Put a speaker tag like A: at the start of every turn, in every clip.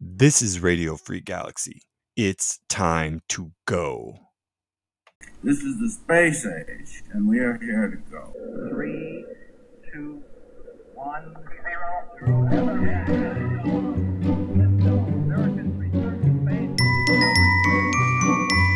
A: This is Radio Free Galaxy. It's time to go.
B: This is the space age, and we are here to go.
C: Three, two, one, zero, zero.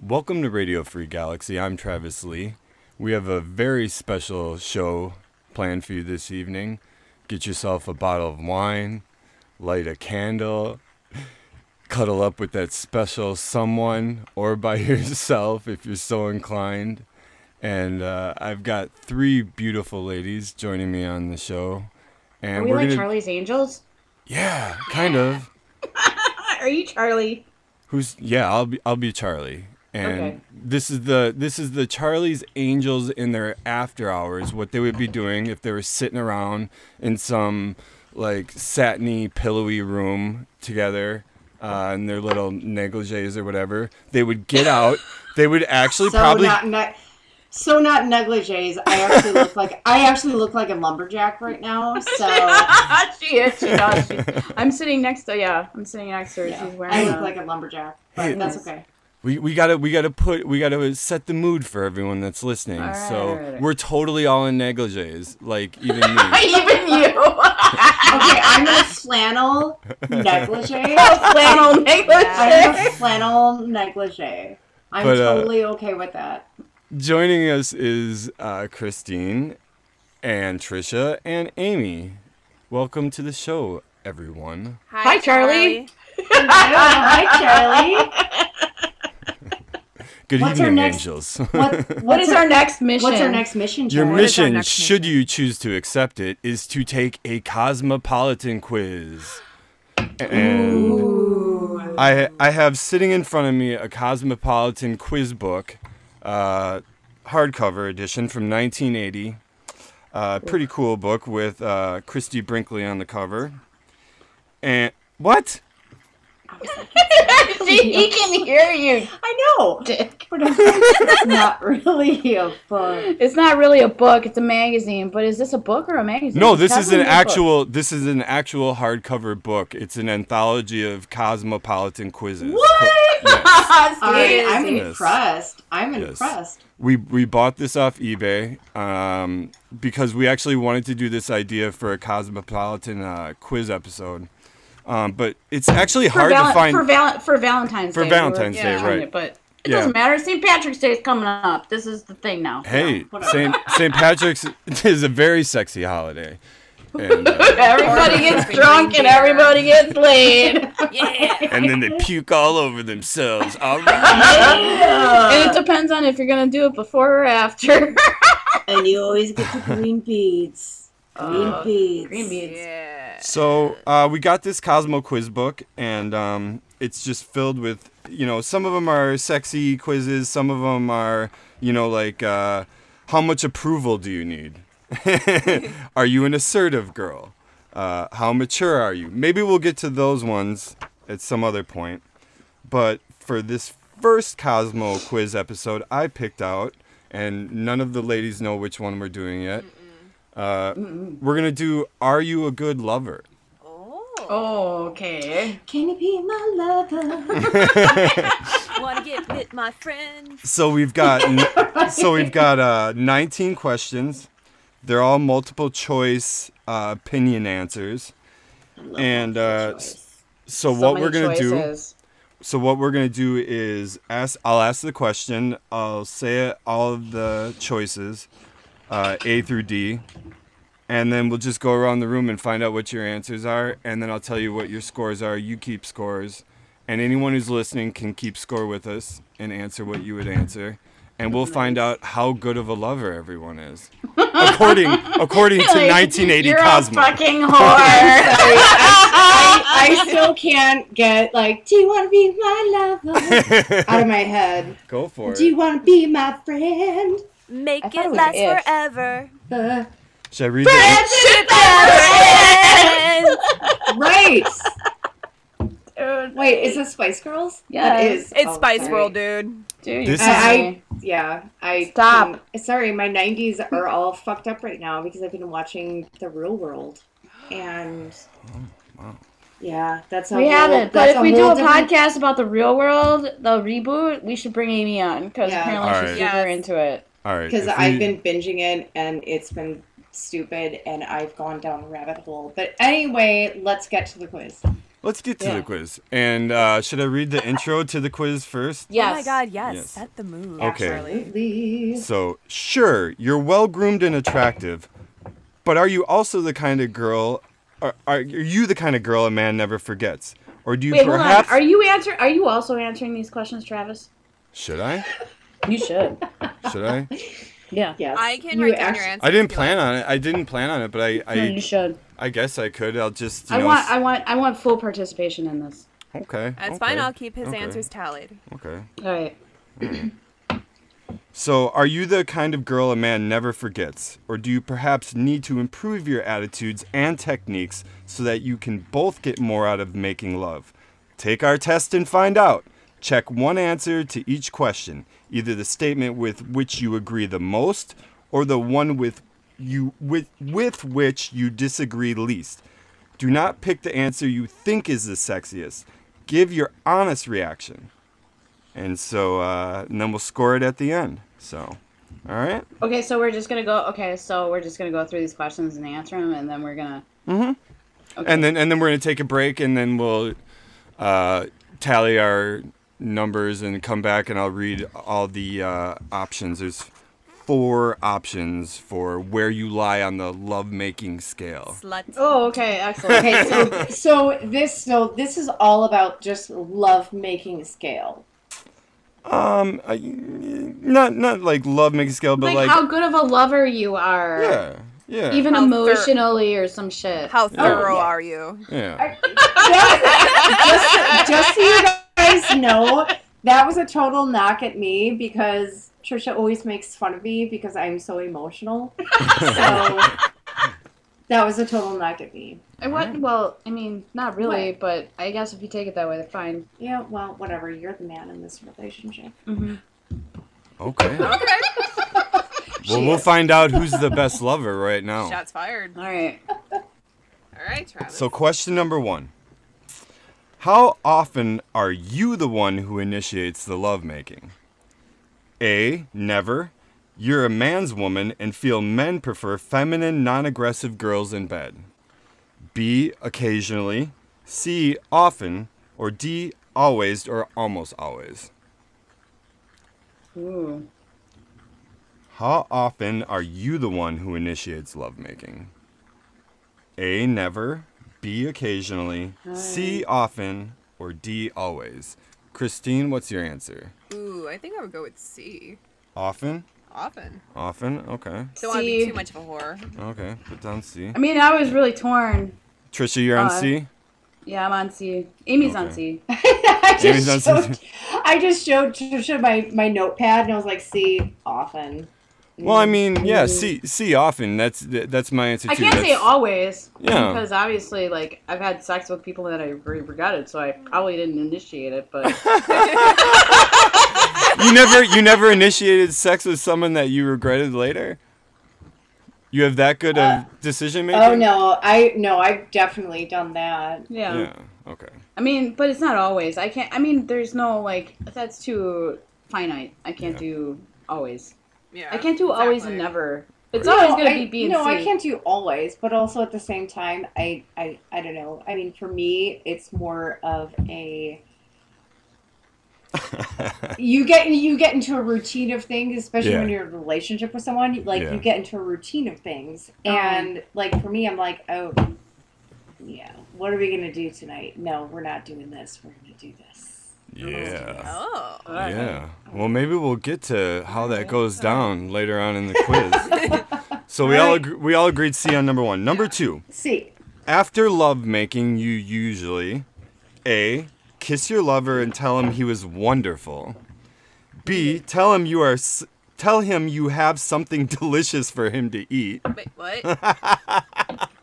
A: Welcome to Radio Free Galaxy. I'm Travis Lee. We have a very special show planned for you this evening. Get yourself a bottle of wine, light a candle, cuddle up with that special someone or by yourself if you're so inclined. And uh, I've got three beautiful ladies joining me on the show. And
D: Are we
A: are
D: like
A: gonna,
D: Charlie's Angels?
A: yeah, kind of.
D: Are you Charlie?
A: Who's yeah, I'll be I'll be Charlie. And
D: Okay.
A: this is the this is the Charlie's Angels in their after hours, what they would be doing if they were sitting around in some like satiny pillowy room together uh, in their little negligees or whatever. They would get out. They would actually
D: So
A: probably
D: not ne- so not negligees. I actually look like I actually look like a lumberjack right now. So yeah,
E: she is. She does. She, I'm sitting next to. Yeah, I'm sitting next to her. She's wearing.
D: I look
E: a-
D: like a lumberjack,
A: Hey.
D: but that's okay.
A: We, we gotta we gotta put we gotta set the mood for everyone that's listening.
E: All right,
A: so
E: all right, all right.
A: we're totally all in negligees, like even me.
E: even you.
D: Okay, I'm a flannel negligee.
E: flannel
D: I'm
E: necklace.
D: a flannel negligee. I'm
A: But, uh,
D: totally okay with that.
A: Joining us is uh, Christine and Trisha and Amy. Welcome to the show, everyone.
E: Hi, Charlie.
D: Hi, Charlie.
A: Good
D: What's our
A: evening,
D: next-
A: angels.
D: What,
E: What is our next mission?
D: What's our next mission?
A: Your
D: Charlie?
E: is our
A: mission,
E: next
A: should
E: mission?
A: you choose to accept it, is to take a cosmopolitan quiz. And I I have sitting in front of me a cosmopolitan quiz book, uh, hardcover edition from 1980. Uh, pretty cool book with uh, Christy Brinkley on the cover. And what?
E: she, he can hear you.
D: I know,
E: Dick.
D: but it's not really a book.
E: It's not really a book. It's a magazine. But is this a book or a magazine?
A: No,
E: It's
A: this is an
E: definitely a book.
A: actual this is an actual hardcover book. It's an anthology of cosmopolitan quizzes. Yes.
D: All right, I'm
A: Yes.
D: impressed. I'm
A: Yes.
D: impressed.
A: we we bought this off eBay um, because we actually wanted to do this idea for a cosmopolitan uh, quiz episode, um, but it's actually
E: For,
A: hard
E: val-
A: to find.
E: for, val- for Valentine's
A: For
E: Day.
A: Valentine's
E: we're-
A: Day,
E: yeah,
A: right.
E: But it
A: Yeah.
E: doesn't matter. St. Patrick's Day is coming up. This is the thing now.
A: hey,
D: whatever.
A: Saint Saint Patrick's is a very sexy holiday. And, uh,
E: Everybody gets drunk and everybody gets laid.
A: and then they puke all over themselves. All right.
E: and it depends on if you're gonna do it before or after.
D: And you always get the green beads. Green beads.
E: Green beans.
A: So uh, we got this Cosmo quiz book, and um, it's just filled with you know some of them are sexy quizzes, some of them are you know like uh, how much approval do you need? are you an assertive girl? Uh, how mature are you? Maybe we'll get to those ones at some other point. But for this first Cosmo quiz episode, I picked out, and none of the ladies know which one we're doing yet. Uh, we're gonna do "Are You a Good Lover?"
E: Oh, okay.
D: Can you be my lover?
F: Want to get with my friends?
A: So we've got so we've got uh, 19 questions. They're all multiple choice uh, opinion answers, and uh, s- so, what we're gonna do So what we're gonna do is ask. I'll ask the question. I'll say it, all of the choices, uh, A through D, and then we'll just go around the room and find out what your answers are, and then I'll tell you what your scores are. You keep scores, and anyone who's listening can keep score with us and answer what you would answer, and we'll find out how good of a lover everyone is, according according to
E: Like,
A: 1980
E: You're
A: Cosmo.
E: a fucking whore.
D: Sorry, I, I still can't get like, do you want to be my lover? Out of my head.
A: go for
D: Do you
A: it.
D: want to be my friend?
F: Make
E: I
F: it
E: thought it was
F: last
E: if.
F: forever.
D: Uh,
A: Should I read the?
F: Friends.
D: right.
E: dude,
D: Wait, is this Spice Girls?
E: Yeah.
D: That is.
F: It's
D: oh,
F: Spice
D: sorry.
F: World, dude.
E: dude,
A: This
E: this
A: is-
E: is
D: I, I yeah I
E: Stop.
D: couldn't- sorry, my '90s are all fucked up right now because I've been watching The Real World, and yeah, that's a
E: we
D: whole,
E: haven't. But
D: that's
E: if we do
D: whole
E: a
D: different-
E: podcast about the real world, the reboot, we should bring Amy on because
D: Yeah.
E: apparently she's
F: Alright.
E: super into it.
A: All right.
D: because
A: if
D: I've
A: we-
D: been binging it and it's been stupid and I've gone down a rabbit hole. But anyway, let's get to the quiz.
A: Let's get to
E: Yeah.
A: the quiz. And uh, should I read the intro to the quiz first?
E: Yes.
F: Oh my god, yes. Oh.
A: Yes.
F: Set the mood.
A: Okay.
D: Absolutely.
A: So, sure, you're well groomed and attractive, but are you also the kind of girl? Are, are, are you the kind of girl a man never forgets? Or do you
E: Wait,
A: perhaps.
E: hold on. Are you answer? Are you also answering these questions, Travis?
A: Should I?
E: You should.
A: Should I?
E: Yeah.
D: Yes.
F: I can
D: You
F: write down
D: act-
F: your answer.
A: I didn't plan on it. I didn't plan on it, but I,
E: No, you
A: I,
E: should.
A: I guess I could. I'll just. You
E: I
A: know,
E: want. I want. I want full participation in this.
A: I, okay.
F: That's
A: okay,
F: fine. I'll keep his
A: okay,
F: answers tallied.
A: Okay.
E: All right.
A: So, are you the kind of girl a man never forgets? Or do you perhaps need to improve your attitudes and techniques so that you can both get more out of making love? Take our test and find out. Check one answer to each question, either the statement with which you agree the most or the one with you with, with which you disagree least. Do not pick the answer you think is the sexiest. Give your honest reaction. And so, uh, and then we'll score it at the end. So, all right.
E: Okay, so we're just gonna go. Okay, so we're just gonna go through these questions and answer them, and then we're gonna.
A: And then, and then we're gonna take a break, and then we'll uh, tally our numbers and come back, and I'll read all the uh, options. There's four options for where you lie on the lovemaking scale.
F: Slut.
E: Oh, okay, excellent.
D: Okay, so, so this so this is all about just love making scale.
A: Um, I, not not like lovemaking scale, but
E: like,
A: like,
E: how good of a lover you are,
A: yeah, yeah,
E: even
F: How thorough-
E: emotionally or some shit.
F: How thorough
D: yeah.
F: are you?
A: yeah.
D: just, just, just so you guys know, that was a total knock at me because Trisha always makes fun of me because I'm so emotional. So that was a total knock at me.
E: I want, well, I mean, not really, but I guess if you take it that way, then fine.
D: Yeah, well, whatever. You're the man in this relationship.
A: Okay.
F: Okay.
A: Well, we'll find out who's the best lover right now.
F: Shots fired.
E: All right.
F: All right, Travis.
A: Oh. So, question number one How often are you the one who initiates the lovemaking? A. Never. You're a man's woman and feel men prefer feminine, non aggressive girls in bed. B. Occasionally. C. Often. Or D. Always or almost always.
E: Ooh.
A: How often are you the one who initiates lovemaking? A. Never. B. Occasionally. C. Often. Or D. Always. Christine, what's your answer?
F: Ooh, I think I would go with C.
A: Often?
F: Often.
A: Often? Okay.
F: Don't want to be
E: C.
F: too much of a whore.
A: Okay. Put down C.
E: I mean, I was really torn.
A: Trisha, you're on
E: Uh,
A: C?
E: Yeah, I'm on C. Amy's on
A: Okay.
E: C.
D: I
A: Jamie's
D: just,
A: not-
D: showed, I just showed Trisha my, my notepad and I was like, see, often.
A: Well, I mean, yeah, C. C. Often. That's th- that's my answer
E: I
A: too.
E: can't say
A: That's-
E: always.
A: Yeah.
E: Because obviously, like, I've had sex with people that I re- regretted, so I probably didn't initiate it, but.
A: You never you never initiated sex with someone that you regretted later. You have that good
E: Uh,
A: of decision making.
D: Oh no, I no, I've definitely done that.
E: Yeah.
A: Yeah. Okay.
E: I mean, but it's not always. I can't. I mean, there's no like that's too finite. I can't
A: Yeah.
E: do always.
F: Yeah.
E: I can't do always and
F: exactly.
E: never. It's
D: No,
E: always gonna
D: I-
E: be B and
D: no,
E: C.
D: I can't do always, but also at the same time, I, I, I don't know. I mean, for me, it's more of a you get you get into a routine of things, especially
G: Yeah.
D: when you're in a relationship with someone. Like
G: Yeah.
D: you get into a routine of things,
E: Oh,
D: and like for me, I'm like, oh, yeah, what are we gonna do tonight? No, we're not doing this. We're gonna do this.
G: Yeah.
F: Oh.
G: Yeah. Well, maybe we'll get to how that goes down later on in the quiz. So we all
D: Alright.
A: agree, we all agreed C on number one. Number two,
D: See,
A: after lovemaking, you usually a kiss your lover and tell him he was wonderful. B tell him you are s- tell him you have something delicious for him to eat.
F: Wait, what?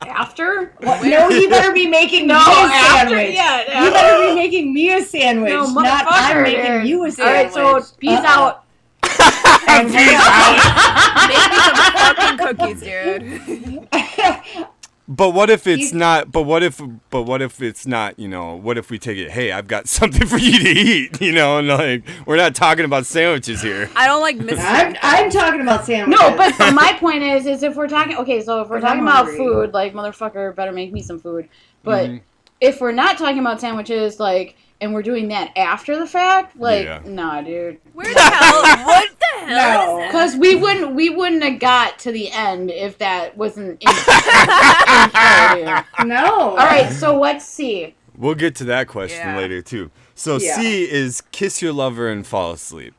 E: After?
D: what, no, you better be making
E: No,
D: me a
E: after,
D: sandwich.
E: yeah,
D: You
E: after.
D: better be making me a sandwich,
E: No,
D: not I'm
E: motherfucker.
D: making you a
E: All right,
D: sandwich.
E: so peace
D: Uh-oh.
E: out.
D: And we're
F: Make me some fucking cookies, dude.
A: But what if it's
D: You-
A: not? But what if? But what if it's not? You know, what if we take it? Hey, I've got something for you to eat. You know, and like we're not talking about sandwiches here.
F: I don't like missing.
D: I'm, I'm talking about sandwiches.
E: No, but so my point is, is if we're talking, okay, so if we're
D: I'm
E: talking about
D: hungry.
E: food, like motherfucker, better make me some food. But if we're not talking about sandwiches, like, and we're doing that after the fact, like,
G: Yeah.
E: nah, dude,
F: Where the hell? What the hell?
D: no.
E: because we wouldn't, we wouldn't have got to the end if that wasn't. In-
D: No.
E: All right, so what's C?
A: We'll get to that question
F: Yeah.
A: later too. So
D: Yeah.
A: C is kiss your lover and fall asleep,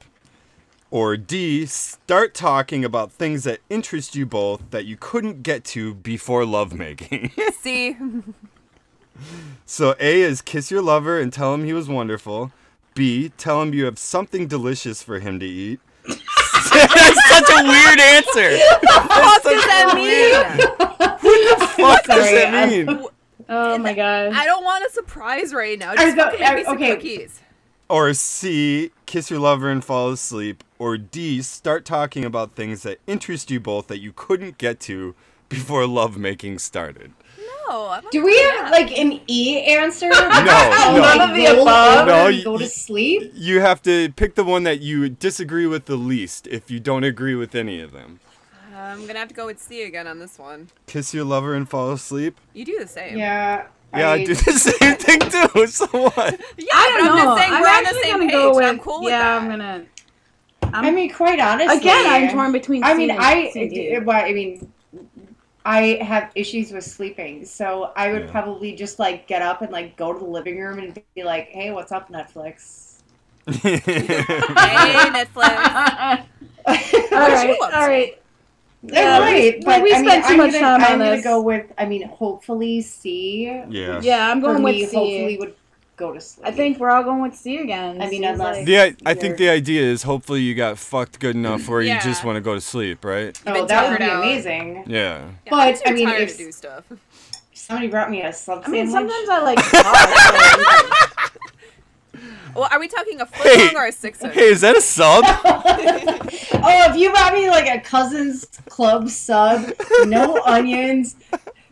A: or D start talking about things that interest you both that you couldn't get to before lovemaking.
F: Is this? See,
A: So A is kiss your lover and tell him he was wonderful. B tell him you have something delicious for him to eat. That's such a weird answer.
F: what does that mean?
A: What does
D: Sorry,
A: that
D: I'm-
A: mean?
E: Oh my god.
F: I don't want a surprise right now. Just
D: go-
F: fucking make me
D: I-
F: some
D: okay.
F: cookies.
A: Or C kiss your lover and fall asleep. Or D start talking about things that interest you both that you couldn't get to before lovemaking started.
F: No, I'm
D: Do we have like an E answer? No,
A: no.
D: Like,
E: None of the
D: roll
E: above.
D: over
A: No,
D: and
A: you-
D: go to sleep.
A: You have to pick the one that you disagree with the least if you don't agree with any of them.
F: I'm gonna have to go with C again on this one.
A: Kiss your lover and fall asleep.
F: You do the same.
D: Yeah.
A: Yeah, I do the same thing too. So what?
F: Yeah,
E: I don't
F: but I'm
E: know.
F: just saying
E: I'm
F: we're on
E: actually
F: the same
E: gonna
F: page.
E: go
F: and
E: with,
F: I'm cool with
E: yeah,
F: that.
E: I'm gonna.
D: I mean, quite honestly.
E: Again, I'm torn between.
D: I
E: C
D: mean,
E: and
D: I.
E: C, dude.
D: Well, I mean, I have issues with sleeping, so I would
A: Yeah.
D: probably just like get up and like go to the living room and be like, "Hey, what's up, Netflix?"
F: Hey, Netflix.
E: all
F: you
E: right,
F: up to?
E: all right.
D: Yeah, right,
E: we-
D: but
E: we
D: I mean,
E: spent too
D: I'm
E: much
D: gonna,
E: time on
D: I'm gonna
E: this.
D: go with. I mean, hopefully C.
A: Yeah.
E: Yeah, I'm
D: For
E: going
D: me,
E: with C.
D: hopefully would go to sleep.
E: I think we're all going with C again.
D: I mean,
E: C's
D: unless-
E: like-
A: The I, I think the idea is hopefully you got fucked good enough where you just
F: Yeah.
A: want to go to sleep, right?
F: You've
D: Oh,
F: been
D: that would
F: tuckered
D: be
F: out.
D: amazing.
A: Yeah.
F: Yeah,
D: But,
F: I'm too
D: I mean,
F: tired
D: if-
F: to do stuff.
D: Somebody brought me a sub
E: I mean,
D: sandwich.
E: sometimes I like. pause, like-
F: Well, are we talking a foot
A: Hey.
F: long or a six
A: Hey, is that a sub?
D: oh, if you brought me like a cousin's club sub, no onions,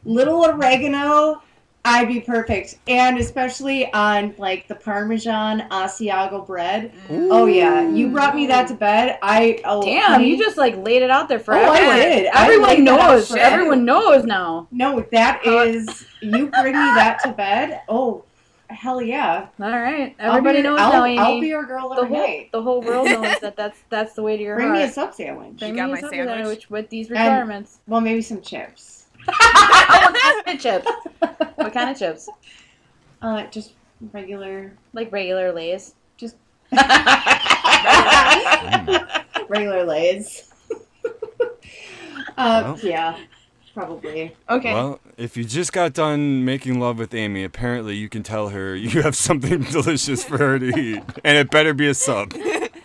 D: little oregano, I'd be perfect. And especially on like the Parmesan Asiago bread. Oh yeah, you brought me that to bed. I oh
E: Damn, you
D: honey.
E: just like laid it out there for
D: Oh, I
E: everyone.
D: did. I
E: Everyone
D: laid that out
E: knows.
D: for
E: Everyone knows now.
D: no, that is you bring me that to bed. Oh hell yeah!
E: All right,
D: I'll
E: everybody
D: be-
E: knows
D: I'll,
E: now.
D: I'll,
E: Amy.
D: be your girl
E: the
D: every
E: whole
D: night.
E: the whole world knows that that's that's the way to your
D: Bring me a
E: heart.
D: sub sandwich.
E: Bring
F: You got
E: me
F: my
E: something
F: sandwich?
E: sandwich with these
D: And-
E: requirements.
D: Well, maybe some chips.
E: what kind of chips? What kind of chips?
D: Uh, just regular,
E: Like regular Lay's.
D: Just-
E: I
D: regular lays. uh, yeah, probably.
E: Okay.
A: Well, if you just got done making love with Amy, apparently you can tell her you have something delicious for her to eat, and it better be a sub.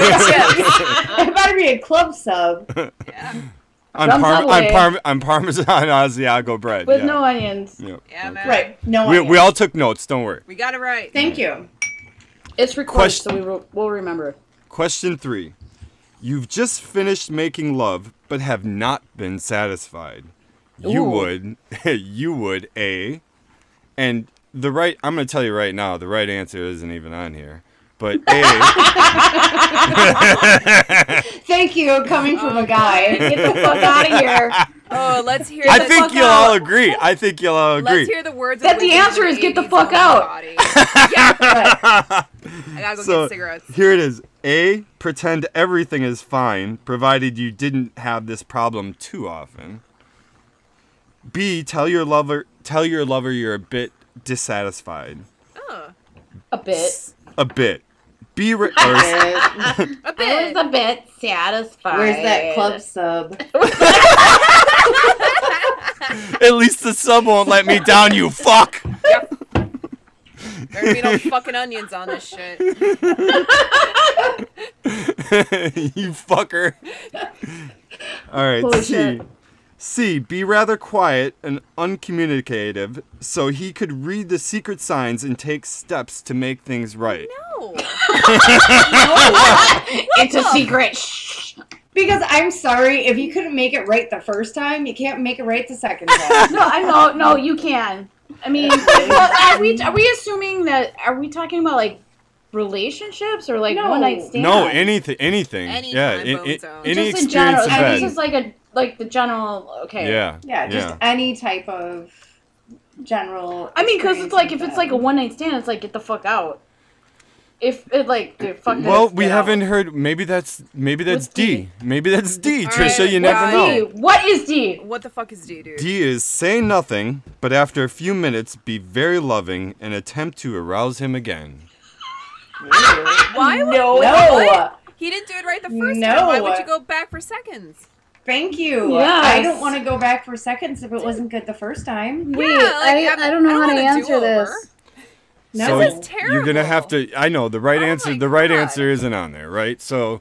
D: it better be a club sub.
A: On,
E: From
A: par- on,
E: Subway.
A: par- on Parmesan Asiago bread.
E: With
A: yeah.
E: no onions.
A: Yeah.
F: Yeah, man.
D: Right. No.
A: We,
D: onion.
A: we all took notes, don't worry.
F: We got it right.
D: Thank you.
E: It's recorded,
A: Question-
E: so we will we'll remember.
A: Question three. You've just finished making love, but have not been satisfied. You
E: Ooh.
A: would, you would a, and the right. I'm gonna tell you right now. The right answer isn't even on here. But a,
D: Thank thank you coming from a guy.
E: Get the fuck out of here.
F: Oh, let's hear.
A: I
F: the
A: think
F: fuck
A: you'll
F: out.
A: all agree. I think you'll all
F: Let's
A: agree.
F: hear the words.
E: That
F: of
E: the
F: women
E: answer
F: in
E: is get the
F: 80s
E: fuck
F: on my
E: out.
F: body. yeah, I gotta go
A: So-
F: get cigarettes.
A: Here it is. A, pretend everything is fine, provided you didn't have this problem too often.
H: B, tell your lover tell your lover you're a bit dissatisfied.
F: Oh,
E: A bit.
H: A bit. Be re- or s-
F: a
E: I
F: bit.
E: was a bit satisfied.
D: Where's that club sub?
A: At least the sub won't let me down, you fuck.
F: There gonna be no fucking onions on this shit.
A: you fucker.
H: All right.
D: Holy
H: C.
D: shit.
H: C. Be rather quiet and uncommunicative so he could read the secret signs and take steps to make things right.
F: No.
E: It's a secret. Shh.
D: Because I'm sorry, if you couldn't make it right the first time, you can't make it right the second time.
E: No, I know. No, you can. I mean, well, are we are we assuming that? Are we talking about like relationships or like
D: No.
E: one night stands?
A: No, anything, anything.
F: Any
A: yeah,
F: time
A: in-
F: bone
A: in-
F: zone.
A: any
E: just in
A: experience
E: general.
A: in
E: I-
A: bed.
E: This is like a like the general. Okay.
A: yeah.
D: yeah, just
A: Yeah.
D: any type of general.
E: I mean, because
D: experience
E: it's like
D: with
E: if it's
D: them.
E: like a one night stand, it's like get the fuck out. If it like dude, fuck this,
A: Well, we
E: get out.
A: haven't heard. Maybe that's maybe that's
E: What's
A: D.
E: D?
A: Maybe that's D.
F: All
A: Trisha,
F: right,
A: you
E: What's
A: never
F: guys.
A: know.
E: D? What is D?
F: What the fuck is D, dude?
A: D is say nothing, but after a few minutes, be very loving and attempt to arouse him again.
F: Why would
D: no,
F: what? he didn't do it right the first time? Why would
D: No.
F: you go back for seconds?
D: thank you.
E: Yes.
D: I don't want to go back for seconds if it wasn't good the first time.
E: Wait,
F: Yeah, like,
E: I, I don't know how
F: want
E: to
F: a
E: answer
F: do-over.
E: this.
D: No,
F: This is
A: You're gonna have
F: terrible.
A: to. I know the right
F: Oh
A: answer.
F: my
A: The right
F: God.
A: answer isn't on there, right? So,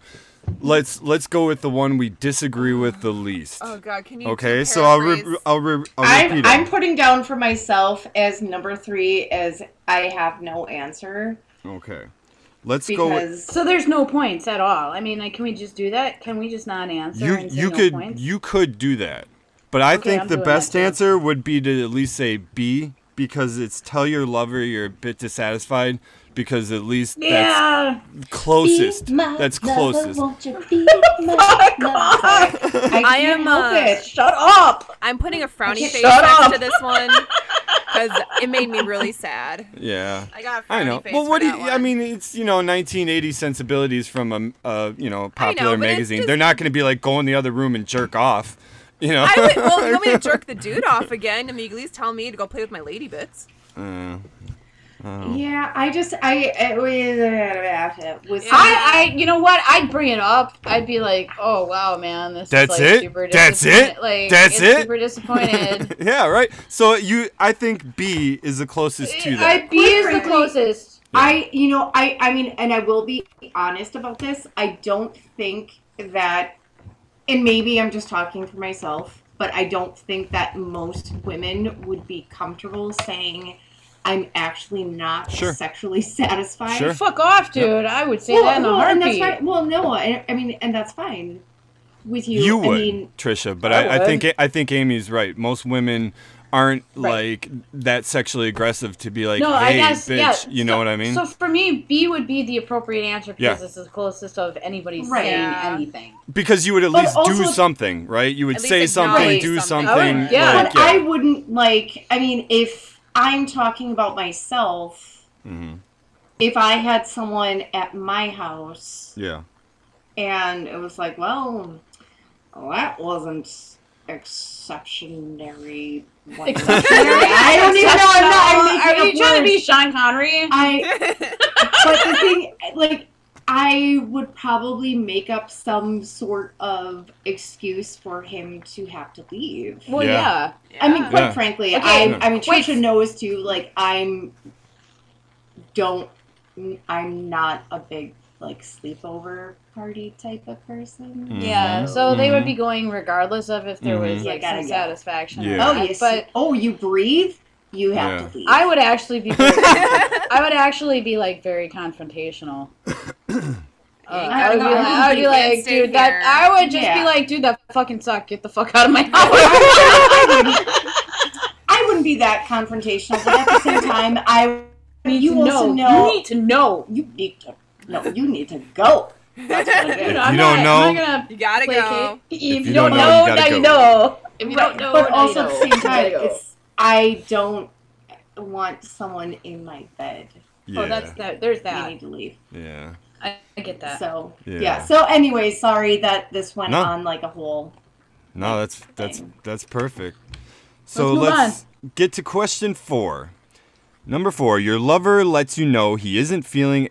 A: let's let's go with the one we disagree with the least.
F: Oh god, can you?
A: Okay, so I'll re-
F: paraphrase?
A: I'll, re- I'll repeat
D: I'm, I'm
A: it.
D: putting down for myself as number three as I have no answer
A: Okay, let's go. with-
D: because
E: So there's no points at all. I mean, like, can we just do that? Can we just not answer?
A: You
E: and say
A: you
E: no
A: could
E: Points?
A: you could do that, but I
E: Okay,
A: think
E: I'm
A: the
E: doing that
A: best
E: too.
A: answer would be to at least say B because it's tell your lover you're a bit dissatisfied because at least
E: yeah.
A: that's closest. That's closest.
D: Oh I can't
F: I am,
D: help
F: uh,
D: it.
E: Shut up.
F: I'm putting a frowny
D: Shut
F: face next
E: up.
F: to this one because it made me really sad.
A: Yeah.
F: I got a frowny
A: I know.
F: face.
A: Well,
F: for
A: what do you?
F: that
A: I
F: one.
A: mean, it's you know 1980 sensibilities from a m- uh, you know popular
F: but it's
A: magazine.
F: just-
A: They're not going to be like go in the other room and jerk off. You know.
F: I would, well, you want me to jerk the dude off again? I mean, you can at least tell me to go play with my lady bits.
A: Uh, Oh.
D: Yeah, I just I it was, was
E: I, I, you know what? I'd bring it up. I'd be like, oh wow, man, this.
A: That's
E: is, like,
A: it?
E: Super
A: That's
E: disappointed-
A: it?
E: Like,
A: That's
E: it's
A: it?
E: Super disappointed.
A: yeah. Right. So you, I think B is the closest to that.
D: I-
E: B is the
D: Frankly-
E: closest.
D: I you know I I mean and I will be honest about this. I don't think that and maybe I'm just talking for myself, but I don't think that most women would be comfortable saying I'm actually not
A: Sure.
D: sexually satisfied.
A: Sure.
E: Fuck off, dude. I would say that in a
D: and that's
E: heartbeat.
D: fine. Well, no, I, I mean, and that's fine with you.
A: You would,
D: I mean,
A: Trisha, but
E: I
A: I, I,
E: would.
A: think I think Amy's right. Most women aren't
D: Right.
A: like that sexually aggressive to be like,
E: no, I
A: "Hey,
E: guess
A: bitch,"
E: yeah.
A: you know
E: so,
A: what I mean?
E: So for me, B would be the appropriate answer because
A: Yeah.
E: this is closest of anybody
D: Right.
E: saying
F: Yeah.
E: anything.
A: because you would at
D: But
A: least do
D: also-
A: something, right? You would
F: At
A: say
F: least
A: something,
F: acknowledge
A: do
F: something.
A: something.
E: Oh, yeah.
A: like,
D: but I wouldn't like. I mean, if I'm talking about myself,
A: Mhm.
D: if I had someone at my house
A: yeah.
D: and it was like, well, that wasn't exceptionary. whatsoever. I don't even know. I'm not. I'm making Uh,
E: Are you
D: up
E: trying
D: words.
E: to be Sean Connery?
D: I. But the thing, like, I would probably make up some sort of excuse for him to have to leave.
E: Well,
A: Yeah.
E: yeah.
D: I mean, quite
A: Yeah.
D: frankly,
E: Okay,
D: I. I mean,
E: wait.
D: Trisha knows too. Like, I'm. Don't. I'm not a big like sleepover party type of person.
E: Yeah,
A: Mhm.
E: so they would be going regardless of if there was
A: Mhm.
E: like
D: Yeah, gotta
E: some
D: go.
E: satisfaction. or
A: Yeah.
D: Oh
E: not,
D: yes.
E: but
D: oh, you breathe. You have
A: Yeah.
D: to leave.
E: I would actually be. Very, I would actually be like very confrontational. Uh, I
D: gotta
E: would be like,
D: go.
E: I would be
F: You can't
E: like,
F: stay
E: dude, that.
F: here."
E: I would just be
D: Yeah.
E: like, dude, that fucking sucked. Get the fuck out of my house.
D: I wouldn't be that confrontational, but at the same time, I.
E: need
D: You
E: to
D: also
E: know.
D: know.
E: You need to know.
D: you need to no you need to go That's what it is.
E: I'm
A: You
E: not,
A: don't
E: I'm
A: know?
E: not gonna
F: You gotta
E: placate.
F: go.
E: If,
A: you don't know, you gotta
E: now
A: go.
E: you know. If you
D: Right,
E: don't know,
D: but
E: now you
D: also at the
E: know.
D: same
E: You gotta
D: time,
E: go.
D: it's I don't want someone in my bed.
A: Yeah.
E: oh, that's that. There's
D: We
E: that.
D: need to leave.
A: yeah.
E: I, I get that.
D: So
A: Yeah.
D: yeah. So anyway, sorry that this went
A: No.
D: on like a whole.
A: No, that's that's that's perfect. So
E: Let's move
A: let's get to question 4. Number 4, your lover lets you know he isn't feeling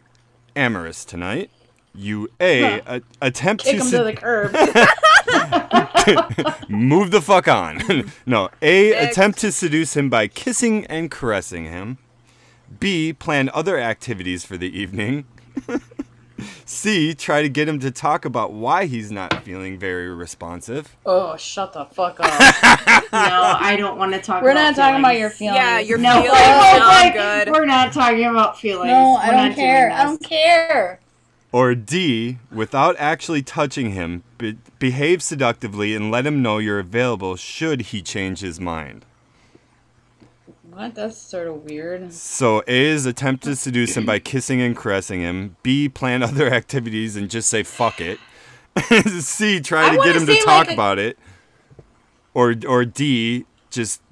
A: amorous tonight. You A, a- attempt
E: Kick
A: to,
E: him
A: sed-
E: to the curb.
A: move the fuck on. no, A,
F: Six.
A: attempt to seduce him by kissing and caressing him. B, plan other activities for the evening. C, try to get him to talk about why he's not feeling very responsive.
E: oh, shut the fuck up.
D: No, I don't want to talk.
E: We're
D: about
E: not talking about
D: feelings.
E: your feelings.
F: Yeah, your
D: No,
F: feelings
D: I was
F: sound
D: like,
F: good.
D: we're not talking about feelings.
E: No,
D: We're
E: I
D: not
E: don't
D: doing
E: care. I
D: this.
E: don't care.
A: Or D, without actually touching him, be- behave seductively and let him know you're available should he change his mind.
E: What? That's sort of weird.
A: So A is attempt to seduce him by kissing and caressing him. B plan other activities and just say fuck it. C try
E: I
A: to
E: wanna
A: get him to
E: see,
A: talk
E: like, a-
A: about it. Or or D just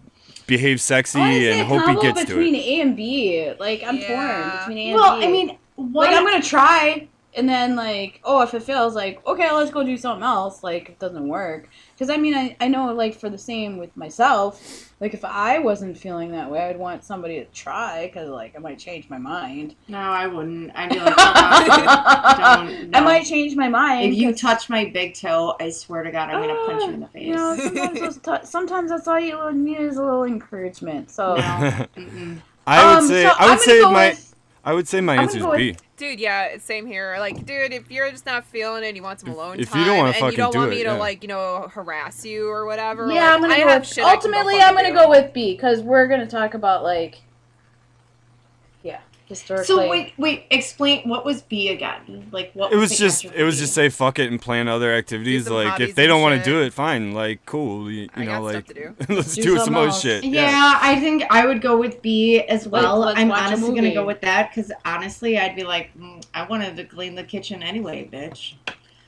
A: behave sexy
E: Honestly, a
A: and hope he
E: combo
A: gets to
E: between
A: it.
E: A and B. Like I'm
F: Yeah.
E: torn between A and
D: Well,
E: B.
D: I mean,
E: like
D: what?
E: I'm gonna try, and then like, oh, if it fails, like, okay, let's go do something else. Like, if it doesn't work, because I mean, I, I know like for the same with myself, like if I wasn't feeling that way, I'd want somebody to try, because like I might change my mind.
D: no, I wouldn't. I'd be like, uh-uh. Don't-
E: I
D: no.
E: might change my mind.
D: if you touch my big toe, I swear to God, I'm gonna punch you in the face.
E: You know, Ah, sometimes, those tou- sometimes that's all you need is a little encouragement. So
D: Mm-mm.
A: I would
E: um,
A: say
E: so
A: I
E: I'm
A: would
E: gonna
A: say
E: go
A: my
E: with-
A: I would say my
E: I'm
A: answer is
E: gonna go
A: B.
E: with-
F: Dude, yeah, it's same here. Like, dude, if you're just not feeling it and you want some alone
A: if
F: time,
A: you don't wanna
F: and
A: fucking
F: you don't
A: do
F: want
A: it,
F: me to
A: yeah.
F: like, you know, harass you or whatever.
E: Yeah,
F: like,
E: I'm gonna
F: I
E: go
F: have
E: with,
F: shit I can go
E: ultimately
F: fucking
E: I'm gonna
F: do.
E: go with B because we're gonna talk about like yeah historically.
D: So wait, wait. Explain what was B again? Like what?
A: It was
D: the
A: just
D: answer
A: it was
D: B?
A: just say fuck it and plan other activities.
F: some
A: Like
F: hobbies
A: if they
F: and
A: don't want
F: shit.
A: to do it, fine. Like cool, you, you
F: I
A: know,
F: got
A: like
F: stuff to
A: let's
E: Do
A: do, some
E: something
A: more
E: else.
A: shit.
D: Yeah, I think I would go with B as well.
E: let's
D: I'm
E: watch a
D: honestly gonna
E: movie.
D: go with that because honestly, I'd be like, mm, I wanted to clean the kitchen anyway, bitch.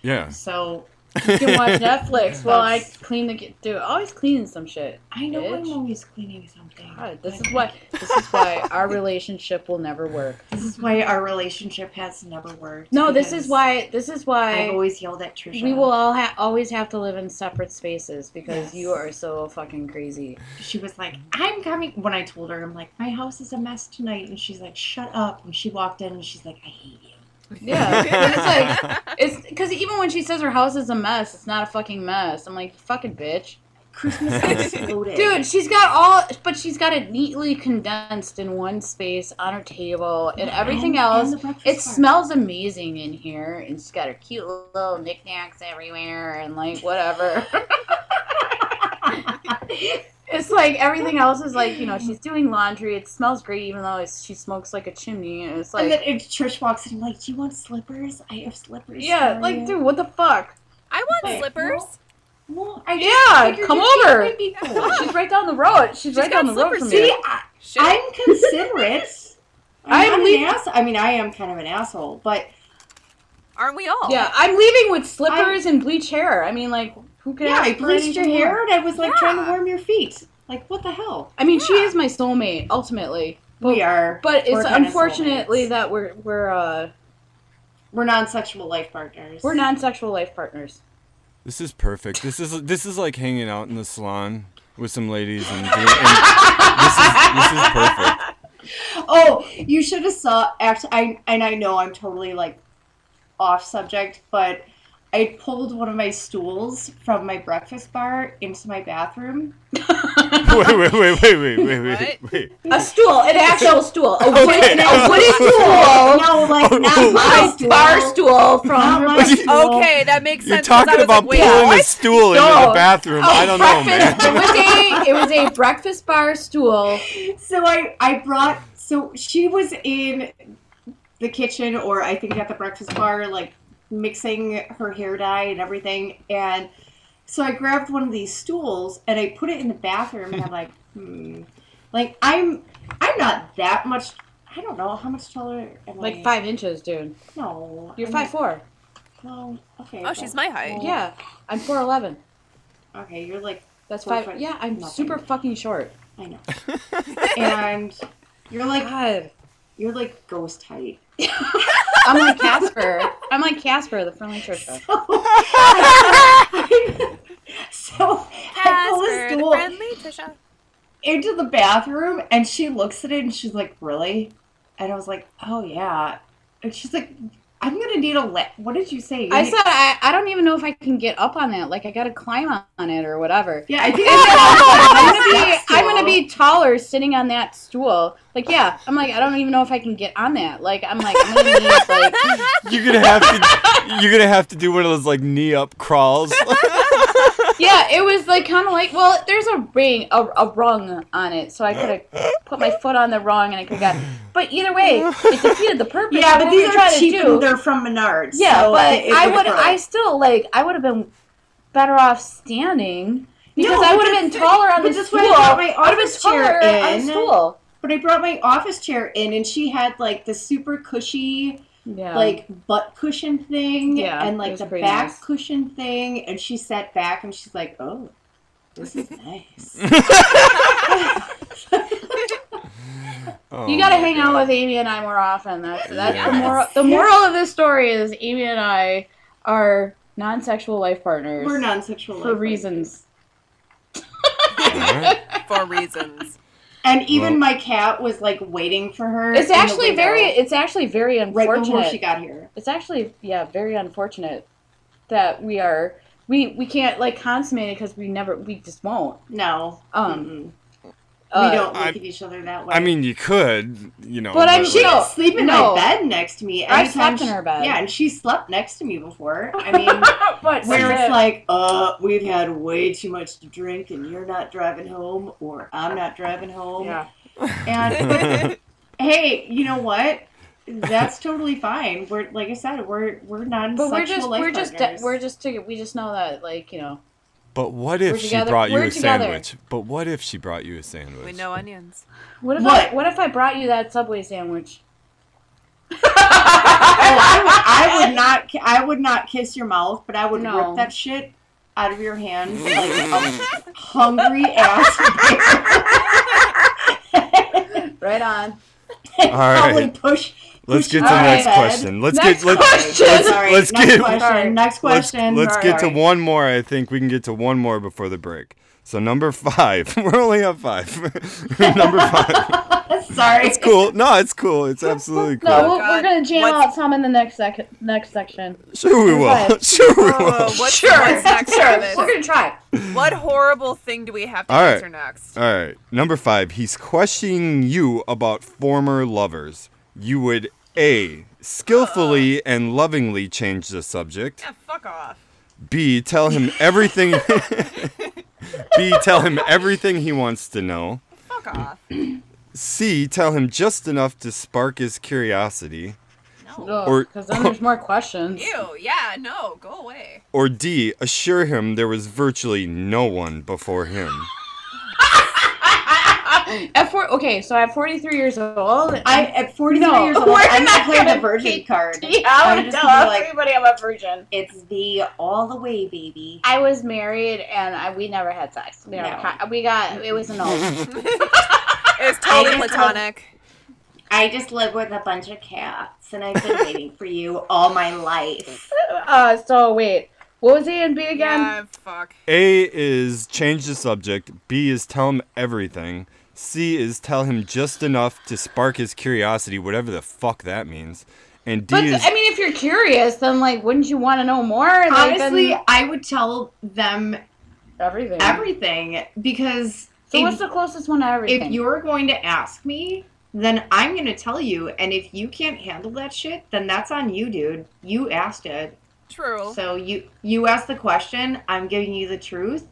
A: Yeah.
D: So
E: you can watch Netflix while I
D: That's-
E: clean the ki- dude. Always cleaning some shit.
D: I know I'm
E: Bitch.
D: always cleaning something.
E: God, this is why this is why our relationship will never work.
D: This is why our relationship has never worked.
E: No, this
D: because
E: is why this is
D: I've
E: why
D: always yelled at Trisha.
E: we will all ha- always have to live in separate spaces because
D: Yes.
E: you are so fucking crazy.
D: She was like, "I'm coming." When I told her, I'm like, "My house is a mess tonight," and she's like, "Shut up!" And she walked in, and she's like, "I hate you."
E: Yeah, but it's like It's because even when she says her house is a mess, it's not a fucking mess. I'm like, fucking bitch.
D: Christmas exploded,
E: Dude, she's got all, but she's got it neatly condensed in one space on her table and everything
D: And- and
E: else.
D: the breakfast
E: It
D: bar.
E: smells amazing in here, and she's got her cute little knickknacks everywhere and like whatever. it's like everything else is like, you know, she's doing laundry. It smells great, even though it's, she smokes like a chimney. And it's like,
D: and then if Trish walks in, like, "Do you want slippers? I have slippers."
E: yeah,
D: for
E: like,
D: you."
E: dude, what the fuck?
F: I want
D: Wait,
F: slippers.
D: well, Well, I
E: Yeah,
D: figured
E: come
D: your feet
E: over.
D: might be cool.
E: She's right down the road. She's, right
F: got
E: down the road
F: slippers,
E: from
F: dude.
E: me.
D: See, I,
F: Shit.
D: I'm considerate.
E: I'm
D: I'm, not
E: leaving-
D: an ass. I mean, I am kind of an asshole, but
F: Aren't we all?
E: Yeah, I'm leaving with slippers and bleach hair. I mean, like, who could
D: yeah,
E: ask
D: I
E: for
D: bleached your
E: anything
D: hair,
E: more?
D: and I was like trying to
F: Yeah.
D: warm your feet. Like, what the hell?
E: I mean, she is my soulmate ultimately.
D: We are,
E: But
D: We're
E: it's
D: kinda
E: unfortunately
D: soulmates.
E: that we're we're uh
D: we're non-sexual life partners.
E: we're non-sexual life partners.
A: This is perfect. This is this is like hanging out in the salon with some ladies and, doing, and this is this is perfect.
D: Oh, you should have saw. Actually, I and I know I'm totally like off subject, but I pulled one of my stools from my breakfast bar into my bathroom.
A: Wait, wait, wait, wait, wait, wait, wait,
F: What?
A: wait.
E: A stool, an actual stool, a wooden,
A: Okay.
E: a wooden stool,
D: No, like not my
E: my
D: stool.
E: bar stool
D: Not
E: from.
D: my stool.
F: Okay, that makes
A: You're
F: sense. 'cause I
A: talking
F: was
A: about
F: like, wait,
A: pulling a
F: what? Oh,
A: stool into
E: No.
A: the bathroom. I don't know, man.
E: Oh, Breakfast- It was a it was a breakfast bar stool.
D: So I I brought. So she was in the kitchen, or I think at the breakfast bar, like mixing her hair dye and everything. And so I grabbed one of these stools and I put it in the bathroom, and I'm like, hmm, like I'm I'm not that much. I don't know how much taller am I?
E: Like five inches, dude.
D: No,
E: You're
D: I'm-
E: five four.
D: No. Okay.
F: Oh, she's my height.
E: Yeah, I'm 4'11.
D: Okay, you're like
E: That's
D: Four
E: five.
D: foot
E: Yeah, I'm
D: nothing.
E: super fucking short.
D: I know. and you're like
E: God.
D: you're like ghost height.
E: I'm like Casper. I'm like Casper, the friendly church. dog.
D: So I pull
F: Casper,
D: a
F: the
D: stool
F: friendly Trisha.
D: into the bathroom and she looks at it and she's like, Really? And I was like, Oh yeah. And she's like, I'm gonna need a la- what did you say? You
E: I
D: need-
E: said I, I don't even know if I can get up on that. Like I gotta climb on- on it or whatever.
D: Yeah, I think
E: I'm gonna
D: I
E: be I'm gonna be taller sitting on that stool. Like yeah, I'm like I don't even know if I can get on that. Like I'm like I'm gonna need like
A: You're gonna have to. You're gonna have to do one of those like knee up crawls.
E: yeah. It was like kind of like well, there's a ring a, a rung on it, so I could have put my foot on the rung and I could have got. But either way, it defeated the purpose.
D: Yeah,
E: of
D: but
E: what we
D: these
E: tried
D: are
E: to
D: cheap
E: do.
D: and they're from Menards.
E: Yeah,
D: so
E: but
D: it- it
E: I
D: work.
E: would. I still like. I would have been better off standing because I
D: but
E: would have been
D: it's-
E: taller on
D: but
E: the
D: that's
E: stool.
D: why I brought my
E: I would have been
D: office chair
E: taller on
D: in.
E: the stool.
D: But I brought my office chair in, and she had like the super cushy,
E: Yeah.
D: like butt cushion thing,
E: Um, Yeah,
D: and
E: it
D: like
E: was
D: the
E: pretty
D: back
E: nice.
D: cushion thing, and she sat back and she's like, "Oh, this is nice." Oh
A: Oh,
E: you got to hang out with Amy and I more often. That's that's the moral. The moral of this story is Amy and I are non-sexual life partners
D: We're non-sexual
E: for
D: life
E: reasons.
F: For reasons.
D: And even
I: Well-
D: my cat was like waiting for her.
E: It's
D: in the
E: actually
D: window
E: very. It's actually very unfortunate.
D: right before she got here.
E: it's actually yeah very unfortunate that we are we we can't like consummate it because we never we just won't
D: No,
E: Um,
D: Mm-mm.
E: Uh,
D: we don't look
I: I-
D: at each other that way.
I: I mean, you could, you know.
E: But I'm
D: She
E: No,
D: could sleep in my
E: no.
D: bed next to me.
E: I
D: anytime
E: slept in
D: she-
E: her bed.
D: Yeah, and she slept next to me before. I mean,
E: Oh, but
D: where it's like, uh, we've had way too much to drink, and you're not driving home, or I'm not driving home.
E: yeah
D: And hey, you know what? That's totally fine. We're like I said, we're we're non.
E: but we're just we're just de- we're just to, we just know that like you know
A: But what
E: We're
A: if she
E: together-
A: brought you
E: we're
A: a
E: together.
A: sandwich? But what if she brought you a sandwich?
F: We know onions.
E: what if
D: What?
E: I, what if I brought you that Subway sandwich
D: Oh, I, would, I would not. ki- I would not kiss your mouth, but I would
E: No.
D: rip that shit out of your hand like a hungry ass.
E: right on
A: All
D: Probably
A: right,
D: push.
A: let's
D: push
A: get
D: you
A: to the
D: out of
A: next
D: bed.
A: question. Let's
E: Next
A: get let's
E: question.
A: let's-
D: Sorry,
A: let's
D: next
A: get-
D: question.
E: Sorry.
D: Next
A: let's,
D: question.
A: let's get to
D: Sorry.
A: one more. I think we can get to one more before the break. So number five. We're only on five. number five.
D: Sorry.
A: It's cool. No, it's cool. It's absolutely cool.
E: no
F: Oh,
E: we'll, we're
F: God.
E: gonna jam
F: What's-
E: out some in the next sec- next section
A: Sure we will.
E: Five.
A: Sure we will.
F: Oh, what's, what's next
E: sure
F: sure.
E: we're gonna try
F: What horrible thing do we have to
A: All right. Uh,
F: answer next?
A: All right. Number five. He's questioning you about former lovers. You would A. Skillfully and lovingly change the subject.
F: Yeah, Ah, fuck off.
A: B. Tell him everything. B. Tell him everything he wants to know.
F: Fuck off.
A: C. Tell him just enough to spark his curiosity. Or-
E: because Oh, then there's more questions
F: Ew, yeah, no, go away.
A: Or D. Assure him there was virtually no one before him.
E: at four okay so at 43 years old
D: I at 43
E: No.
D: years old,
E: We're
D: I'm
E: not
D: not playing the
E: gonna
D: virgin
E: take
D: card.
E: I
D: I'm
E: would
D: just
E: tell
D: gonna be like,
E: everybody I'm a virgin.
D: it's the all the way, baby.
E: I was married and I, we never had sex. We, never
D: No.
E: con- we got it was an old.
F: It's totally
D: I just
F: platonic.
D: I just live with a bunch of cats, and I've been waiting for you all my life.
E: uh, so wait, what was A and B again?
F: Yeah, fuck.
A: A is change the subject. B is tell him everything. C is tell him just enough to spark his curiosity, whatever the fuck that means. And D
E: But
A: is
E: I mean, if you're curious, then like, wouldn't you want to know more? Like, then
D: Honestly, I would tell them
E: everything.
D: everything because
E: so what's
D: if,
E: the closest one to everything?
D: if you're going to ask me, then I'm going to tell you. And if you can't handle that shit, then that's on you, dude. You asked it.
F: True.
D: So you you asked the question. I'm giving you the truth.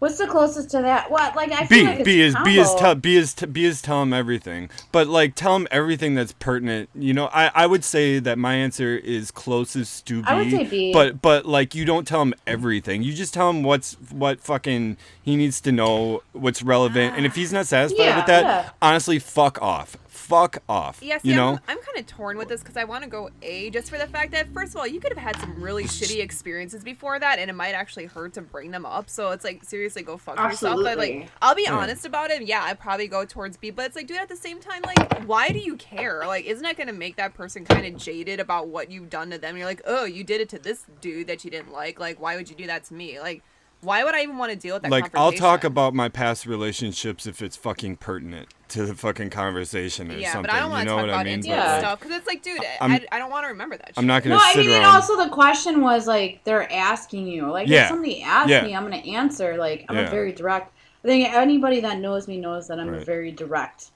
E: what's the closest to that? What like I feel
A: B.
E: like it's
A: B is B is
E: combo.
A: tell B is t- B is tell him everything. But like tell him everything that's pertinent. You know, I I would say that my answer is closest to B.
E: I would say B.
A: But but like you don't tell him everything. You just tell him what's what fucking he needs to know, what's relevant. And if he's not satisfied
D: Yeah,
A: with that,
E: yeah.
A: honestly, fuck off. fuck off.
F: Yeah, see,
A: you
F: I'm-
A: know?
F: I'm, kind of torn with this because I want to go A just for the fact that first of all, you could have had some really shitty experiences before that, and it might actually hurt to bring them up. So it's like seriously, go fuck yourself. But
D: Absolutely.
F: like, I'll be
A: Yeah.
F: honest about it. Yeah, I'd probably go towards B, but it's like, dude, at the same time, like, why do you care? Like, isn't that gonna make that person kind of jaded about what you've done to them? You're like, oh, you did it to this dude that you didn't like. Like, why would you do that to me? Like, why would I even want to deal with that?
A: like I'll talk
F: confrontation?
A: about my past relationships if it's fucking pertinent to the fucking conversation or
F: Yeah,
A: something.
F: but I don't
A: you
F: want to
A: know
F: talk
A: what
F: about
A: I mean?
F: intimate
A: But,
E: Yeah.
A: like,
F: stuff because it's like, dude, I,
A: I'm-
F: I, I don't want to remember that. Shit.
A: I'm not gonna
E: No, I
A: sit
E: mean, and
A: around.
E: also the question was like they're asking you. Like
A: Yeah.
E: if somebody asks
A: Yeah.
E: me, I'm gonna answer. Like I'm
A: Yeah.
E: a very direct. I think anybody that knows me knows that I'm
A: Right.
E: a very direct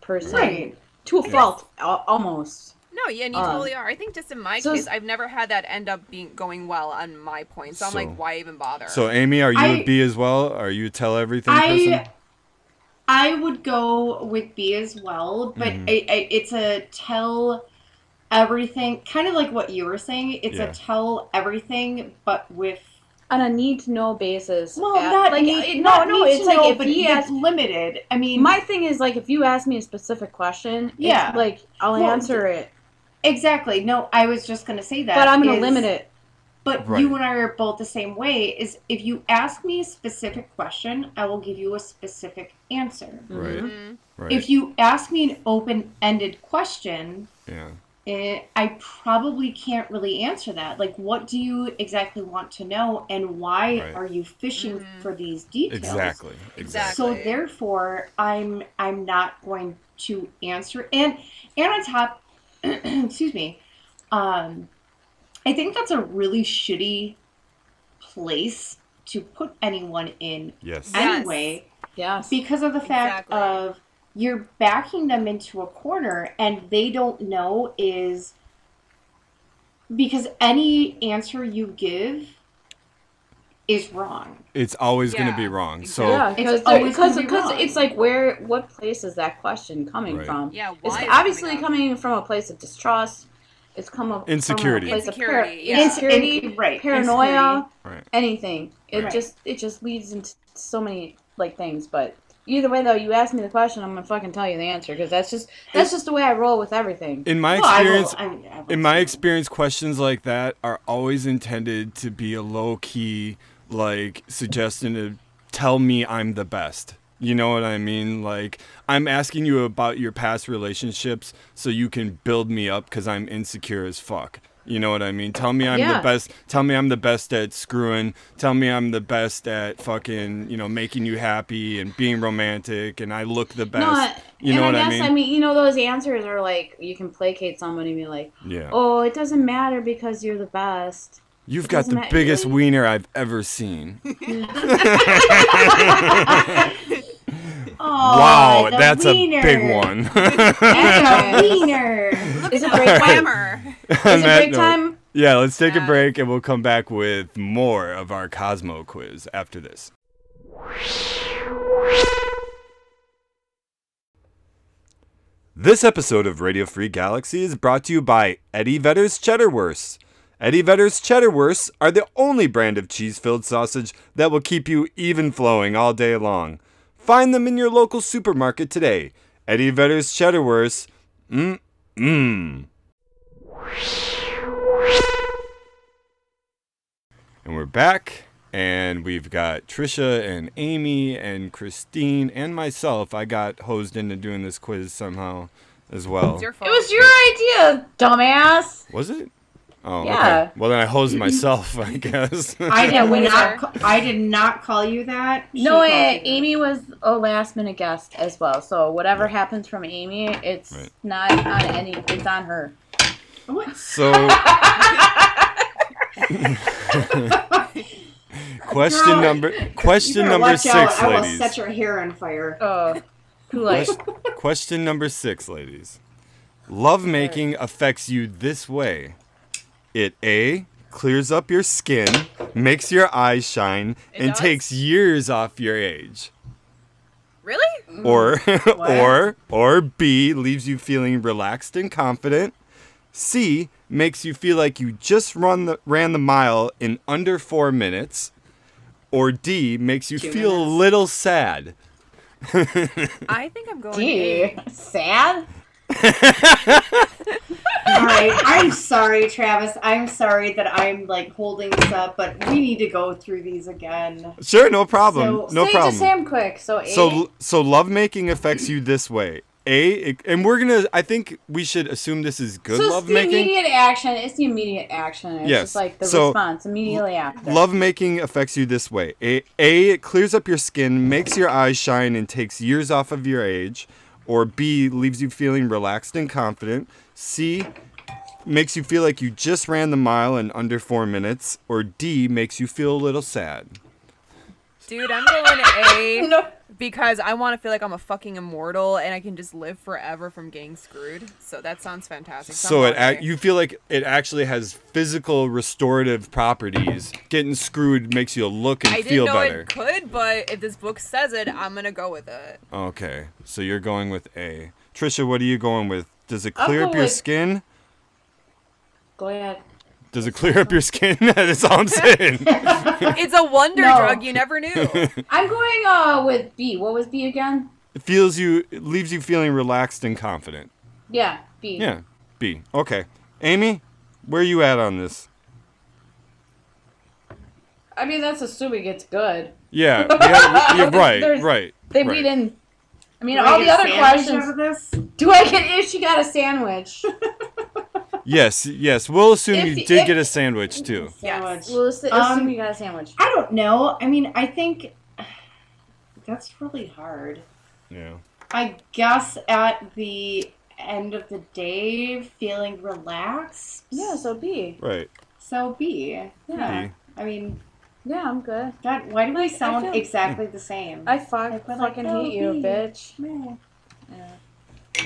E: person,
D: Right.
E: to a fault, al- almost.
F: No, yeah, and you
E: Um,
F: totally are. I think just in my
E: so
F: case,
E: s-
F: I've never had that end up being going well on my point. So I'm
A: So-
F: like, why even bother?
A: so Amy, are you
D: I-
A: a B as well? Are you a tell everything
D: I
A: person?
D: I would go with B as well, but
A: Mm-hmm.
D: I, I, it's a tell everything, kind of like what you were saying. It's
A: Yeah.
D: a tell everything, but with
E: On a need to know basis.
D: well,
E: at-
D: not
E: like uh,
D: need-
E: it-
D: not
E: no, no.
D: need to
E: It's like
D: know,
E: if
D: but
E: he
D: it's
E: asks.
D: limited. I mean,
E: My thing is like if you ask me a specific question, it's
D: Yeah.
E: like I'll
D: Well,
E: answer it,
D: exactly. No, I was just gonna say that,
E: but I'm gonna
D: is-
E: limit it.
D: But
A: Right.
D: you and I are both the same way. Is if you ask me a specific question, I will give you a specific answer.
E: Mm-hmm.
A: Right,
F: Mm,
A: right.
D: If you ask me an open-ended question,
A: yeah,
D: it, Eh, I probably can't really answer that. Like, what do you exactly want to know, and why
A: Right.
D: are you fishing
F: Mhm.
D: for these details?
A: exactly, exactly.
D: So
F: Exactly.
D: therefore, I'm I'm not going to answer. And and on top, excuse me, um, I think that's a really shitty place to put anyone in
A: Yes.
F: I- Yes.
D: anyway
E: Yes.
D: because of the fact
F: Exactly.
D: of you're backing them into a corner and they don't know is because any answer you give is wrong.
A: It's always gonna
F: Yeah,
A: be wrong. So
E: yeah, because
D: It's always
E: because
D: gonna be
E: because
D: wrong.
E: it's like where what place is that question coming
A: Right.
E: from?
F: Yeah, why
E: it's
F: is it
E: obviously
F: coming up?
E: coming, from a place of distrust. It's come up
A: Insecurity.
E: from a place of par-
F: Insecurity, yeah.
E: insecurity,
D: Ins- in- right,
E: paranoia,
A: Right.
E: anything. It
D: Right.
E: just it just leads into so many like things. But either way, though, you ask me the question, I'm gonna fucking tell you the answer because that's just that's just the way I roll with everything.
A: in my
D: Well, I will-
A: experience,
D: I mean, I will
A: in my
D: say-
A: experience, questions like that are always intended to be a low key, like, suggestion to tell me I'm the best. You know what I mean? Like, I'm asking you about your past relationships so you can build me up because I'm insecure as fuck. You know what I mean? Tell me I'm
E: Yeah.
A: the best. Tell me I'm the best at screwing. Tell me I'm the best at fucking, you know, making you happy and being romantic and I look the best.
E: Not,
A: you
E: and
A: know
E: I
A: what
E: guess
A: I mean?
E: I mean you know those answers are like you can placate someone and be like,
A: yeah.
E: oh, it doesn't matter because you're the best.
A: You've
E: It
A: got
E: doesn't
A: the
E: matter,
A: biggest
E: really.
A: wiener I've ever seen.
D: Aw,
E: Oh,
A: wow,
D: the
A: that's
D: wiener.
A: a big one.
D: That's a
E: Yes.
D: wiener.
E: Is it
F: no,
E: break time?
F: Whammer.
A: On
E: Is it
A: that
E: break
A: note,
E: time?
A: Yeah, let's take a
F: Yeah.
A: break and we'll come back with more of our Cosmo quiz after this. This episode of Radio Free Galaxy is brought to you by Eddie Vedder's Cheddar Wursts. Eddie Vedder's Cheddar Wursts are the only brand of cheese filled sausage that will keep you even flowing all day long. Find them in your local supermarket today. Eddie Vedder's Cheddar Wursts. Mmm, mmm. And we're back, and we've got Trisha and Amy and Christine and myself. I got hosed into doing this quiz somehow as well.
F: It's your fault.
E: It was your idea, dumbass.
A: Was it? Oh,
E: Yeah.
A: okay. Well, then I hosed myself, I guess.
D: I did
E: wiener.
D: not. ca- I did not call you that. She
E: No,
D: called
E: it,
D: you
E: Amy was a last minute guest as well. So whatever happens from Amy, it's
A: Right.
E: not on any. It's on her.
D: that. What?
A: so, question
D: Girl,
A: number
D: You
A: question
D: better
A: number
D: watch
A: six,
D: out. I will
A: ladies.
D: set your hair on fire.
E: Oh, who like?
A: Quest- question number six, ladies. Love making affects you this way. It A clears up your skin, makes your eyes shine,
F: It
A: and
F: does?
A: takes years off your age.
F: really?
A: Or or or B leaves you feeling relaxed and confident. C makes you feel like you just run the ran the mile in under four minutes. Or D makes you feel a little sad.
F: I think I'm going.
E: Gee,
F: A.
E: sad.
D: All right, I'm sorry, Travis. I'm sorry that I'm like holding this up, but we need to go through these again.
A: Sure, no problem.
D: So-
A: no
E: Say
A: problem.
E: Just Sam quick. So eight.
A: So so lovemaking affects you this way. A it- and we're gonna. I think we should assume this is good
E: so it's the
A: lovemaking.
E: immediate action. It's the immediate action. It's
A: Yes.
E: just like the
A: So,
E: response immediately after.
A: Lovemaking affects you this way. A, A it clears up your skin, makes your eyes shine, and takes years off of your age. Or B leaves you feeling relaxed and confident. C makes you feel like you just ran the mile in under four minutes. Or D makes you feel a little sad.
F: Dude, I'm going A
E: No.
F: because I want to feel like I'm a fucking immortal and I can just live forever from getting screwed. So that sounds fantastic. I'm
A: So it
F: going
A: ac-
F: A.
A: you feel like it actually has physical restorative properties. Getting screwed makes you look and
F: I didn't
A: feel
F: know
A: better.
F: it could, but if this book says it, I'm gonna go with it.
A: Okay, so you're going with A. Trisha, what are you going with? Does it
E: I'll
A: clear
E: go
A: up your
E: with-
A: skin?
E: Go ahead.
A: Does it clear up your skin? That's all I'm saying.
F: It's a wonder
E: No.
F: drug. You never knew.
E: I'm going uh with B. What was B again?
A: it feels you, it leaves you feeling relaxed and confident.
E: Yeah, B.
A: Yeah, B. Okay, Amy, where are you at on this?
E: I mean, that's assuming it's good.
A: Yeah, we have- yeah, right,
E: There's-
A: right.
E: They
A: right.
E: we didn't. I mean,
D: Do I
E: all the
D: get a
E: other
D: sandwich
E: questions.
D: out of this?
E: Do I get if she got a sandwich?
A: Yes, yes. We'll assume
E: If-
A: you did
E: if-
A: get a sandwich too.
F: Yes.
D: Sandwich.
E: we'll assu-
D: Um,
E: assume you got a sandwich.
D: I don't know. I mean, I think that's really hard.
A: Yeah.
D: I guess at the end of the day, feeling relaxed.
E: Yeah, so B.
A: Right.
D: So B. Yeah.
A: B.
D: I mean,
E: Yeah, I'm good.
D: God, why do
E: Like,
D: we
E: I
D: sound
E: feel-
A: Hmm.
D: exactly the same?
E: I fuck,
D: Like, we're like,
E: fucking
D: no,
E: hate you,
D: B.
E: bitch.
D: Man.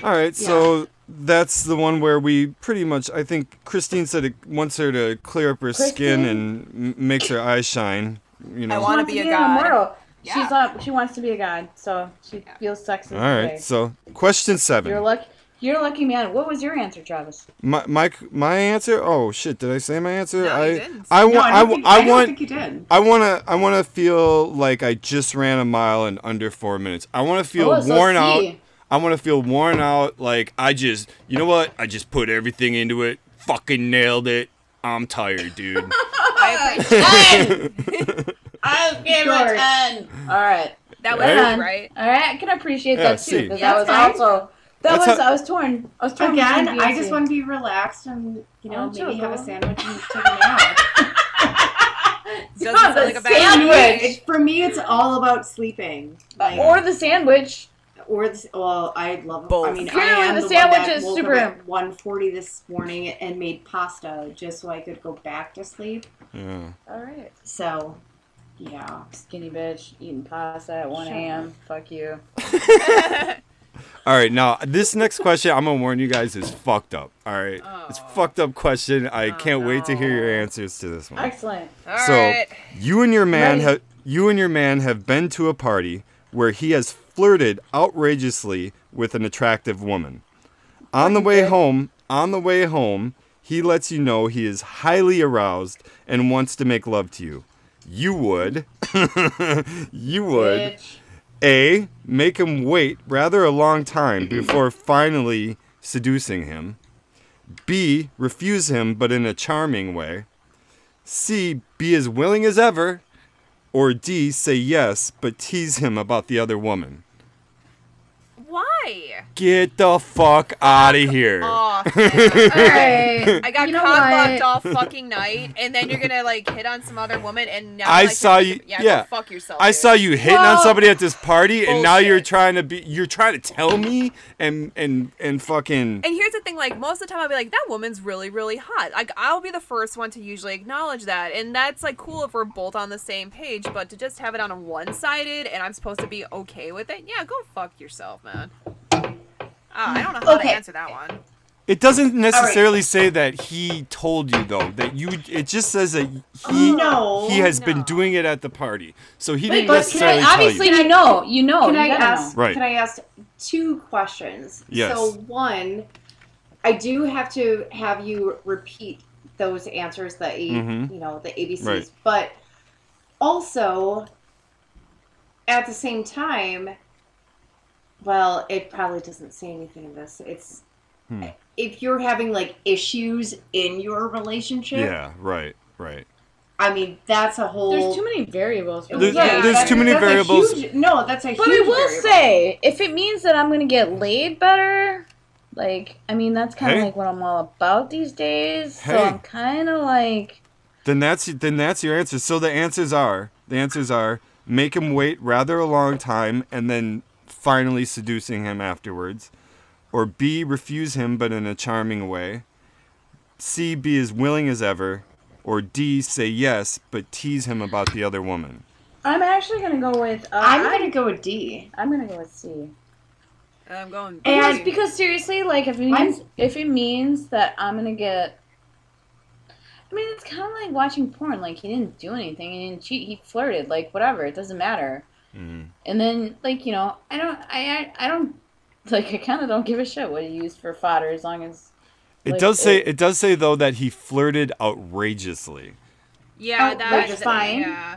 A: All right, so that's the one where we pretty much. I think Christine said it wants her to clear up her skin
E: Christine?
A: and m- makes her eyes shine. You know.
F: I
E: She
F: want- Wanna
E: wants
F: be a
E: an
F: god.
E: immortal.
F: Yeah.
E: She's up. She wants to be a god, so she feels sexy.
A: All right, so question
E: You're
A: seven.
E: lucky. You're a lucky man. What was your answer, Travis?
A: My, my my answer. Oh shit! Did I say my answer?
F: No, you
A: I
F: didn't.
A: I want
D: No, I,
A: I,
D: don't
A: wa-
D: think,
A: I
D: I don't
A: want
D: think you did.
A: I want to I want to feel like I just ran a mile in under 4 minutes. I want to feel
E: Oh, so
A: worn
E: C.
A: out. I want to feel worn out like I just you know what? I just put everything into it. Fucking nailed it. I'm tired, dude.
F: I appreciate
E: I'll give
D: Sure.
E: ten. All right.
F: that was
A: Right?
F: you, right.
E: All right. I can appreciate
A: Yeah,
E: that too.
A: C.
E: Because
F: Yeah,
E: that was
D: that's
E: also. That
A: That's
E: was.
A: how-
E: I was torn. I was torn.
D: Again,
E: between B
D: I
E: and
D: just
E: C.
D: want to be relaxed and you know
E: Oh,
D: maybe have a
E: Joe.
D: sandwich and take a nap.
F: Doesn't
E: Yeah,
F: sound
E: the
F: like a bad
E: sandwich.
D: It- for me, it's all about sleeping. Like,
E: Or the sandwich.
D: or the, well, I love. I
F: Both.
D: mean,
E: Clearly
D: I am
E: the
D: the,
E: sandwich
D: one that
E: is
D: woke
E: super-
D: up at one forty this morning and made pasta just so I could go back to sleep.
A: yeah.
E: All right.
D: So, yeah.
E: Skinny bitch eating pasta at one
D: Shut
E: a.m. Fuck you.
A: All right, now this next question I'm gonna warn you guys is fucked up. All right, it's
F: Oh.
A: fucked up question. I can't wait to hear
F: no.
A: your answers to this one.
E: Excellent.
F: All right.
A: So- You and your man
E: Right.
A: have you and your man have been to a party where he has flirted outrageously with an attractive woman. On the way home, on the way home, he lets you know he is highly aroused and wants to make love to you. You would you would
E: Bitch.
A: A make him wait rather a long time before finally seducing him. B refuse him but in a charming way. C, be as willing as ever, or D, say yes but tease him about the other woman.
F: Why?
A: Get the fuck out of here.
F: Oh,
E: Alright.
F: I got
E: You know
F: cock blocked
E: what?
F: all fucking night, and then you're gonna like hit on some other woman, and now
A: I
F: like,
A: saw
F: you're-
A: you-
F: Yeah,
A: yeah.
F: Go fuck yourself.
A: I
F: dude.
A: saw you hitting on
E: Whoa.
A: somebody at this party, and now you're
F: Bullshit.
A: trying to be, you're trying to tell me and and and fucking.
F: And here's the thing, like most of the time, I'll be like, "That woman's really, really hot." Like I'll be the first one to usually acknowledge that, and that's like cool if we're both on the same page. But to just have it on a one-sided, and I'm supposed to be okay with it, yeah, go fuck yourself, man. Ah, I don't know how
D: Okay.
F: to answer that one.
A: It doesn't necessarily say that he told you though that you. It just says that he
D: no.
A: he has
F: no.
A: been doing it at the party, so he didn't
E: but can I-
A: necessarily tell you.
E: obviously, you. know. You know.
D: can
E: you
D: I
E: gotta
D: ask?
A: Oh, know. Right.
D: Can I ask two questions?
A: Yes.
D: So one, I do have to have you repeat those answers, the A,
A: Mhm.
D: you know, the ABCs,
A: Right.
D: but also at the same time,
J: Well, it probably doesn't say anything in this. It's
A: Hmm.
D: If you're having like issues in your relationship,
A: Yeah, right, right.
J: I mean that's a whole
E: There's too many variables.
A: There's,
F: Yeah,
A: there's
J: that's-
A: too many
J: that's a
A: variables.
J: huge- no, that's a
E: But I
J: huge
E: will
J: variable.
E: say, if it means that I'm gonna get laid better, like I mean that's kind of
A: Hey.
E: like what I'm all about these days. So
A: Hey.
E: I'm kind of like,
A: Then that's then that's your answer. So the answers are the answers are make him wait rather a long time and then finally seducing him afterwards, or B refuse him but in a charming way, C be as willing as ever, or D say yes but tease him about the other woman.
E: I'm actually gonna go with. Uh,
D: I'm gonna go with D.
E: I'm gonna go with C.
F: I'm going.
E: Because,
F: B.
E: because seriously, like if it means if it means that I'm gonna get. I mean, it's kind of like watching porn. Like he didn't do anything. He didn't cheat. He flirted. Like whatever. It doesn't matter.
A: Mm-hmm.
E: And then like you know, I don't. I I, I don't. Like I kind of don't give a shit what he used for fodder as long as.
A: It
E: Like,
A: does say
E: it-
A: it does say though that he flirted outrageously.
F: yeah,
E: Oh,
F: that
E: which
F: is
E: is fine.
F: Yeah.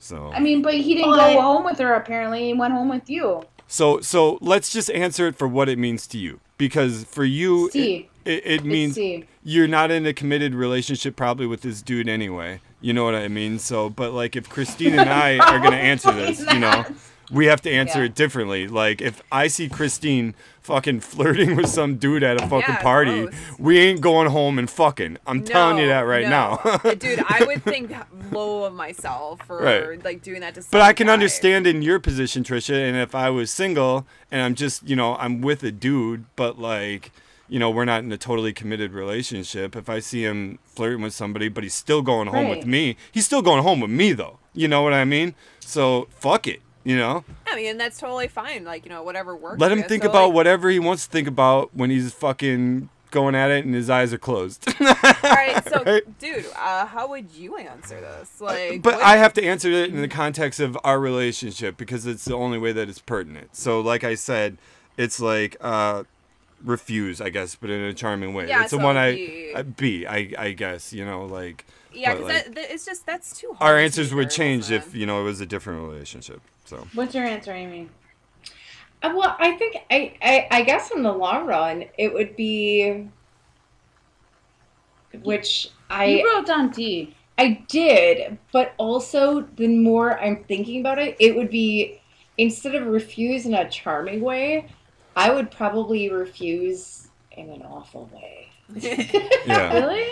A: So
E: I mean, but he didn't
D: Well,
E: go
D: I-
E: home with her. Apparently, he went home with you.
A: So so let's just answer it for what it means to you. Because for you
E: C.
A: it, it, it
E: It's
A: means
E: C.
A: you're not in a committed relationship probably with this dude anyway. You know what I mean? So but like if Christine and I are gonna answer this, you know, we have to answer
E: Yeah.
A: it differently. Like if I see Christine fucking flirting with some dude at a fucking
F: Yeah,
A: party,
F: gross.
A: we ain't going home and fucking. I'm telling you
F: No,
A: that right
F: no.
A: now.
F: Dude, I would think low of myself for
A: Right.
F: like doing that to.
A: But
F: some
A: I can
F: guy.
A: understand in your position, Trisha, and if I was single and I'm just, you know, I'm with a dude, but like, you know, we're not in a totally committed relationship. If I see him flirting with somebody, but he's still going home with
E: Right.
A: me, he's still going home with me though. You know what I mean? So fuck it, you know?
F: I mean, that's totally fine. Like you know, whatever works.
A: Let him
F: for you.
A: think
F: So,
A: about
F: like,
A: whatever he wants to think about when he's fucking going at it and his eyes are closed.
F: All right, so
A: Right? Uh,
F: dude, uh, how would you answer this? Like,
A: But
F: what-
A: I have to answer it in the context of our relationship because it's the only way that it's pertinent. So, like I said, it's like uh, refuse, I guess, but in a charming way.
F: Yeah,
A: That's the
F: so
A: one
F: be-
A: I, I be, I, I guess, you know, like.
F: yeah,
A: but,
F: because
A: like,
F: that, that, it's just that's too hard.
A: our
F: to
A: answers
F: do
A: would
F: variables,
A: change if
F: man.
A: you know it was a different relationship. So
E: What's your answer, Amy?
D: Uh, Well, I think I, I I guess in the long run it would be, which I
E: you wrote down D.
D: I did, but also the more I'm thinking about it, it would be instead of refuse in a charming way, I would probably refuse in an awful way.
A: yeah,
E: Really?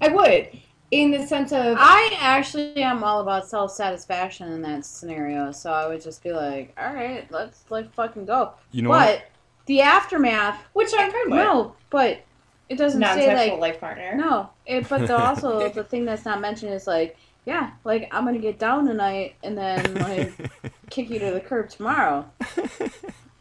D: I would, in the sense of
E: I actually am all about self satisfaction in that scenario, so I would just be like, "All right, let's like fucking go."
A: You know
E: but
A: what?
E: the aftermath,
D: which I'm fine with.
E: no, but it doesn't say
D: non-sexual
E: like
D: life partner.
E: no. It, but the, also the thing that's not mentioned is like, yeah, like I'm gonna get down tonight and then like kick you to the curb tomorrow.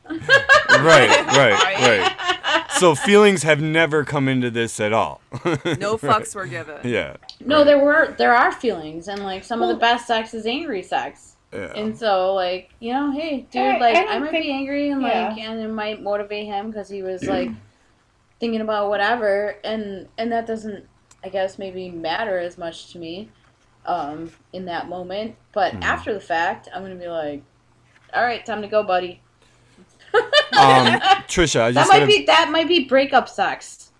A: right, right, right. So feelings have never come into this at all.
F: no fucks were given.
A: yeah,
E: No, there were there are feelings, and like some of the best sex is angry sex.
A: yeah, Um,
E: And so, like, you know, hey, dude,
D: I-
E: like,
D: I
E: I,
D: don't
E: might be
D: think-
E: angry and,
D: yeah.
E: like, and it might motivate him because he was, like, thinking about whatever. And, and that doesn't, I guess, maybe matter as much to me um, in that moment. But
A: Hmm.
E: after the fact, I'm going to be like, all right, time to go, buddy.
A: Um, Trisha, I
E: That
A: just
E: might
A: gotta-
E: be, that might be breakup sex.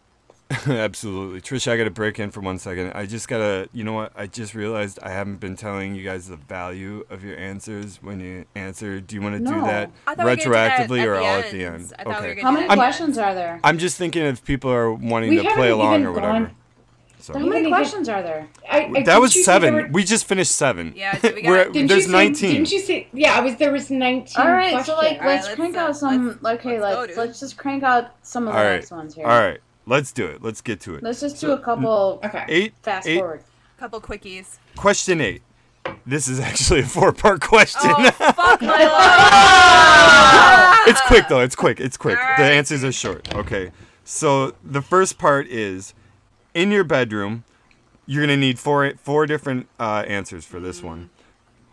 A: Absolutely. Trisha, I got to break in for one second. I just got to, you know what? I just realized I haven't been telling you guys the value of your answers when you answer. Do you want to do
E: No.
A: that
F: I thought we were gonna do that
A: retroactively
F: at
A: or
F: the
A: all at the
F: end.
A: end?
F: I thought we were
E: How
F: gonna-
E: many
A: I'm-
E: questions are there?
A: I'm just thinking if people are wanting
D: We
A: to
D: haven't
A: play along
D: even
A: or whatever.
D: gone-
E: How
A: So
D: we
E: many
D: haven't even-
E: questions are there?
D: I, I-
A: that
D: didn't
A: was
D: you say
A: seven.
D: there were-
A: We just finished seven.
F: Yeah, did we get-
A: We're-
D: didn't
A: there's
D: you say-
A: 19.
D: Didn't you say? Yeah, I was. There was nineteen.
E: All right, so
D: questions.
E: like,
F: All right,
E: let's
F: let's,
E: crank
F: uh,
E: out some.
F: let's-
E: okay,
F: let's
E: let's
F: go,
E: let's,
F: dude.
E: just crank out some of the
A: All right.
E: next ones here.
A: All right. Let's do it. Let's get to it.
E: Let's just do
A: So,
E: a couple.
F: mm,
D: okay.
A: Eight.
E: Fast
A: eight-
E: forward.
F: Couple quickies.
A: Question eight. This is actually a four part question.
F: Oh fuck my life!
A: it's quick though. It's quick. It's quick.
F: All
A: The
F: right.
A: answers are short. Okay. So the first part is in your bedroom. You're gonna need four four different uh, answers for this one.
F: Mm-hmm.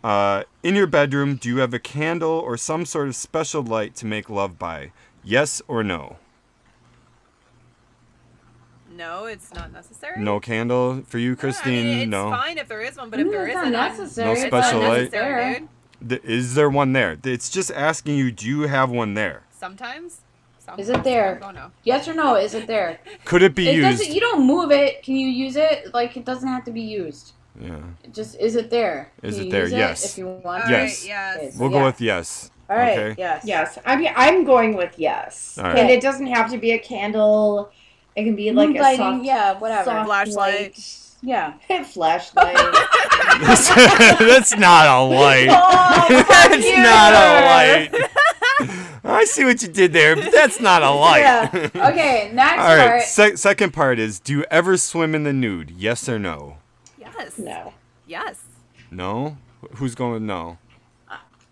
A: Uh, in your bedroom, do you have a candle or some sort of special light to make love by? Yes or no?
F: No, it's not necessary.
A: No candle for you,
F: Yeah, I mean,
A: Christine.
F: it's
A: no.
F: fine if there is one, but if
E: Mm,
F: there
E: it's
F: isn't, I'm-
E: unnecessary.
A: No
E: It's
A: special light.
F: unnecessary,
E: unnecessary.
F: dude.
A: Th- is there one there? It's just asking you. Do you have one there?
F: Sometimes. sometimes
E: Is it there?
F: I don't know.
E: Yes or no? Is it there?
A: Could it be
E: it
A: used?
E: doesn't. You don't move it. Can you use it? Like it doesn't have to be used.
A: yeah.
E: It just is it there?
A: Is
E: Can
A: it
E: you
A: there?
E: use
A: Yes.
E: If you want.
F: All
E: to.
A: Yeah.
F: right,
A: Yes.
F: yes.
A: We'll go
E: Yeah.
A: with yes.
E: All right.
A: Okay.
E: Yes.
D: Yes, I mean I'm going with yes,
A: All right.
D: and it doesn't have to be a candle. It can be like
E: Moonlighting,
D: a soft,
E: yeah, whatever.
D: soft
F: Flashlight.
E: Yeah.
D: light. flashlight.
A: That's not a light.
E: Oh,
A: That's not a light. I see what you did there, but that's not a light.
E: yeah. Okay. Next
A: All right.
E: part.
A: Se- second part is: Do you ever swim in the nude? Yes or no?
F: Yes.
D: no,
F: Yes.
A: No. Wh- Who's going with no?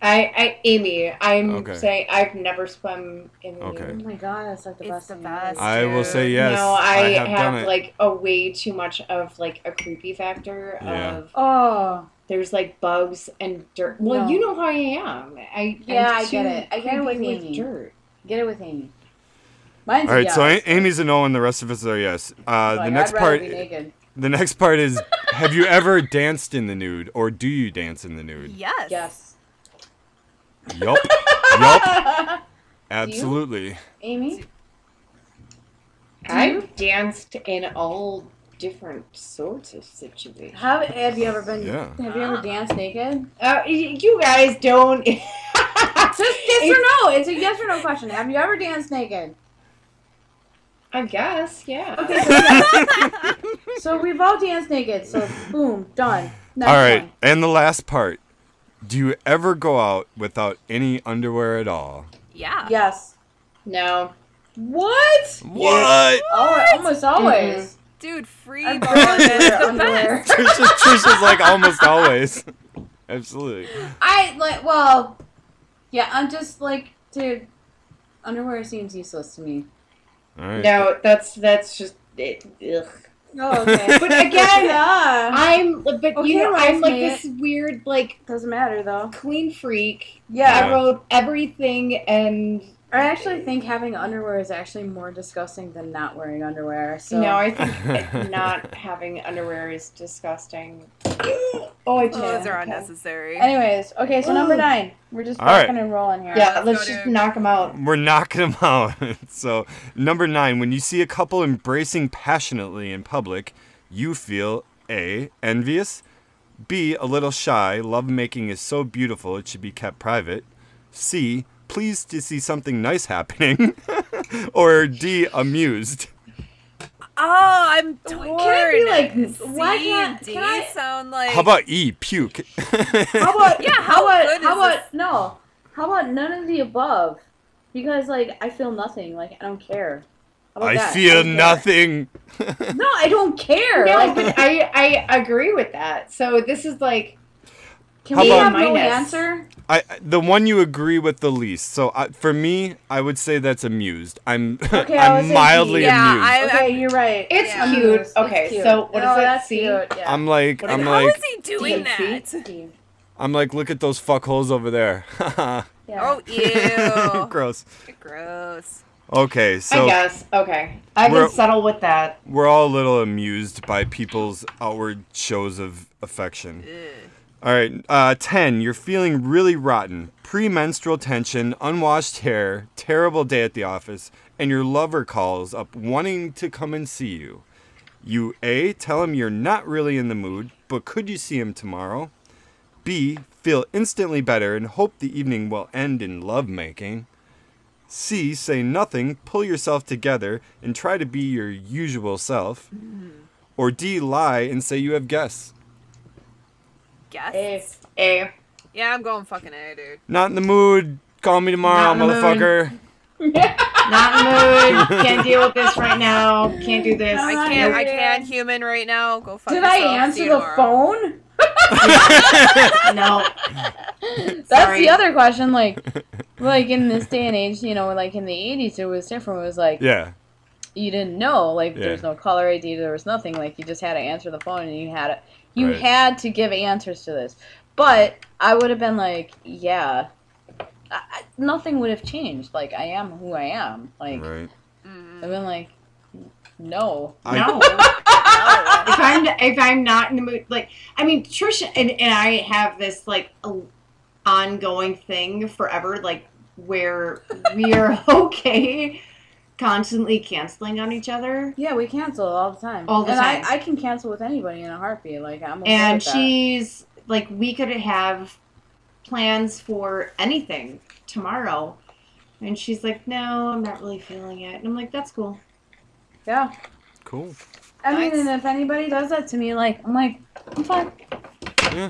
D: I, I, Amy, I'm
A: Okay.
D: saying I've never swum in. the
A: Okay.
E: Oh
D: nude.
E: my god, that's like the
F: It's
E: best.
F: the
E: thing
F: best.
E: ever.
A: I will say
F: Dude.
A: yes.
D: no, I,
A: have,
D: have,
A: done it.
D: like a way too much of like a creepy factor
A: Yeah.
D: of
E: Oh.
D: there's like bugs and dirt. Well,
E: No.
D: you know how I am. I
E: Yeah,
D: I'm
E: I get
D: too
E: it. I get
D: creepy
E: what you
D: with
E: mean.
D: dirt.
E: Get it with Amy. Mine's
A: All right,
E: yes.
A: so A- Amy's a no, and the rest of us are yes. Uh,
E: Like,
A: the next
E: I'd rather
A: part,
E: Be naked.
A: the next part is: Have you ever danced in the nude, or do you dance in the nude?
F: Yes.
E: Yes.
A: Yup. yup. Absolutely.
E: Amy. Mm-hmm.
D: I've danced in all different sorts of situations.
E: Have Have you ever been?
A: Yeah.
E: Have you ever danced naked?
D: Uh, y- you guys don't.
E: Just yes or no. It's a yes or no question. Have you ever danced naked?
D: I guess, yeah.
E: Okay. So, yes. So we've all danced naked. So boom, done. Next
A: All right,
E: one.
A: and the last part: Do you ever go out without any underwear at all?
F: Yeah.
E: Yes.
D: No.
E: What? Mm-hmm.
A: What?
E: Oh, almost always.
F: Dude, free
E: I'm
F: balling
E: born
F: is
E: with
F: the
E: underwear.
F: best.
A: Trisha, Trisha's like almost always. Absolutely.
E: I like. Well, yeah. I'm just like, dude. Underwear seems useless to me.
A: All right.
D: No, that's that's just. It, ugh.
E: Oh, okay.
D: But again,
E: yeah.
D: I'm. But
E: Uh-huh. Okay,
D: you know, I'm like
E: Rosemary.
D: this weird, like,
E: Doesn't matter though.
D: clean freak.
A: Yeah.
E: Yeah.
D: I wrote everything and.
E: I actually think having underwear is actually more disgusting than not wearing underwear. So
D: No, I think not having underwear is disgusting. oh, I just.
F: Those are
D: okay.
F: unnecessary.
E: Anyways, okay, so number
D: Ooh.
E: nine. We're just
A: All right.
E: rocking and rolling here.
D: Yeah,
F: Let's
D: let's
F: go
D: just
F: to-
D: knock them out.
A: We're knocking them out. so, number nine, when you see a couple embracing passionately in public, you feel A, envious, B, a little shy, lovemaking is so beautiful it should be kept private, C, pleased to see something nice happening, or D, amused.
F: Oh, I'm torn.
E: Can I be like,
F: C
E: why
F: and
E: can't-
F: D
E: can I-
F: sound like?
A: How about E, puke?
E: How about
F: Yeah, how
E: How about
F: good is
E: how about no? How about none of the above? Because like I feel nothing. Like I don't care. How about
A: I
E: that?
A: feel
E: don't care.
A: nothing.
E: No, I don't care.
D: No,
E: Like,
D: but I I agree with that. So this is like
E: can
A: How
E: we
A: about-
E: have no
D: Minus.
E: answer?
A: I the one you agree with the least. So I, for me, I would say that's amused. I'm
E: Okay, I would
A: I'm
E: say
A: mildly
E: D.
F: yeah,
A: amused.
F: I,
E: Okay, you're right.
D: it's
F: Yeah.
D: cute.
E: It's
D: okay,
E: cute.
D: so what
E: Oh,
D: does that
E: that's
D: see?
E: cute, yeah.
A: I'm like
D: is
A: I'm
D: it?
F: I, how
A: like
F: is he doing that?
D: DNC?
A: I'm like look at those fuckholes over there.
E: Yeah.
F: Oh, ew.
A: Gross.
F: Gross.
A: Okay,
D: I
A: so
D: guess. Okay, I
A: We're-
D: can settle with that.
A: we're all a little amused by people's outward shows of affection. All right, uh, 10. You're feeling really rotten. Premenstrual tension, unwashed hair, terrible day at the office, and your lover calls up wanting to come and see you. You A. Tell him you're not really in the mood, but could you see him tomorrow? B. Feel instantly better and hope the evening will end in lovemaking. C. Say nothing, pull yourself together, and try to be your usual self.
E: Mm-hmm.
A: Or D. Lie and say you have guests.
F: Guess.
E: If-
D: A.
F: Yeah, I'm going fucking A, dude.
A: Not in the mood. Call me tomorrow,
D: Not in the mood.
A: motherfucker.
D: Not in the mood. Can't deal with this right now. Can't do this.
F: I
E: Not
F: can't. I
E: A.
F: can't. Human right now. Go fuck
E: Did I
F: yourself. See
E: answer
F: you
E: the
F: tomorrow.
E: phone?
D: No.
E: That's
D: Sorry.
E: the other question. Like, like in this day and age, you know, like in the '80s, it was different. It was like
A: Yeah.
E: you didn't know. Like
A: Yeah.
E: there was no caller ID. There was nothing. Like you just had to answer the phone, and you had to, you
A: Right.
E: had to give answers to this. But I would have been like, yeah, I, I- nothing would have changed. Like I am who I am. Like
A: Right.
F: Mm-hmm.
E: I've been like, no.
A: I,
D: No. if I'm if I'm not in the mood, like I mean, Trisha and, and I have this like a- ongoing thing forever. Like where we are okay constantly canceling on each other.
E: Yeah, we cancel all the time.
D: All the
E: and
D: time.
E: I, I can cancel with anybody in a heartbeat. Like I'm. Okay
D: and
E: with that.
D: she's like, we could have plans for anything tomorrow. And she's like, no, I'm not really feeling it. And I'm like, that's cool.
E: Yeah.
A: Cool.
E: I
F: Nice.
E: mean, and if anybody does that to me, like I'm like, I'm fine.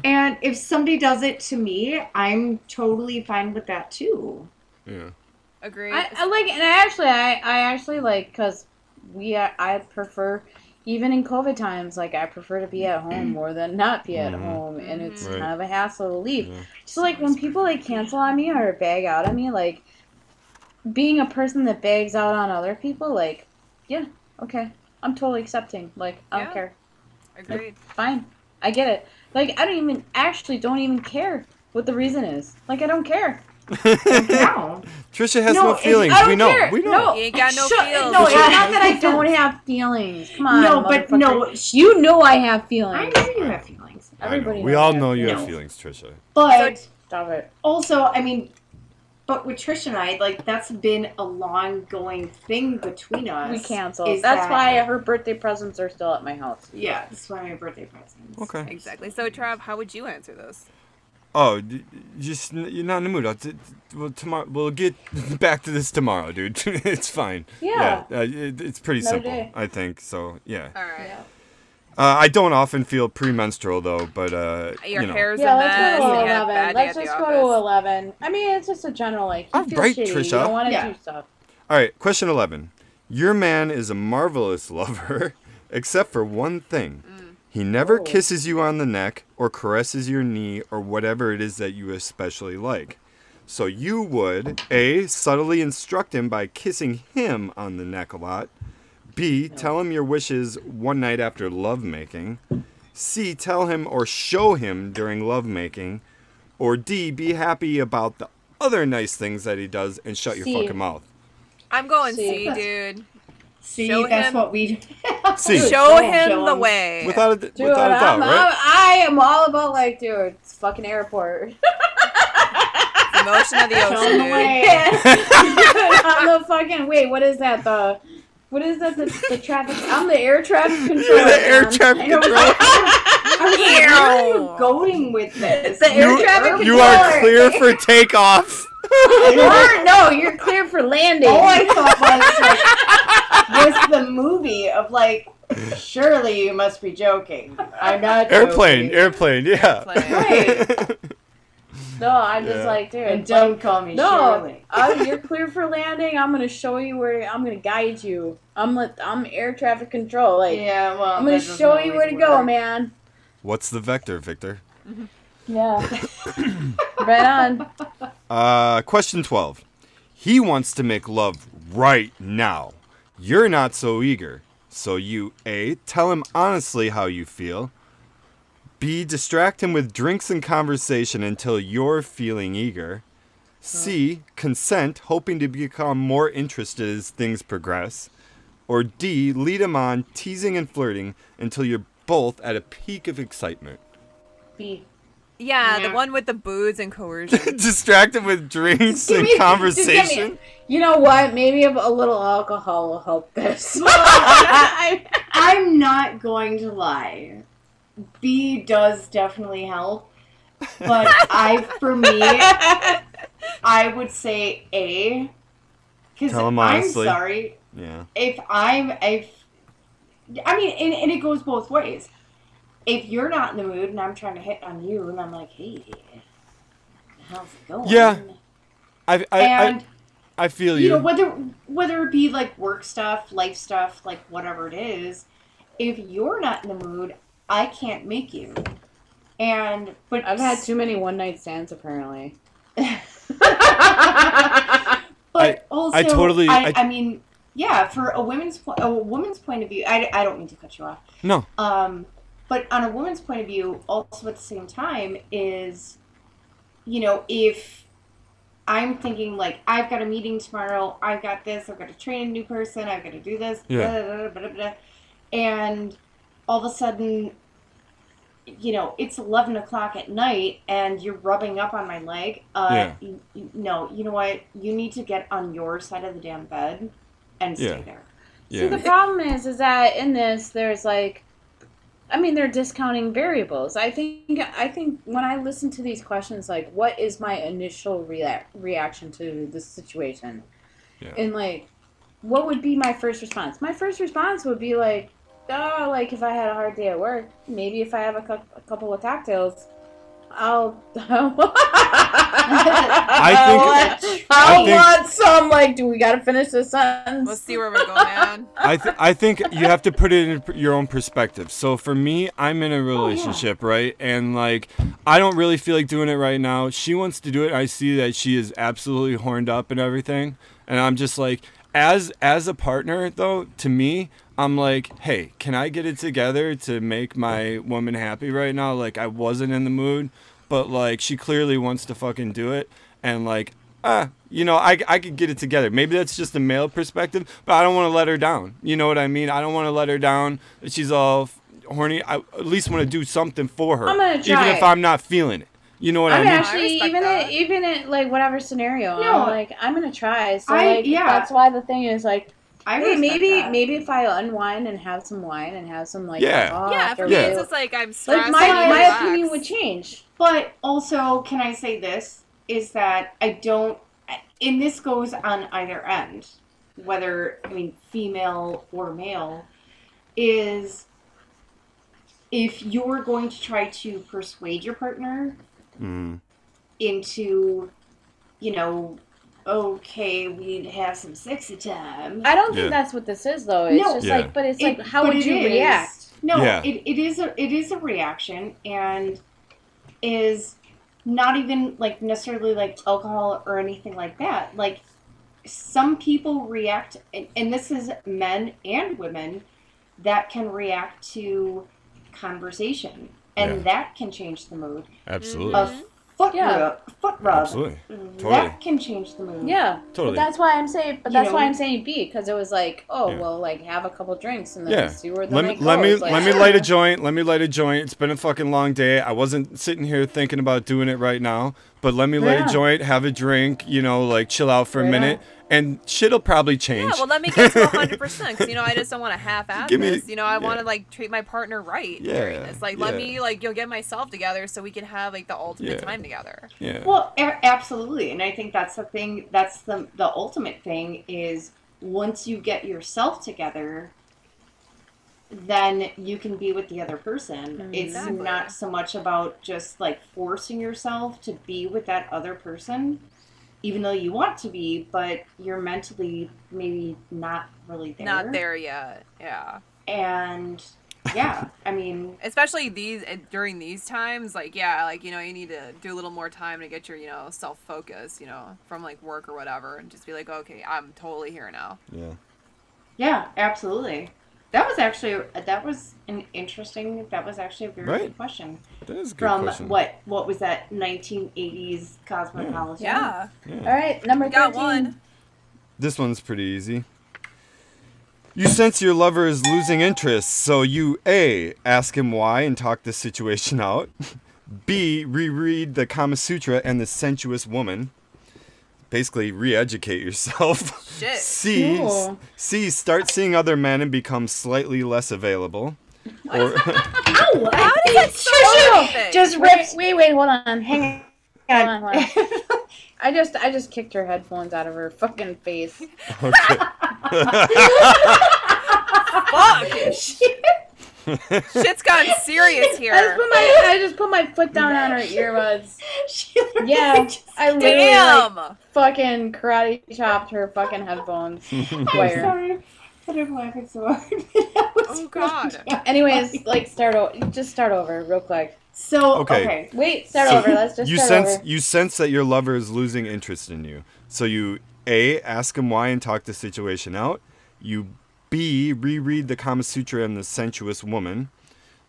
D: And if somebody does it to me, I'm totally fine with that too.
A: Yeah.
F: Agree.
E: I, I like, and I actually, I, I actually like, cause we, I, I prefer, even in COVID times, like I prefer to be at home more than not be at
A: Mhm.
E: home, and it's
A: Mm-hmm. Right.
E: kind of a hassle to leave.
A: Yeah.
E: So like when people like cancel on me or bag out on me, like being a person that bags out on other people, like, yeah, okay, I'm totally accepting. Like I don't
F: Yeah.
E: care,
F: Agreed.
E: fine, I get it. Like I don't even actually don't even care what the reason is. Like I don't care.
D: Wow.
A: Trisha has
E: No,
A: no,
E: it's-
A: feelings.
E: I don't
A: We know.
E: care.
A: We know.
E: No.
F: You ain't got no
E: Oh, Shut-
F: feels.
E: No, it's
D: Yeah.
E: not that I don't have feelings. Come on.
D: no, but no,
E: motherfucker. You know I have
D: I
E: feelings.
D: know you have feelings.
A: I know.
E: Everybody.
A: We
E: knows
A: all
E: that.
A: know you have
D: No.
A: feelings, Trisha.
D: But
E: Stop it.
D: also, I mean, but with Trish and I, like, that's been a long going thing between us.
E: We canceled.
D: is
E: That's
D: that-
E: why her birthday presents are still at my house.
D: Yeah, that's why my birthday presents.
A: Okay.
F: Exactly. So, Trav, how would you answer this?
A: Oh, d- just n- you're not in the mood. I'll t- t- well, tomorrow we'll get back to this tomorrow, dude. it's fine.
E: Yeah.
A: uh, it, it's pretty
E: Another
A: simple,
E: day.
A: I think. So yeah.
F: All right.
A: Uh, I don't often feel premenstrual though, but uh,
F: Your
A: you know,
F: hair's
E: yeah,
F: a
E: let's
F: mess.
E: go to
F: you had a
E: eleven.
F: bad day
E: Let's
F: at
E: just
F: the
E: go to
F: office.
E: eleven. I mean, it's just a general like. You
A: All
E: feel
A: right,
E: shitty. You
A: Trisha.
E: don't want to
D: Yeah.
E: do stuff.
A: All right, question 11. Your man is a marvelous lover, except for one thing. He never
E: Oh.
A: kisses you on the neck or caresses your knee or whatever it is that you especially like. So you would A, subtly instruct him by kissing him on the neck a lot. B, tell him your wishes one night after lovemaking. C, tell him or show him during lovemaking. Or D, be happy about the other nice things that he does and shut
E: C.
A: your fucking mouth.
F: I'm going
E: See.
F: see, dude.
D: See,
F: Show
D: that's
F: him-
D: what we
A: C.
F: Show
D: Show
F: him
D: him.
F: the way.
A: Without a, d-
E: Dude,
A: without a doubt,
E: I'm,
A: right?
E: I'm, I am all about like, dude, it's fucking airport.
F: the motion of the
D: show him
F: ocean,
D: the
F: dude.
D: way.
E: I'm the fucking wait. What is that? The what is that? The, the traffic. I'm the air traffic controller.
A: You're the air
E: man.
A: traffic control.
D: I was like, where are you going with this?
E: The air traffic
A: You
E: controller.
A: are clear for takeoff.
E: Or, no, you're clear for landing.
D: All Oh, I thought was like, was the movie of like, surely you must be joking. I'm not joking.
A: Airplane, airplane, yeah.
D: Airplane.
E: no, I'm just
A: Yeah.
E: like,
D: And
E: dude.
D: don't call me
E: No,
D: Shirley.
E: uh, you're clear for landing. I'm gonna show you where. I'm gonna guide you. I'm like, I'm air traffic control. Like,
D: Yeah, well,
E: I'm gonna
D: that doesn't
E: show
D: always
E: you where to go,
D: work.
E: man.
A: What's the vector, Victor?
E: Yeah. right on.
A: Uh, question 12. He wants to make love right now. You're not so eager. So you A, tell him honestly how you feel. B, distract him with drinks and conversation until you're feeling eager. C, consent, hoping to become more interested as things progress. Or D, lead him on, teasing and flirting until you're both at a peak of excitement.
D: B.
F: Yeah, the
D: Yeah.
F: one with the booze and coercion.
A: distract him with drinks
E: Give
A: and
E: me- just give me-
A: conversation.
E: You know what? Maybe a little alcohol will help this.
D: I'm not going to lie. B does definitely help, but I, for me, I would say A. Because
A: Tell 'em
D: I'm
A: honestly.
D: sorry
A: Yeah.
D: if I'm if I mean, and, and it goes both ways. If you're not in the mood and I'm trying to hit on you, and I'm like, hey, how's it going?
A: Yeah, I I,
D: and
A: I, I feel you.
D: you know whether whether it be like work stuff, life stuff, like whatever it is, if you're not in the mood, I can't make you. And but
E: I've had too many one night stands, apparently.
D: But also,
A: I totally-
D: I,
A: I-
D: I, mean, yeah, for a woman's po- a woman's point of view, I, I don't mean to cut you off.
A: no.
D: Um, but on a woman's point of view, also at the same time is, you know, if I'm thinking like I've got a meeting tomorrow, I've got this, I've got to train a new person, I've got to do this,
A: Yeah.
D: blah, blah, blah, blah, blah, and all of a sudden you know, it's 11 o'clock at night and you're rubbing up on my leg. Uh,
A: Yeah.
D: y- y- no, you know what? You need to get on your side of the damn bed and stay
A: Yeah.
D: there.
E: See, the
A: Yeah.
E: problem is, is that in this, there's like, I mean, they're discounting variables. I think, I think when I listen to these questions, like, what is my initial rea- reaction to this situation,
A: Yeah.
E: and like, what would be my first response? My first response would be like, oh, like if I had a hard day at work, maybe if I have a, cou- a couple of cocktails, I'll. I
D: think-
E: I
A: I
E: want some. Like, do we gotta finish this sentence?
F: Let's see where we're going, man.
A: I, th- I think you have to put it in p- your own perspective. So for me, I'm in a relationship, right? And like, I don't really feel like doing it right now. She wants to do it. I see that she is absolutely horned up and everything. And I'm just like, as as a partner though, to me, I'm like, hey, can I get it together to make my woman happy right now? Like, I wasn't in the mood, but like, she clearly wants to fucking do it. And like, ah, you know, I, I could get it together. Maybe that's just a male perspective, but I don't want to let her down. You know what I mean? I don't want to let her down. She's all f- horny. I at least want to do something for her.
E: I'm gonna try.
A: Even if I'm not feeling it. You know what i
E: I'm
A: mean?
F: I
E: actually
F: respect
E: even
F: that.
E: at, even at like whatever scenario,
D: No.
E: I'm like I'm gonna try. So
D: I-
E: like
D: yeah.
E: that's why the thing is like
D: I
E: hey,
D: respect
E: maybe
D: that.
E: maybe if I unwind and have some wine and have some like
A: Yeah.
E: alcohol
F: yeah,
E: after
F: for
E: we
F: me,
A: Yeah.
E: do-
F: it's just like I'm
E: like
F: stressed.
E: my
F: I need to
E: my
F: relax.
E: opinion would change.
D: But also, can I say this? Is that I don't, and this goes on either end, whether, I mean, female or male, is if you're going to try to persuade your partner
A: Mm.
D: into, you know, okay, we need to have some sexy time.
E: I don't think
A: Yeah.
E: that's what this is though. It's
D: No.
E: just
A: Yeah.
E: like but it's
D: It-
E: like how
D: but it
E: would you
D: is-
E: react?
D: No,
A: Yeah.
D: it, it is a it is a reaction and is not even like necessarily like alcohol or anything like that. Like some people react and, and this is men and women that can react to conversation and
A: Yeah.
D: that can change the mood.
A: Absolutely.
E: Oh,
D: A foot
E: Mm-hmm. Yeah.
D: rub, foot rub
A: Absolutely.
E: mm,
A: Totally.
D: that can change the mood.
E: Yeah.
A: Totally.
E: But that's why I'm saying but
D: You
E: that's why
D: know-
E: I'm saying B because it was like, oh
A: Yeah.
E: well like have a couple drinks and then
A: Yeah.
E: see where the
A: Let me
E: night
A: let me
E: goes. Like,
A: let me light a joint. Let me light a joint. It's been a fucking long day. I wasn't sitting here thinking about doing it right now, but let me light
E: Yeah.
A: a joint, have a drink, you know, like chill out for a
E: Right
A: minute, and shit'll probably change.
F: Yeah, well, let me get to 100% because, you know, I just don't want to half-ass
A: Give me-
F: this. You know, I
A: yeah.
F: want to, like, treat my partner right during
A: Yeah,
F: this. Like, let
A: yeah.
F: me, like, you know, get myself together so we can have, like, the ultimate
A: Yeah.
F: time together.
A: yeah.
D: Well, a- absolutely, and I think that's the thing. That's the the ultimate thing is once you get yourself together, then you can be with the other person. It's
F: Mm, Exactly.
D: not so much about just like forcing yourself to be with that other person, even though you want to be, but you're mentally maybe not really there.
F: Not there yet. Yeah.
D: And yeah, I mean,
F: Especially these uh, during these times, like yeah, like you know, you need to do a little more time to get your you know self focus, you know, from like work or whatever, and just be like, okay, I'm totally here now.
A: yeah.
D: yeah, absolutely. That was actually that was an interesting. That was actually a very
A: Right.
D: good question.
A: That is a good
D: from
A: question.
D: what what was that 1980s cosmopolitan
F: Yeah,
E: All right, number
F: we got
E: 13.
F: one.
A: This one's pretty easy. You sense your lover is losing interest, so you A. Ask him why and talk the situation out. B. Reread the Kama Sutra and the Sensuous Woman. Basically, re educate yourself.
F: Shit.
A: C.
E: Cool.
A: C. Start seeing other men and become slightly less available. Or,
F: How did
E: Oh,
F: that start anything?
D: just
E: Wait,
D: ripped
E: wait, wait, hold on. Hang on.
D: God.
E: Hold on, hold I just I just kicked her headphones out of her fucking face.
A: okay.
F: Fuck. Shit's gone serious
E: I just
F: here.
E: put my I just put my foot down on her earbuds.
D: she literally
E: Yeah,
D: just-
E: I literally like,
F: Damn.
E: fucking karate chopped her fucking headphones
D: i'm
E: wire.
D: sorry that i'm laughing so hard That was
F: Oh,
D: really
F: God.
D: bad.
E: Anyways, like start over. Just start over real quick.
D: so
A: Okay.
D: okay,
E: Wait, start
A: So,
E: over. Let's just
A: you
E: start
A: sense
E: over.
A: you sense that your lover is losing interest in you. So you a ask him why and talk the situation out. You b reread the Kama Sutra and the Sensuous Woman.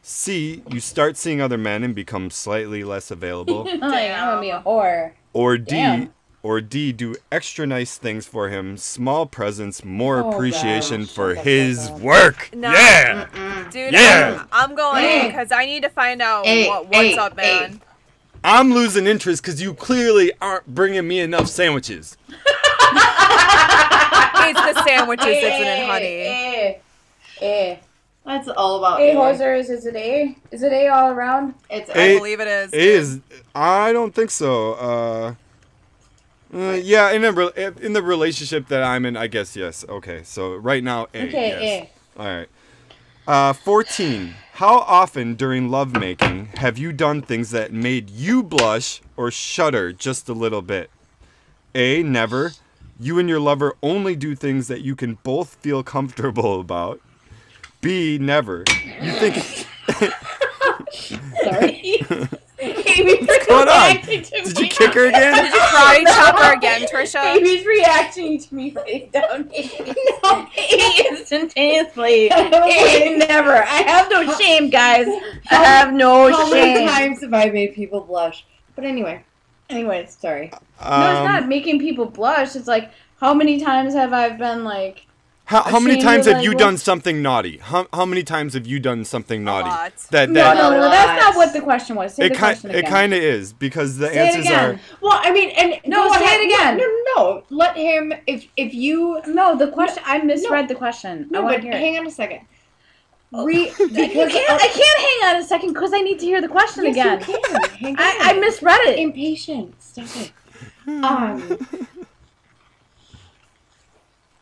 A: C you start seeing other men and become slightly less available.
E: I'm like I'm gonna be a whore.
A: or D
E: Damn.
A: Or D, do extra nice things for him, small presents, more
K: Oh,
A: appreciation
K: gosh,
A: for
K: that's so
A: his
K: bad.
A: work.
F: No.
A: Yeah.
F: Dude,
A: Yeah.
F: I'm, I'm going
K: Hey.
F: because I need to find out
K: Hey,
F: what, what's
K: hey,
F: up,
K: hey.
F: man.
A: I'm losing interest because you clearly aren't bringing me enough sandwiches.
F: It's the sandwiches, isn't it, honey?
K: Eh, eh.
D: That's all about
E: Hey,
D: you.
E: Horsers, is it A? Is it A all around?
D: It's
A: Hey.
F: I believe it is.
A: It is. I don't think so. Uh, uh, yeah, in a re- in the relationship that I'm in, I guess yes. Okay, so right now, A,
K: Okay,
A: yes. All right. Uh, Fourteen. How often during lovemaking have you done things that made you blush or shudder just a little bit? A. Never. You and your lover only do things that you can both feel comfortable about. B. Never. You think.
K: eh. Sorry. Amy's
A: going on?
K: reacting to
A: Did
K: me.
A: you kick her again?
F: Did you karate chop her again, Trisha?
K: Amy's reacting to me right now. no,
E: Instantaneously.
K: eh,
E: Never. I have no shame, guys. I have no
K: How many
E: shame.
K: times have I made people blush? But anyway,
E: Anyways,
K: sorry.
A: Um,
E: no, it's not making people blush. It's like, how many times have I been like,
A: How, how many
E: Ashamed
A: times
E: of
A: have you
E: like
A: done
E: what-
A: something naughty? How, how many times have you done something naughty?
F: lot.
A: That
E: no,
A: that
E: no, no, that's not
K: Lots.
E: what the question was. Say
A: it
E: the
A: kind
E: question
A: it
E: again.
A: kind of is because the
E: Say it
A: answers
E: again.
A: are
K: Well, I mean, and
E: No,
K: go
E: say
K: ahead.
E: it again.
K: No, no, no. Let him. If if you
E: No, the question. I misread the question. I
K: no,
E: want
K: but
E: to hear. it.
K: hang on a second. Re
E: I
K: because
E: can't, I can't hang on a second because I need to hear the question again.
K: Yes, you can. Hang
E: I, I
K: on.
E: misread it.
K: impatient. Stop it. Um,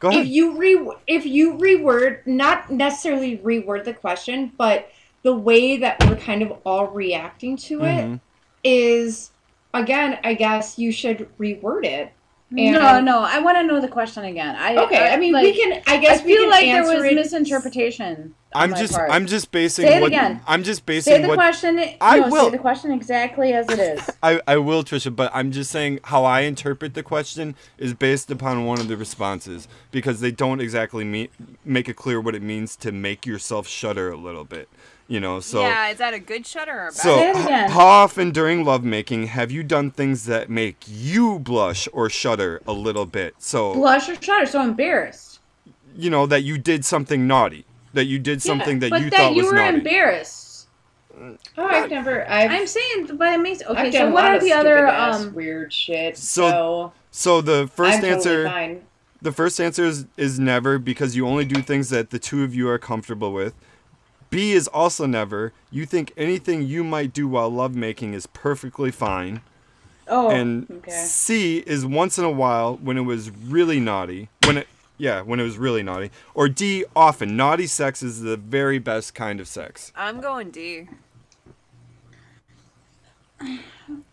A: go
K: if
A: ahead.
K: you re if you reword, not necessarily reword the question, but the way that we're kind of all reacting to it
E: Oh
A: Mhm.
K: is, again, I guess you should reword it. And-
E: no, no, I want to know the question again. I
K: Okay, I mean, we
E: like,
K: can. I
E: I
K: guess we
E: feel
K: can
E: like there
K: answer
E: was
K: it-
E: misinterpretation. on
A: I'm
E: my
A: just
E: part.
A: I'm just basing
E: Say it
A: what
E: again.
A: I'm just
E: Say
A: basing
E: the
A: what
E: question. e-
A: I
E: no,
A: will.
E: say the question exactly as it is.
A: I, I will Trisha, but I'm just saying how I interpret the question is based upon one of the responses because they don't exactly mean, make it clear what it means to make yourself shudder a little bit, you know. So
F: yeah, is that a good shutter or a bad?
A: So,
E: Say it
A: h-
E: again.
A: how often during lovemaking have you done things that make you blush or shudder a little bit? So,
E: Blush or shudder. So embarrassed.
A: you know, that you did something naughty, that you did something that
E: but
A: you
E: that
A: thought
E: you
A: was
E: were
A: naughty.
E: embarrassed.
K: Oh, I've never. I've,
E: I'm saying, but it makes okay.
K: I've
E: so
K: done a
E: what
K: lot
E: are
K: of
E: the other?
K: stupid-ass
E: Um,
K: weird shit?
A: So,
K: So,
A: so, the 1st
K: I'm
A: answer.
K: Totally fine.
A: The first answer is, is never because you only do things that the two of you are comfortable with. B is also never. You think anything you might do while lovemaking is perfectly fine.
E: oh,
A: and
E: okay.
A: C is once in a while when it was really naughty. When it yeah, when it was really naughty. Or D often. Naughty sex is the very best kind of sex.
F: I'm going D.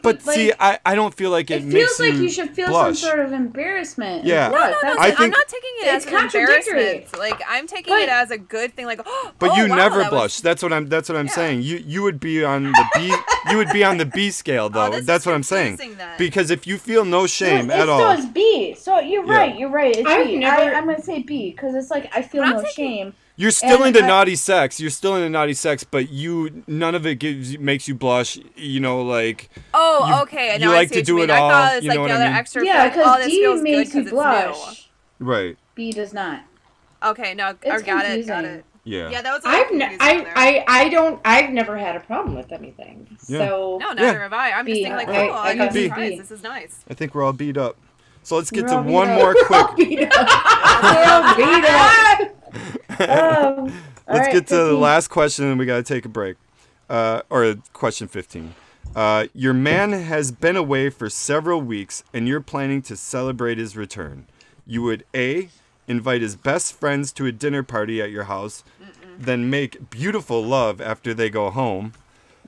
A: But see,
E: like,
A: I, I don't feel like it,
E: It
A: makes
E: feels like
A: him
E: you should feel
A: blush.
E: some sort of embarrassment. and
A: Yeah. No,
E: blush.
F: No,
E: That's-
F: that's,
A: I
F: I
A: think-
F: am not taking it
E: It's
F: as an
E: contradictory.
F: embarrassment. Like I'm taking
E: But-
F: it as a good thing. Like, oh,
A: But you
F: wow,
A: never
F: that was-
A: blush. That's what I'm that's what I'm saying. You you would be on the B you would be on the B
E: Oh,
A: scale though.
F: this is
A: that's what I'm saying.
F: confusing then.
A: Because if you feel no shame
E: It's
A: at
E: So
A: all.
E: it's B. So you're
A: Yeah.
E: right. You're right. It's
K: I've
E: B.
K: never-
E: I, I'm gonna say B because it's like I feel
F: But I'm
E: no
F: taking-
E: shame.
A: You're still
E: and
A: into
E: I-
A: naughty sex. You're still into naughty sex, but you none of it gives you- makes you blush, you know, like
F: Oh,
A: You-
F: okay.
A: you
F: Now I
A: like
F: see
A: to
F: what
A: do
F: you
A: it
F: mean. I
A: all,
F: thought it's
A: you
F: like
A: know
F: the
A: what I
F: other
A: mean?
F: extra.
E: Yeah,
F: like, oh,
E: because
F: this
E: D
F: feels
E: makes
F: good
E: you
F: 'cause It's
E: blush.
A: right.
E: B does not.
F: new. Okay, no, I
E: It's
F: got it. Got
E: confusing.
F: it. Yeah, that was. a little
K: I've ne-
F: confusing
K: I,
F: there.
K: I I don't I've never had a problem with anything.
A: Yeah.
K: So
F: No,
A: Yeah.
F: neither have I. I'm just
K: B.
F: thinking like, oh,
K: Right,
F: I,
K: I
F: got
A: got B.
F: surprised.
K: B.
F: This is nice.
A: I think we're all beat up. So let's get
E: We're
A: to
E: all beat
A: one
E: up.
A: more quick.
E: Um,
A: Let's
E: alright,
A: get to the
E: 15.
A: last question and we got to take a break. Uh, or question 15. Uh, your man has been away for several weeks and you're planning to celebrate his return. You would A, invite his best friends to a dinner party at your house, then make beautiful love after they go home.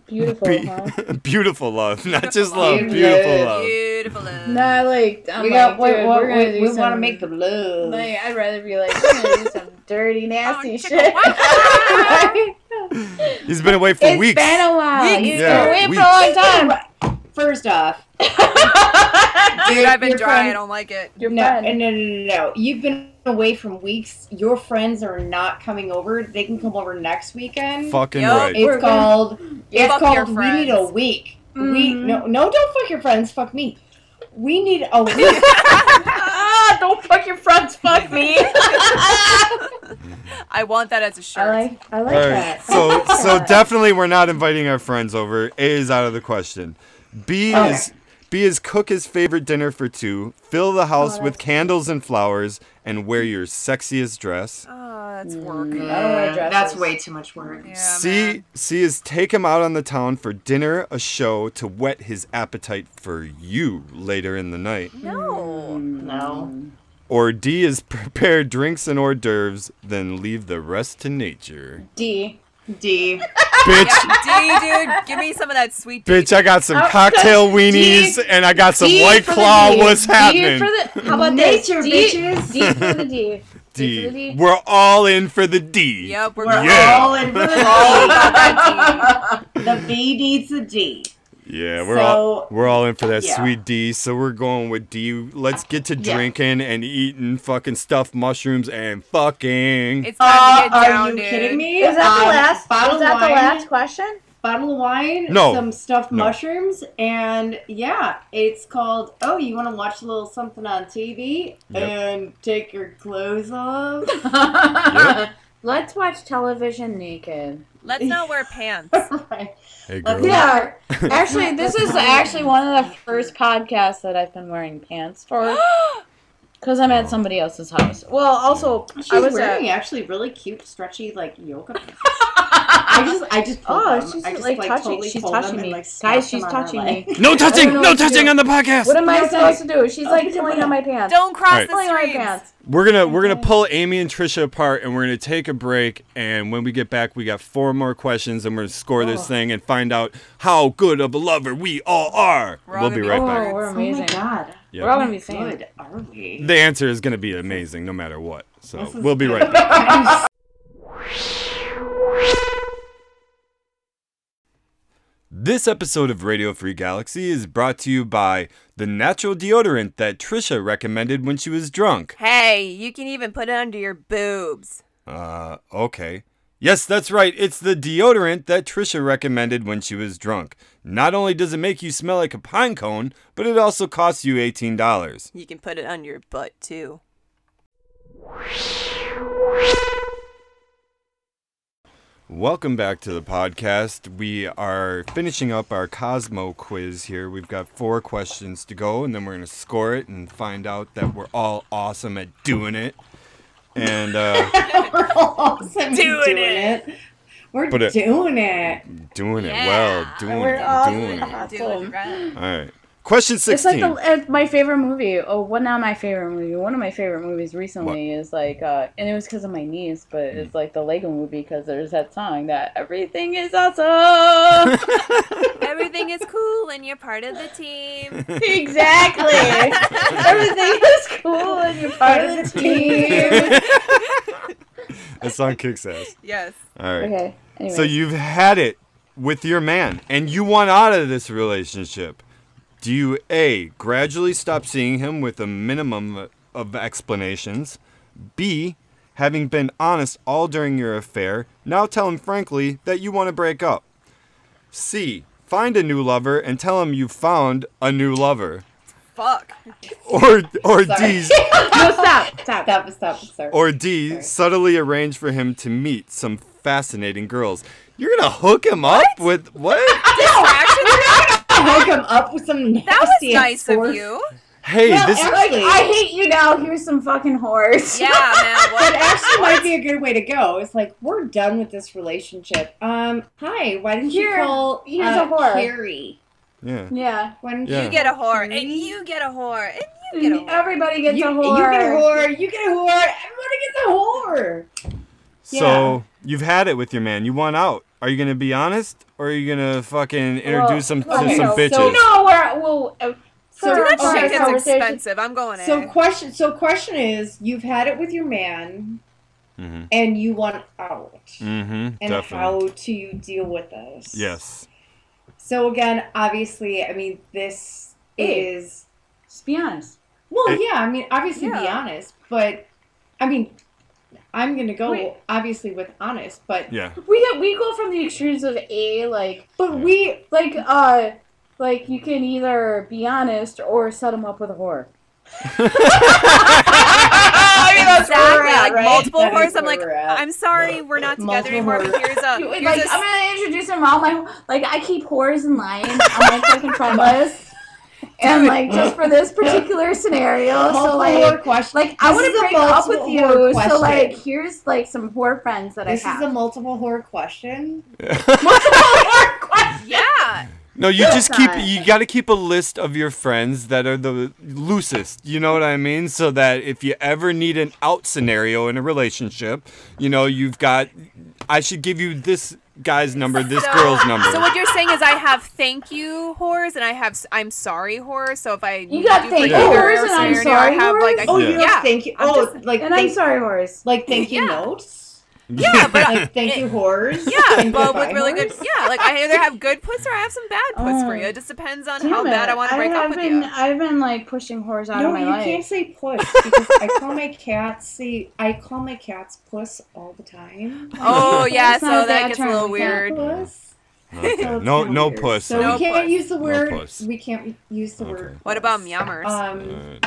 E: Beautiful.
A: Be-
E: huh?
A: beautiful love, not just love,
K: Beautiful.
A: beautiful love.
F: Beautiful. love.
E: Nah, like I'm
K: we
E: like,
K: got
E: dude,
K: we,
E: we're gonna do
K: we, we, want to
E: some-
K: make the love.
E: Like, I'd rather be like, we're gonna do some dirty,
F: Oh,
E: nasty
F: chicka,
E: shit.
F: wow.
A: He's been away for
E: It's
A: weeks.
E: been a while.
A: Weeks.
E: You've been
A: Yeah,
E: away for
A: weeks.
E: a long time.
K: First off,
F: Dude, I've been
K: your
F: dry. I
K: friend-
F: don't like it.
E: Your
K: no,
E: friend.
K: no, no, no, no. You've been away from weeks. Your friends are not coming over. They can come over next weekend.
A: Fucking
F: Yup.
A: right.
K: It's
E: We're gonna-
K: called. It's
F: Fuck your
K: called. We need a
F: friends.
K: week. We no no. Don't fuck your friends. Fuck me. We need a week.
D: ah, don't fuck your friends, fuck me.
F: I want that as a shirt.
K: I like, I like
A: All right.
K: that.
A: So so definitely we're not inviting our friends over. A is out of the question. B
K: Okay.
A: is B is cook his favorite dinner for two, fill the
F: Oh,
A: house with candles and flowers, and wear your sexiest dress.
F: oh, that's work.
E: I don't wear dresses.
D: That's way too much work.
F: Yeah,
A: C
F: man.
A: C is take him out on the town for dinner, a show to whet his appetite for you later in the night.
F: No.
D: No.
K: Mm.
A: Or D is prepare drinks and hors d'oeuvres, then leave the rest to nature.
K: D.
D: D.
A: Bitch,
F: D, dude, give me some of that sweet D.
A: bitch, I got some cocktail weenies and I got some
D: D
A: white
D: for the
A: claw.
D: D.
A: What's happening?
E: D for the how about
K: Nature,
E: this? D,
K: bitches.
E: D for the D. D for the
A: D.
E: D.
A: We're all in for the D.
F: Yep, we're
D: We're
F: going.
A: Yeah.
K: Oh,
D: all in for
E: Oh.
F: about
D: the D. the
F: that
D: B needs a D.
A: Yeah, we're
K: So-
A: all we're all in for that
K: Yeah.
A: sweet D. So we're going with D. Let's get to
D: Yeah.
A: drinking and eating fucking stuffed mushrooms and fucking.
F: It's
K: Uh,
F: time to get down,
K: are you
F: dude.
K: kidding me?
E: Is that the
D: Um,
E: last?
D: bottle
E: Is that the
D: wine.
E: last question?
K: bottle of wine,
A: No.
K: some stuffed
A: No.
K: mushrooms, and yeah, it's called Oh, you want to watch a little something on TV
A: Yep.
K: and take your clothes off?
E: Let's watch television naked.
F: Let's not wear pants.
K: Right.
A: Hey
K: Let's
A: girl.
E: Yeah. Actually, this is actually one of the first podcasts that I've been wearing pants for because I'm at somebody else's house. Well, also
K: She's
E: I was uh,
K: wearing
E: at,
K: actually really cute, stretchy like yoga. pants. I just, I just. pulled
E: Oh,
D: Um,
K: them.
E: she's,
K: I just,
E: like, touching-
K: totally
E: she's
K: pulled them
E: touching
K: and,
E: me.
K: like,
E: Guys,
K: stuffed
E: she's
K: them on her
E: touching
K: leg.
A: No touching,
E: don't know
A: no
E: what to
A: touching
E: do.
A: on the podcast.
E: what am I
K: No,
E: supposed to do? She's like pulling on my pants.
F: Don't cross
A: Alright.
F: the
E: pulling on my
F: streams.
E: pants.
A: We're gonna we're gonna pull Amy and Trisha apart, and we're gonna take a break. And when we get back, we got four more questions, and we're gonna score
K: Oh.
A: this thing and find out how good of a lover we all are.
F: We're all
A: we'll be
F: gonna be
A: right
E: oh,
A: back.
E: we're
K: Oh
E: amazing.
K: my god,
A: Yeah.
E: We're all gonna be saying.
K: good are we?
A: The answer is gonna be amazing, no matter what. So
K: This is
A: we'll be
K: good.
A: right back. This episode of Radio Free Galaxy is brought to you by the natural deodorant that Trisha recommended when she was drunk.
F: Hey, you can even put it under your boobs.
A: Uh, okay. Yes, that's right. It's the deodorant that Trisha recommended when she was drunk. Not only does it make you smell like a pine cone, but it also costs you $18.
F: You can put it under your butt too.
A: Welcome back to the podcast. We are finishing up our Cosmo quiz here. We've got four questions to go, and then we're going to score it and find out that we're all awesome at doing it. And, uh,.
K: We're awesome
F: Doing
K: doing,
F: it.
K: it. We're
A: But it-
K: doing it.
A: Doing it
F: Yeah.
A: well, doing
E: We're
A: it,
E: all-
A: doing it.
F: Doing it right.
A: All right. Question
E: It's
A: sixteen.
E: like the, it's my favorite movie. Oh, well, not my favorite movie. One of my favorite movies recently is like, uh, and it was because of my niece, but
A: Mm-hmm.
E: it's like the Lego movie because there's that song that everything is awesome.
F: Everything is cool and you're part of the team.
E: exactly. everything is cool and you're part of the team.
A: that song kicks ass.
F: Yes.
A: All right.
E: Okay. Anyway.
A: So you've had it with your man and you want out of this relationship. Do you A, gradually stop seeing him with a minimum of explanations? B, having been honest all during your affair, now tell him frankly that you want to break up. C, find a new lover and tell him you've found a new lover.
F: Fuck.
A: Or or D,
E: no, stop, stop.
K: Stop, stop, stop.
A: or D, subtly arrange for him to meet some fascinating girls. You're going to hook him up with what?
K: hook him up with some nasty.
F: That was
K: ass
F: nice of
K: horse.
F: you.
A: Hey,
K: Well,
A: this
K: actually,
E: I hate you now. Here's some fucking horse.
F: Yeah, man.
K: that
F: What?
K: actually might be a good way to go. It's like we're done with this relationship. Um, hi, why didn't
E: Here-
K: you call
E: here's
K: uh,
E: a whore.
K: Carrie?
A: yeah.
E: Yeah.
K: Why didn't
A: Yeah.
K: you
F: You get a whore, and you get a whore, and you get a whore.
E: Everybody gets
K: you,
E: a whore.
K: You get a whore. You get a whore. Everybody gets a whore.
A: So you've had it with your man. You want out. Are you gonna be honest, or are you gonna fucking introduce
E: Well,
A: him to
E: okay,
A: some
E: so-
A: bitches?
E: So no, we're well. uh,
K: So
E: for
K: that
E: our
K: shit
F: Shit
K: gets
F: is
E: conversation-
F: expensive. I'm going
K: So
F: in.
K: question. So question is, you've had it with your man,
A: Mhm.
K: and you want out.
A: Mm-hmm.
K: And
A: Definitely.
K: how do you deal with this?
A: yes.
K: So again, obviously, I mean, this
E: Hey.
K: is
E: Just be honest.
K: Well,
A: It-
K: yeah, I mean, obviously be
F: Yeah.
K: honest, but I mean, I'm gonna go
E: Wait.
K: obviously with honest, but
A: Yeah.
E: We get, we go from the extremes of a like
K: but we
E: like uh Like you can either be honest or set him up with a whore.
F: I mean, that's where we're
D: Exactly,
F: at, like
D: right?
F: multiple
D: That is
F: whores. I'm
D: where
F: like,
D: we're at.
F: I'm sorry, we're not together
D: Multiple
F: anymore. But
D: whores.
F: here's a,
E: Like,
F: here's
E: I'm
F: a s-
E: gonna introduce him to all my like I keep whores and lions on my fucking trellis, and like just for this particular scenario. So
D: Multiple
E: like,
D: whore question.
E: like I
D: This
E: want
D: is a
E: to break up with
D: multiple whore
E: you. So
D: question.
E: like, here's like some whore friends that
D: This
E: I
D: is
E: have.
D: a multiple whore question.
F: yeah.
A: No, you just keep
E: not.
A: you got to keep a list of your friends that are the loosest. You know what I mean? So that if you ever need an out scenario in a relationship, you know you've got. I should give you this guy's number, this
F: So-
A: girl's number.
F: So what you're saying is I have thank you whores and I have s- I'm sorry whores. So if I
E: You got
F: do
E: thank
F: forget
A: you
F: a
E: whores
F: whore
E: and I'm
F: scenario, I
E: sorry
F: have like
E: whores?
F: a,
D: Oh, you
F: yeah.
D: have thank you.
F: I'm
D: Oh,
F: just-
D: like
E: and I'm
D: thank,
E: sorry, whores.
D: like thank you
F: Yeah.
D: notes.
F: yeah, but I-
D: Like thank you whores.
F: yeah,
D: Thank you
F: but with
D: bye
F: really good
D: whores.
F: yeah. Like I either have good puss or I have some bad puss for
E: Oh.
F: you. It just depends on
E: Damn
F: how
E: it. uh,
F: bad I want to break up
E: have
F: with
E: been,
F: you.
E: I've been like pushing whores out
D: No,
E: of my
D: you
E: life.
D: can't say puss because I call my cats. See, I call my cats puss all the time.
F: Oh yeah,
E: It's
F: so
E: not a
F: that
E: bad
F: gets a
E: term.
F: little
E: We can't-
F: weird.
D: Puss.
A: Okay.
D: So it's
A: No,
D: kinda
A: no
D: weird.
A: puss.
D: So
F: No
D: we can't
F: puss.
D: use the word.
A: puss.
D: We can't use the
A: Okay.
D: word.
F: What about
D: puss.
F: meow-mers?
E: Oh,
D: Um,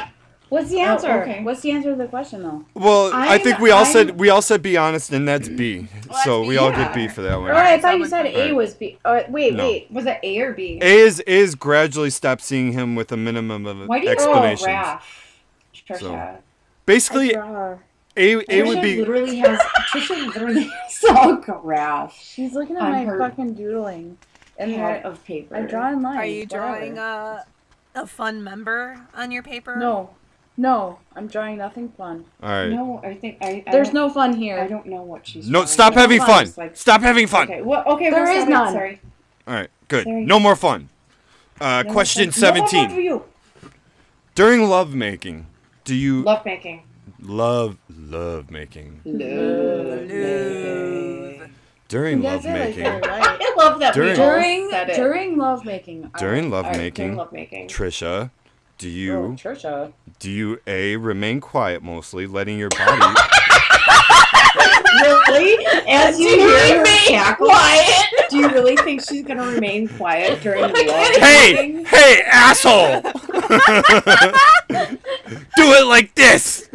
E: What's the
D: Oh,
E: answer?
D: okay.
E: What's the answer to the question though?
A: Well, i
D: I'm-
A: think we all said
D: I'm-
A: we all said be honest, and that's B.
F: Well,
A: so
F: that's
A: we
F: B,
A: all
F: yeah.
A: get B for that one.
E: All right, I
F: so
E: thought you
F: I'm
E: said
F: like-
E: A was B. Oh, wait,
A: No.
E: wait.
D: was it A or B?
A: A is is gradually stop seeing him with a minimum of
D: Why do you call it
A: explanations.
D: Raph? Trisha.
A: So, Basically,
E: Bruh.
A: A A would
D: Trisha
A: be
D: literally has Trisha literally has a graph
E: She's looking at
D: on
E: my
D: her
E: fucking doodling. And
D: pad
E: her,
D: of paper.
E: I draw in line.
F: Are you drawing a a fun member on your paper?
E: No. No, I'm drawing nothing fun.
A: all right.
D: No, I think I. I
E: There's
D: don't-
E: no fun
D: I
E: here.
D: don't know what she's.
A: No,
D: drawing.
A: stop
D: It's
A: having fun.
D: It's like-
A: Stop having fun.
D: Okay. Well, okay.
E: There
D: we'll
E: is
D: stop it,
E: none.
D: Sorry.
A: All right, good.
D: Sorry.
A: No more fun. Uh,
D: No,
A: question
D: it's like- no,
A: seventeen.
D: what about you?
A: During love making, do you
D: Love making.
A: love love making?
F: Love.
A: During
E: You
A: love
E: guys are, like,
A: making,
E: very right.
D: I love that. we
A: During-
D: all
E: during
D: said it.
E: during love making.
A: during love
D: All right, during
A: making,
D: love making.
A: Trisha, do you
E: Oh, Trisha.
A: do you a remain quiet mostly, letting your body
D: Really? As you
E: Do you
D: hear her
E: remain
D: cackle, do you really think she's gonna remain quiet during love?
A: hey, hey, asshole! Do it like this.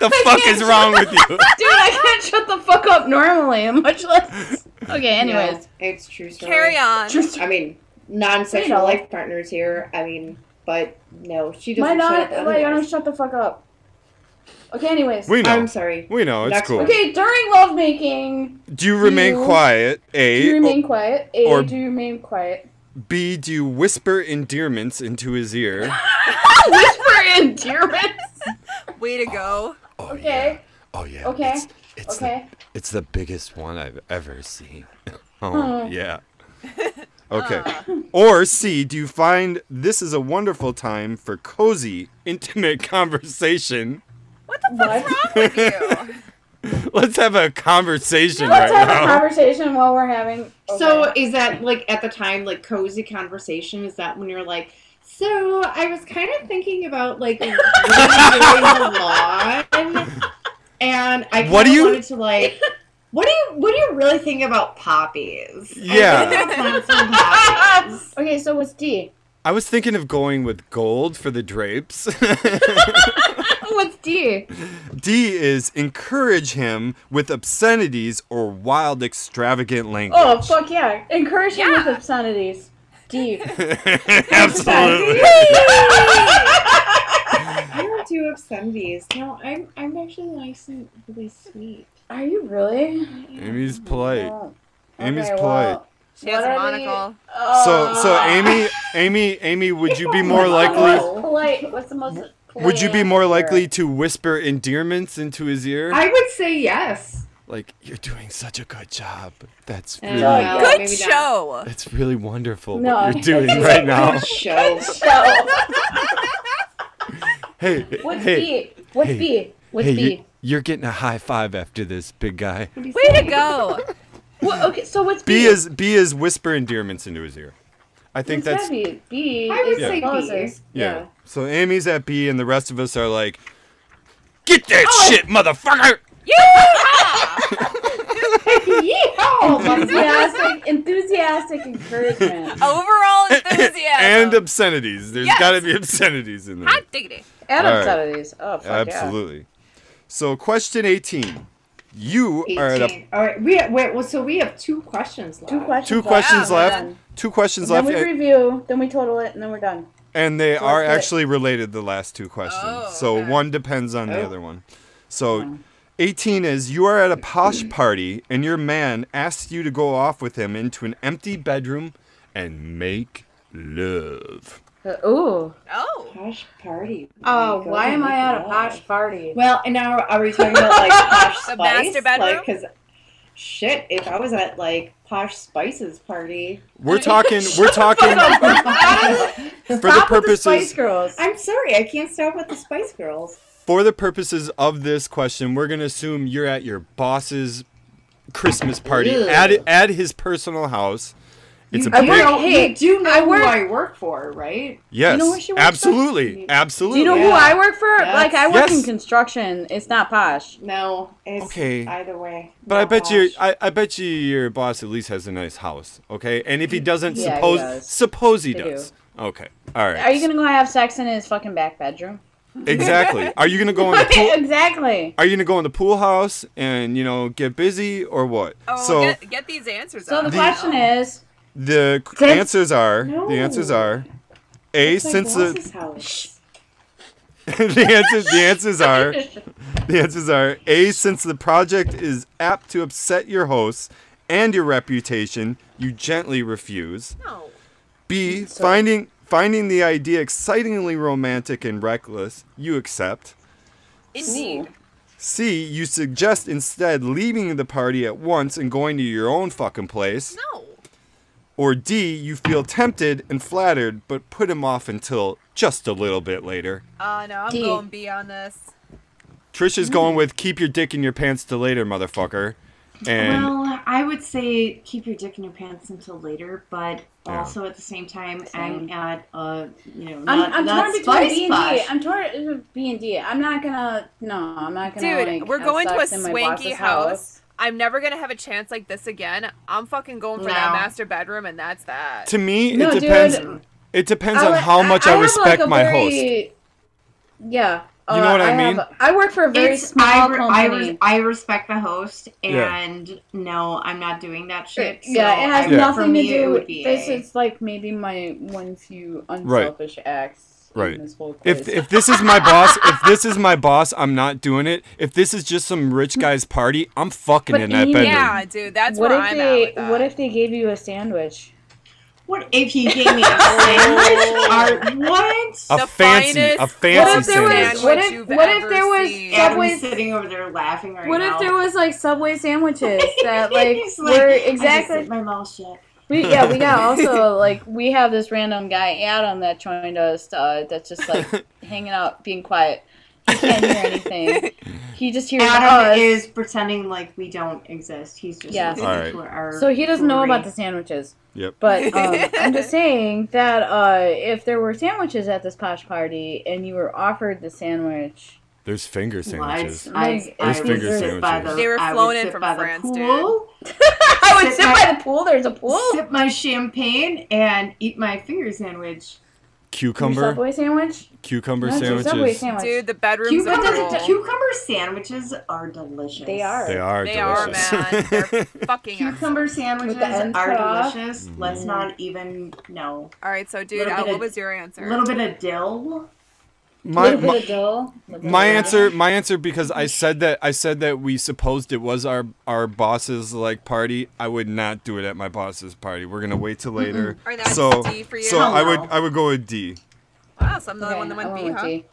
A: The fuck is wrong with you?
E: Dude, I can't shut the fuck up normally, much less. Okay, anyways.
D: No, it's true story.
F: Carry on.
D: I mean, non-sexual
E: Wait,
D: life partners here. I mean, but no, she
E: Why
D: doesn't.
E: not?
D: shut up
E: Why don't
D: otherwise.
E: shut the fuck up? Okay, anyways.
A: We know.
D: I'm sorry.
A: We know. It's
D: Next
A: cool.
D: one.
E: Okay, during love making,
A: Do you remain
E: You-
A: quiet? A.
E: do you
A: or-
E: remain quiet? A,
A: or-
E: do you remain quiet?
A: B, do you whisper endearments into his ear?
E: Whisper endearments.
F: Way to go.
A: Oh,
E: Okay.
A: Oh, yeah.
E: Okay.
A: It's, it's
E: Okay.
A: The, it's the biggest one I've ever seen. oh,
E: Oh. Ah.
A: yeah. Okay. Or C, do you find this is a wonderful time for cozy, intimate conversation?
F: What the fuck's wrong with you?
A: Let's have a conversation right
E: Let's have a
A: now.
E: conversation while we're having.
D: So
E: Okay.
D: is that like at the time like cozy conversation? Is that when you're like? So I was kind of thinking about like really doing the lawn, and I
A: What do
D: kinda
A: you-
D: wanted to like. What do you What do you really think about poppies?
A: Yeah.
D: I really want some poppies.
E: okay, so what's D?
A: I was thinking of going with gold for the drapes.
E: Oh, What's D?
A: D is encourage him with obscenities or wild, extravagant language.
E: Oh fuck yeah! Encourage him with
F: Yeah.
E: obscenities. D.
A: Absolutely.
D: I don't do obscenities. No, I'm I'm actually nice and really sweet.
E: Are you really?
A: Amy's polite.
E: Oh.
A: Amy's
E: Okay,
A: polite.
E: well,
F: She has
E: what
F: a
E: are the-
F: monocle.
A: So, so
D: uh,
E: Oh.
A: Amy, Amy, Amy, would you be more
E: What's the
A: likely?
D: Oh,
E: most polite? What's the most? Polite
A: Would you be more
E: answer?
A: likely to whisper endearments into his ear?
D: I would say yes.
A: Like you're doing such a good job. That's
D: Uh,
A: really,
E: no.
D: maybe
F: Good
D: not.
F: show.
A: that's really wonderful
E: No.
A: what you're doing right now.
D: Good show.
E: So,
A: Hey,
E: what's
A: hey,
E: B? What's
A: hey,
E: B? What's
A: hey,
E: B?
A: you, you're getting a high five after this, big guy.
F: Way to go.
E: What, okay, so what's B?
A: B is B is whisper endearments into his ear. I think that's
E: B. B
D: I would
E: is
D: say
E: the
D: B.
E: closest.
A: yeah. So Amy's at B, and the rest of us are like, "Get that shit, motherfucker!"
F: Yeah! you
D: Yes.
E: enthusiastic, enthusiastic encouragement.
F: Overall enthusiasm.
A: and obscenities. There's
F: Yes.
A: got to be obscenities in there.
F: Hot diggity.
E: Adam's
A: Alright.
E: out of these. Oh, fuck
A: Absolutely. So, question 18. You are at a,
D: 18.
K: All right, we wait. Well, so we have two questions
E: yeah.
K: left.
E: Two questions.
A: two questions
F: Wow.
A: left.
E: Done.
A: Two questions
E: Then
A: left,
E: we
A: and,
E: review, then we total it, and then we're done.
A: and they are
E: it.
A: actually related. The last two questions.
F: Oh,
A: so
F: okay.
A: one depends on the other one. So, 18 is you are at a posh party, and your man asks you to go off with him into an empty bedroom and make love.
E: Uh, ooh.
F: Oh.
K: Posh party.
E: Oh,
K: Go
E: why am
K: make
E: I at a
K: love.
E: posh party?
K: Well, and now are we talking about like posh
F: The
K: spice?
F: master bedroom?
K: Like, cause shit, if I was at like posh spices party,
A: We're talking. We're talking for the
E: Stop with the Spice
A: purposes
E: Girls.
K: I'm sorry, I can't stop with the Spice Girls.
A: for the purposes of this question. We're gonna assume you're at your boss's Christmas party
K: Ew.
A: at at his personal house. It's a
K: you
A: big
K: know,
E: Hey,
K: you do know
E: I
K: who
E: work-
K: I work for, right?
A: yes,
E: know where she works at?
A: absolutely,
E: Do
A: absolutely.
E: you know who
K: Yeah.
E: I work for?
K: Yes.
E: Like, I work in
A: Yes.
E: construction. It's not posh.
K: No, it's
A: Okay.
K: either way.
A: But I
K: not
A: bet you,
K: posh.
A: I, I bet you, your boss at least has a nice house, okay? And if he doesn't,
E: Yeah, he
A: suppose
E: does.
A: suppose he
E: They
A: does, okay? All right.
E: Are you gonna go have sex in his fucking back bedroom?
A: exactly? Are you gonna go in the pool?
E: exactly.
A: Are you gonna go in the pool house and you know get busy or what?
F: Oh,
A: so
F: get, get these answers
E: So
F: out. Oh,
E: the, question is,
A: the c-
E: Since-
A: answers are the answers are a
K: My
A: since the,
K: boss's house.
A: the answers the answers are the answers are a since the project is apt to upset your hosts and your reputation, you gently refuse.
F: No.
A: B. Finding finding the idea excitingly romantic and reckless, you accept.
F: Indeed.
A: C. You suggest instead leaving the party at once and going to your own fucking place.
F: No.
A: Or D. You feel tempted and flattered, but put him off until just a little bit later.
F: Uh, no, I'm
E: D.
F: going B on this.
A: Trisha's
E: Mm.
A: going with keep your dick in your pants till later, motherfucker. And
D: Well, I would say keep your dick in your pants until later, but
A: Yeah.
D: also at the same time,
E: Same.
D: I'm at a you know
E: I'm,
D: not,
E: I'm
D: not
E: torn between
D: spice
E: B and D.
D: posh.
E: I'm torn between B and D. I'm not gonna. No, I'm not gonna.
F: Dude,
E: like,
F: we're
E: have
F: going to a
E: sex in my
F: swanky
E: boss's
F: house. I'm never gonna have a chance like this again. I'm fucking going for that
D: No.
F: master bedroom, and that's that.
A: to me,
E: No,
A: it depends.
E: dude.
A: It depends
E: I
A: on
E: li-
A: how much I,
E: have,
A: respect
E: like, a
A: my host.
E: very- Yeah.
A: You know what I
E: have-
A: mean?
E: I work for a very
D: It's-
E: small
D: I, re-
E: company.
D: I, res- I respect the host,
A: Yeah.
D: and no, I'm not doing that shit. So
E: yeah, it
D: I-
E: has
A: Yeah.
D: for
E: nothing to
D: me, it
E: do
D: would
E: with
D: be
E: this.
D: A.
E: Is like maybe my one few
A: Right.
E: unselfish acts
A: Right.
E: in this whole place.
A: If if this is my boss, if this is my boss, I'm not doing it. If this is just some rich guy's party, I'm fucking
E: Mm. But
A: in that
E: you-
A: bedroom.
F: yeah, dude, that's
E: what
F: where
E: if
F: I'm at.
E: they
F: with that.
E: what if they gave you a sandwich?
D: What if he gave me a sandwich? Or what?
A: A
F: The
A: fancy, a
F: finest
A: fancy
E: what if there
A: sandwich.
E: was what if,
F: Sandwich you've
E: what if
F: ever
E: there was
F: seen.
D: Adam's
E: subway
D: sitting over there laughing right
E: what
D: now.
E: if there was like subway sandwiches that like
D: He's like,
E: were
D: "I just
E: exactly
D: did my mouth shut.
E: we yeah we got also like we have this random guy Adam that joined us uh, that's just like hanging out being quiet he can't hear anything he just hears
D: Adam
E: us
D: is pretending like we don't exist. He's just
E: Yeah.
D: looking
A: Alright.
D: for our
E: So he doesn't know
D: glory.
E: about the sandwiches.
A: Yep.
E: But um, I'm just saying that uh, if there were sandwiches at this posh party and you were offered the sandwich,
A: There's finger sandwiches.
D: Well, I,
E: Like,
D: I, I
E: Those
D: would
A: finger
D: sit by the,
A: sandwiches.
F: They were
D: I would
F: flown in
D: sit
F: from
D: by the
F: France, dude.
D: pool,
E: I would
D: Sit
E: sit
D: my-
E: by the pool. There's a pool.
D: Sip my champagne and eat my finger sandwich.
E: Your
A: Cucumber,
E: Subway sandwich.
A: cucumber
E: No, it's your Subway
A: sandwiches.
E: sandwich.
F: dude, the bedrooms are
D: Cucumber,
F: cool.
D: cucumber sandwiches are delicious.
E: They are.
A: They are
F: They are,
A: delicious.
F: man. They're fucking excellent.
D: Cucumber sandwiches
E: ends
D: are
E: cut off.
D: delicious. Let's not even know.
F: All right, so dude,
D: Little
F: uh,
D: bit
F: what
D: of-
F: was your
D: A
F: answer?
D: little bit of dill.
A: my,
E: little bit
A: my,
E: of dill. little bit
A: my
E: of-
A: answer, my answer, because I said that I said that we supposed it was our our boss's like party. I would not do it at my boss's party. We're gonna wait till later.
F: Or that's
A: So,
F: D for you.
A: so I would
D: Hello.
A: I would go with D.
F: Wow, so I'm the
E: Okay,
F: only one that
E: I
F: went
E: went
F: B,
E: with
F: huh?
E: D.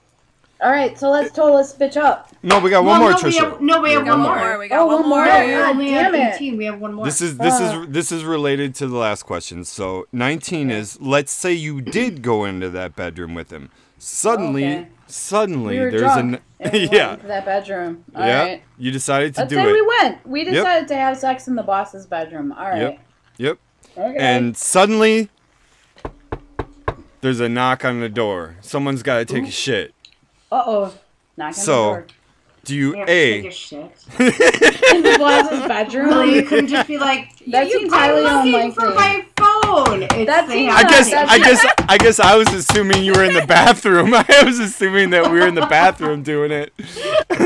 E: All right, so let's total this bitch up.
A: No, we got one
D: Well,
A: more,
D: no, we
A: Trisha.
D: have, no, we have
F: We got
D: one more.
F: We got
E: Oh,
F: one
E: one
F: more.
E: more.
D: No, we
E: God
D: only have
E: damn it.
D: 18. We have one more.
A: This is this
E: Uh.
A: is this is related to the last question. So 19 is let's say you did go into that bedroom with him. Suddenly,
E: Okay.
A: suddenly
E: We were
A: there's
E: drunk.
A: an
E: and we went
A: yeah.
E: into that bedroom. All
A: yeah.
E: right.
A: You decided to
E: Let's
A: do
E: say
A: it.
E: we went. We decided to have sex in the boss's bedroom. All right.
A: Yep. Yep.
E: Okay.
A: And suddenly there's a knock on the door. Someone's got to take a shit.
E: uh oh, knocking
A: So-
E: on the door.
A: Do you
K: You have to take
A: A
K: a shit.
E: in the Blaz's bedroom.
D: Well, you couldn't just be like,
E: That
D: you,
E: seems
D: I'm
E: highly
D: looking for
E: unlikely.
D: my phone. It's
E: That
D: the
E: seems
A: I guess
E: That's-
A: I guess I guess I was assuming you were in the bathroom. I was assuming that we were in the bathroom doing it.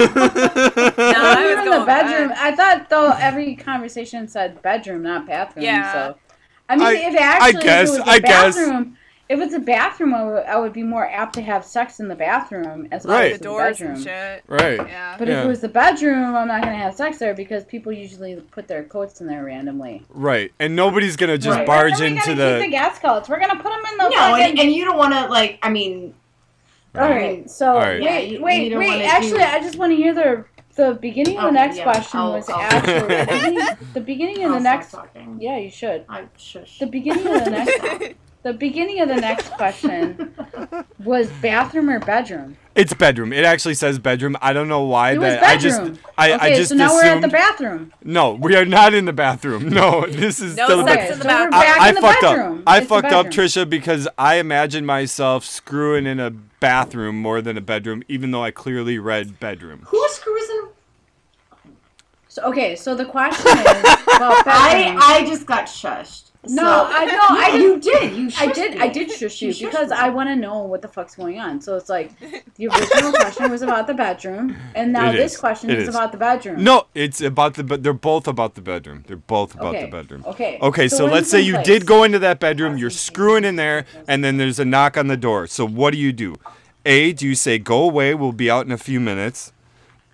F: No,
E: I
F: I was
E: in
F: going
E: the bedroom.
F: back.
E: I thought though every conversation said bedroom, not bathroom.
F: Yeah.
E: So, I mean,
A: I-
E: if actually
A: guess-
E: if it was a
A: I guess.
E: bathroom, if it's a bathroom, I would, I would be more apt to have sex in the bathroom as
A: Right.
E: opposed
F: The
E: to the
F: doors
E: bedroom.
F: and shit.
A: Right.
F: Yeah.
E: But if
A: Yeah.
E: it was the bedroom, I'm not gonna have sex there because people usually put their coats in there randomly.
A: Right. And nobody's gonna just
K: Right.
A: barge
E: Then we
A: into
E: gotta
A: the,
E: keep the gas cults. We're gonna put them in the.
D: No,
E: fucking-
D: and, and you don't want to like. I mean,
E: All right. So
A: All right.
E: wait,
D: Yeah, you-
E: wait,
D: you don't
E: wait.
D: wanna
E: Actually,
D: do-
E: I just want to hear the the beginning of the
D: Okay,
E: next
D: yeah,
E: question
D: I'll-
E: was
D: I'll-
E: actually the beginning of the
D: I'll stop
E: next.
D: talking.
E: Yeah, you should.
D: I shush.
E: The beginning of the next. the beginning of the next question was bathroom or bedroom.
A: It's bedroom. It actually says bedroom. I don't know why
E: It was
A: that I just
E: bedroom.
A: I,
E: okay,
A: I just
E: so now
A: assumed
E: we're at the bathroom.
A: No, we are not in the bathroom. No, this is
F: No
A: still the
F: sex
A: ba-
E: Okay,
F: in the
E: so we're
F: bathroom.
E: back
A: I, I
E: in the
A: fucked
E: bedroom.
A: up. I
E: It's the
A: fucked up,
E: bedroom.
A: Trisha, because I imagined myself screwing in a bathroom more than a bedroom, even though I clearly read bedroom.
D: Who screws in?
E: So, okay, so the question is about
D: I
E: bedroom.
D: I just got shushed.
E: no,
D: So-
E: I no, I
D: Yeah,
E: didn't
D: you did. You.
E: I
D: shushed
E: did.
D: me.
E: I did shush you,
D: shushed
E: because
D: me.
E: I want to know what the fuck's going on. So it's like the original question was about the bedroom, and now
A: It
E: this
A: is.
E: question
A: It
E: is,
A: is.
E: about the bedroom.
A: No, it's about the. But they're both about the bedroom. They're both about
E: Okay,
A: the bedroom.
E: okay.
A: Okay.
E: So
A: So,
E: we're in
A: let's
E: the
A: say
E: same
A: you
E: place.
A: did go into that bedroom. You're screwing in there, and then there's a knock on the door. So what do you do? A. Do you say go away? We'll be out in a few minutes.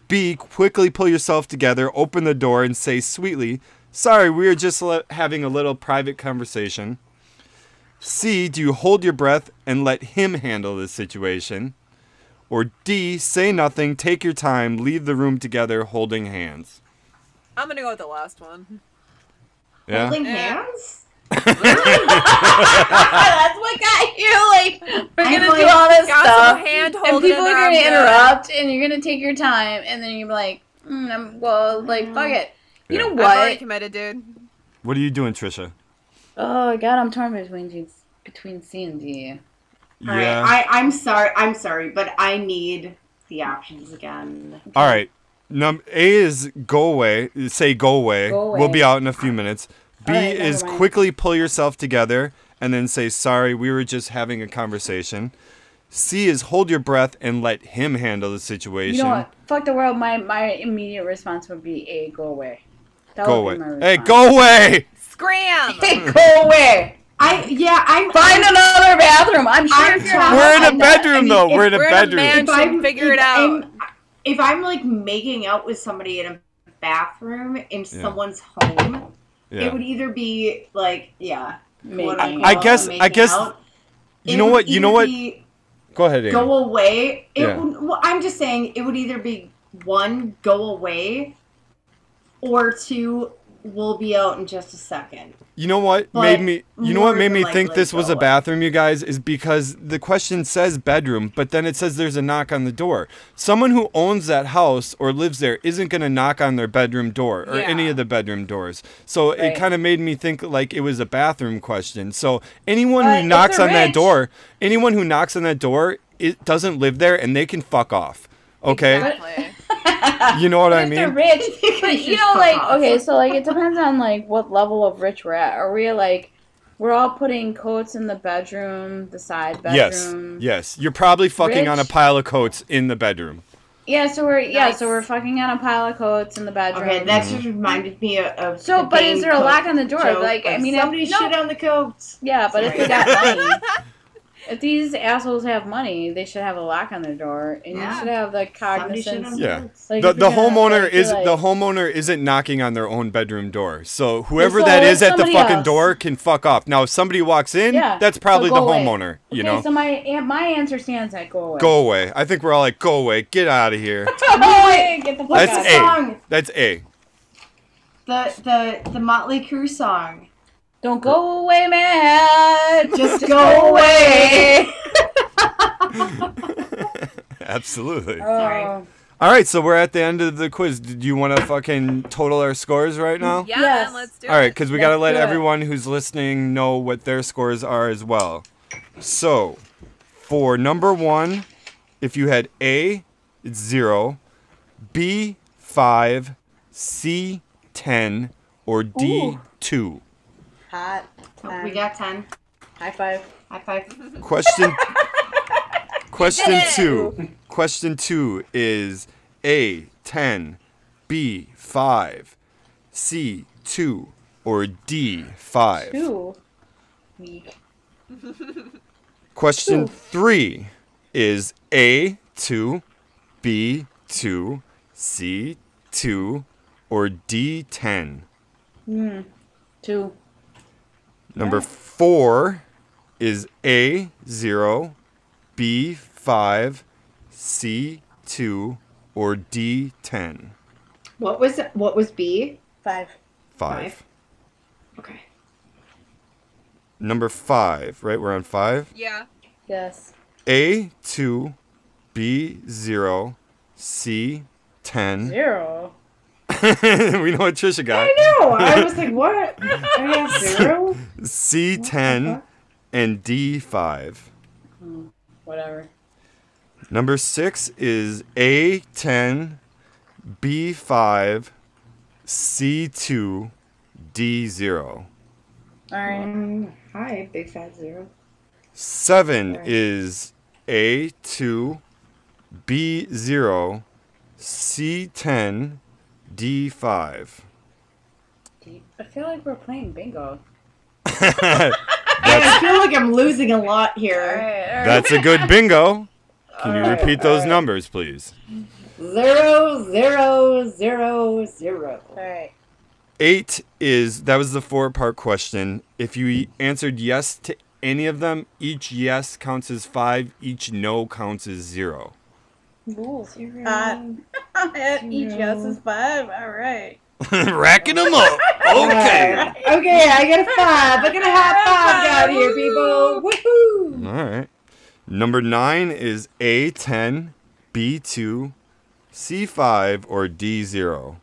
A: B. Quickly pull yourself together, open the door, and say sweetly, "Sorry, we were just le- having a little private conversation." C. Do you hold your breath and let him handle this situation? Or D, say nothing, take your time, leave the room together holding hands.
F: I'm gonna go with the last one.
A: Yeah.
D: Holding
F: Yeah.
D: hands.
E: that's what got you. Like we're
D: I'm
E: gonna
D: like,
E: do all this
F: Got
E: stuff,
F: some hand
E: and
F: holding
E: people are gonna interrupt, and you're gonna take your time, and then you're like, mm, I'm, well, like fuck it. You
A: Yeah.
E: know
F: I've already
E: what?
F: committed, dude.
A: What are you doing, Trisha?
E: Oh god, I'm torn between between C and D.
D: All right,
A: yeah.
D: I I'm sorry. I'm sorry, but I need the options again.
A: All right. Num A is go away. Say go away.
E: Go away.
A: We'll be out in a few minutes. B
E: All right, never
A: is
E: mind.
A: quickly pull yourself together and then say sorry, we were just having a conversation. C is hold your breath and let him handle the situation.
E: You know what? Fuck the world. My my immediate response would be a go away. That
A: Go
E: would be
A: away.
E: my
A: Hey,
E: response.
A: go away.
F: Scram!
E: go away.
D: I
A: Mm.
D: yeah. I'm
E: Find another bathroom. I'm sure
D: I'm
E: if you're
D: trying-
E: hot,
A: We're in
E: I'm
A: a
E: not-
A: bedroom
E: I mean,
A: though.
E: if-
A: We're in a
F: we're in a
A: bedroom.
F: man-
D: if I'm
F: Figure it
A: Oh.
D: if
F: out.
D: I'm, if I'm like making out with somebody in a bathroom in someone's home,
A: yeah.
D: it would either be like yeah. what
E: Maybe.
A: I
D: call
A: guess-
D: making
A: I guess-
D: out.
A: you
D: It
A: know
D: would
A: what? You know
D: either
A: what?
D: be
A: Go ahead, Amy.
D: Go away. It
A: Yeah.
D: would, well, I'm just saying it would either be one go away, or two we'll be out in just a second.
A: You know what
D: But
A: made me you know what
D: more
A: made me
D: than
A: think
D: likely
A: this was a
D: go away.
A: bathroom you guys is because the question says bedroom but then it says there's a knock on the door. Someone who owns that house or lives there isn't going to knock on their bedroom door or any
F: Yeah.
A: of the bedroom doors. So
E: Right.
A: it kind of made me think like it was a bathroom question. So anyone
E: But if
A: who knocks
E: they're
A: on that
E: rich-
A: door, anyone who knocks on that door it doesn't live there and they can fuck off. Okay?
F: Exactly.
A: You know what I
E: If they're
A: mean?
E: rich, but you know, like okay, so like it depends on like what level of rich we're at. Are we like we're all putting coats in the bedroom, the side
A: Yes.
E: bedroom?
A: Yes. You're probably fucking on a
E: Rich.
A: pile of coats in the bedroom.
E: Yeah, so we're yeah,
F: Nice.
E: so we're fucking on a pile of coats in the bedroom.
D: Okay, that just reminded me of- of
E: Mm-hmm. So,
D: the
E: but is
D: Dane
E: there a
D: Cook
E: lock on the door?
D: joke
E: Like, I
D: of
E: mean, if-
D: somebody
E: no.
D: shit on the coats.
E: yeah, but if they
D: Sorry.
E: got money, if these assholes have money, they should have a lock on their door, and you
D: Yeah.
E: should have the
D: Somebody shit on
E: cognizance.
D: the
A: Yeah.
D: coats.
E: Like,
A: the,
E: if
A: the
E: you're gonna,
A: homeowner
E: like, be
A: is
E: like-
A: the homeowner isn't knocking on their own bedroom door. So whoever
E: so
A: that
E: if
A: is at the
E: somebody
A: fucking
E: else-
A: door can fuck off. Now if somebody walks in,
E: Yeah,
A: that's
E: so
A: probably
E: go
A: the
E: away.
A: homeowner. You
E: okay,
A: know,
E: so my an- my answer stands at go away.
A: go away. I think we're all like, go away, get out of here.
E: Go away, get the fuck
A: That's
E: out.
A: A.
D: song?
A: That's A.
D: The the the Motley Crue song.
E: Don't go away, man.
D: Just go away.
A: Absolutely.
D: Sorry.
E: Oh.
A: All right, so we're at the end of the quiz. Do you want to fucking total our scores right now?
F: Yeah,
E: Yes.
F: man, let's do
A: All right,
F: it.
A: because we got to
E: Let's
A: let
E: do it.
A: everyone who's listening know what their scores are as well. So, for number one, if you had A, it's zero. B five, C ten, or D two?
E: Hot.
D: Oh, we got 10.
E: high five.
D: High five.
A: Question Question 2. Question 2 is A 10, B 5, C 2 or D 5.
E: Two.
A: Question 3 is A 2, B 2, C 2 or D 10.
E: Hmm. Two.
A: Number four is A zero, B five, C two, or D ten.
D: What was what was B?
E: Five.
A: Five.
D: Okay.
A: Number five, right? We're on five.
F: Yeah.
E: Yes.
A: A two, B zero, C ten.
E: Zero.
A: we know what Trisha got.
K: No, I was like, what? I have zero.
A: C ten and D five.
E: Whatever.
A: Number six is A10, B5, C2, D0.
E: All right.
D: Um, Hi, big fat zero.
A: Seven is A2, B0, C10, D5.
E: I feel like we're playing bingo.
A: That's,
D: I feel like I'm losing a lot here.
A: that's a good bingo. Can you repeat those numbers, please?
D: Zero, zero, zero, zero.
E: All right.
A: Eight is that was the four part question. If you e- answered yes to any of them, each yes counts as five, each no counts as zero.
D: uh,
E: each yes is five. All right.
A: Racking them up. Okay.
D: Okay, I got a five. Ah, Look at a high five down here, people. Woohoo!
A: All right. Number nine is A10, B2, C5, or D0.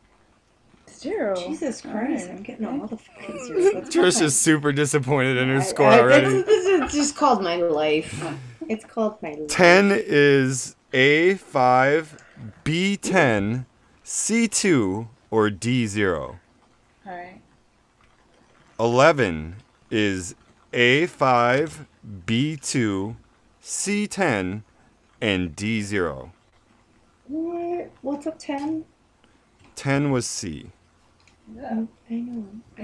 E: Zero.
K: Jesus Christ, I'm getting all the fucking zeros.
A: Trish is super disappointed in her score
D: Uh,
A: already.
D: this, this is just called my life. It's called my life.
A: 10 is A5, B10, C2, or D0.
E: All right.
A: 11 is A5, B2, C10, and D0.
K: What? What's up, 10?
A: 10 was C.
K: I know. I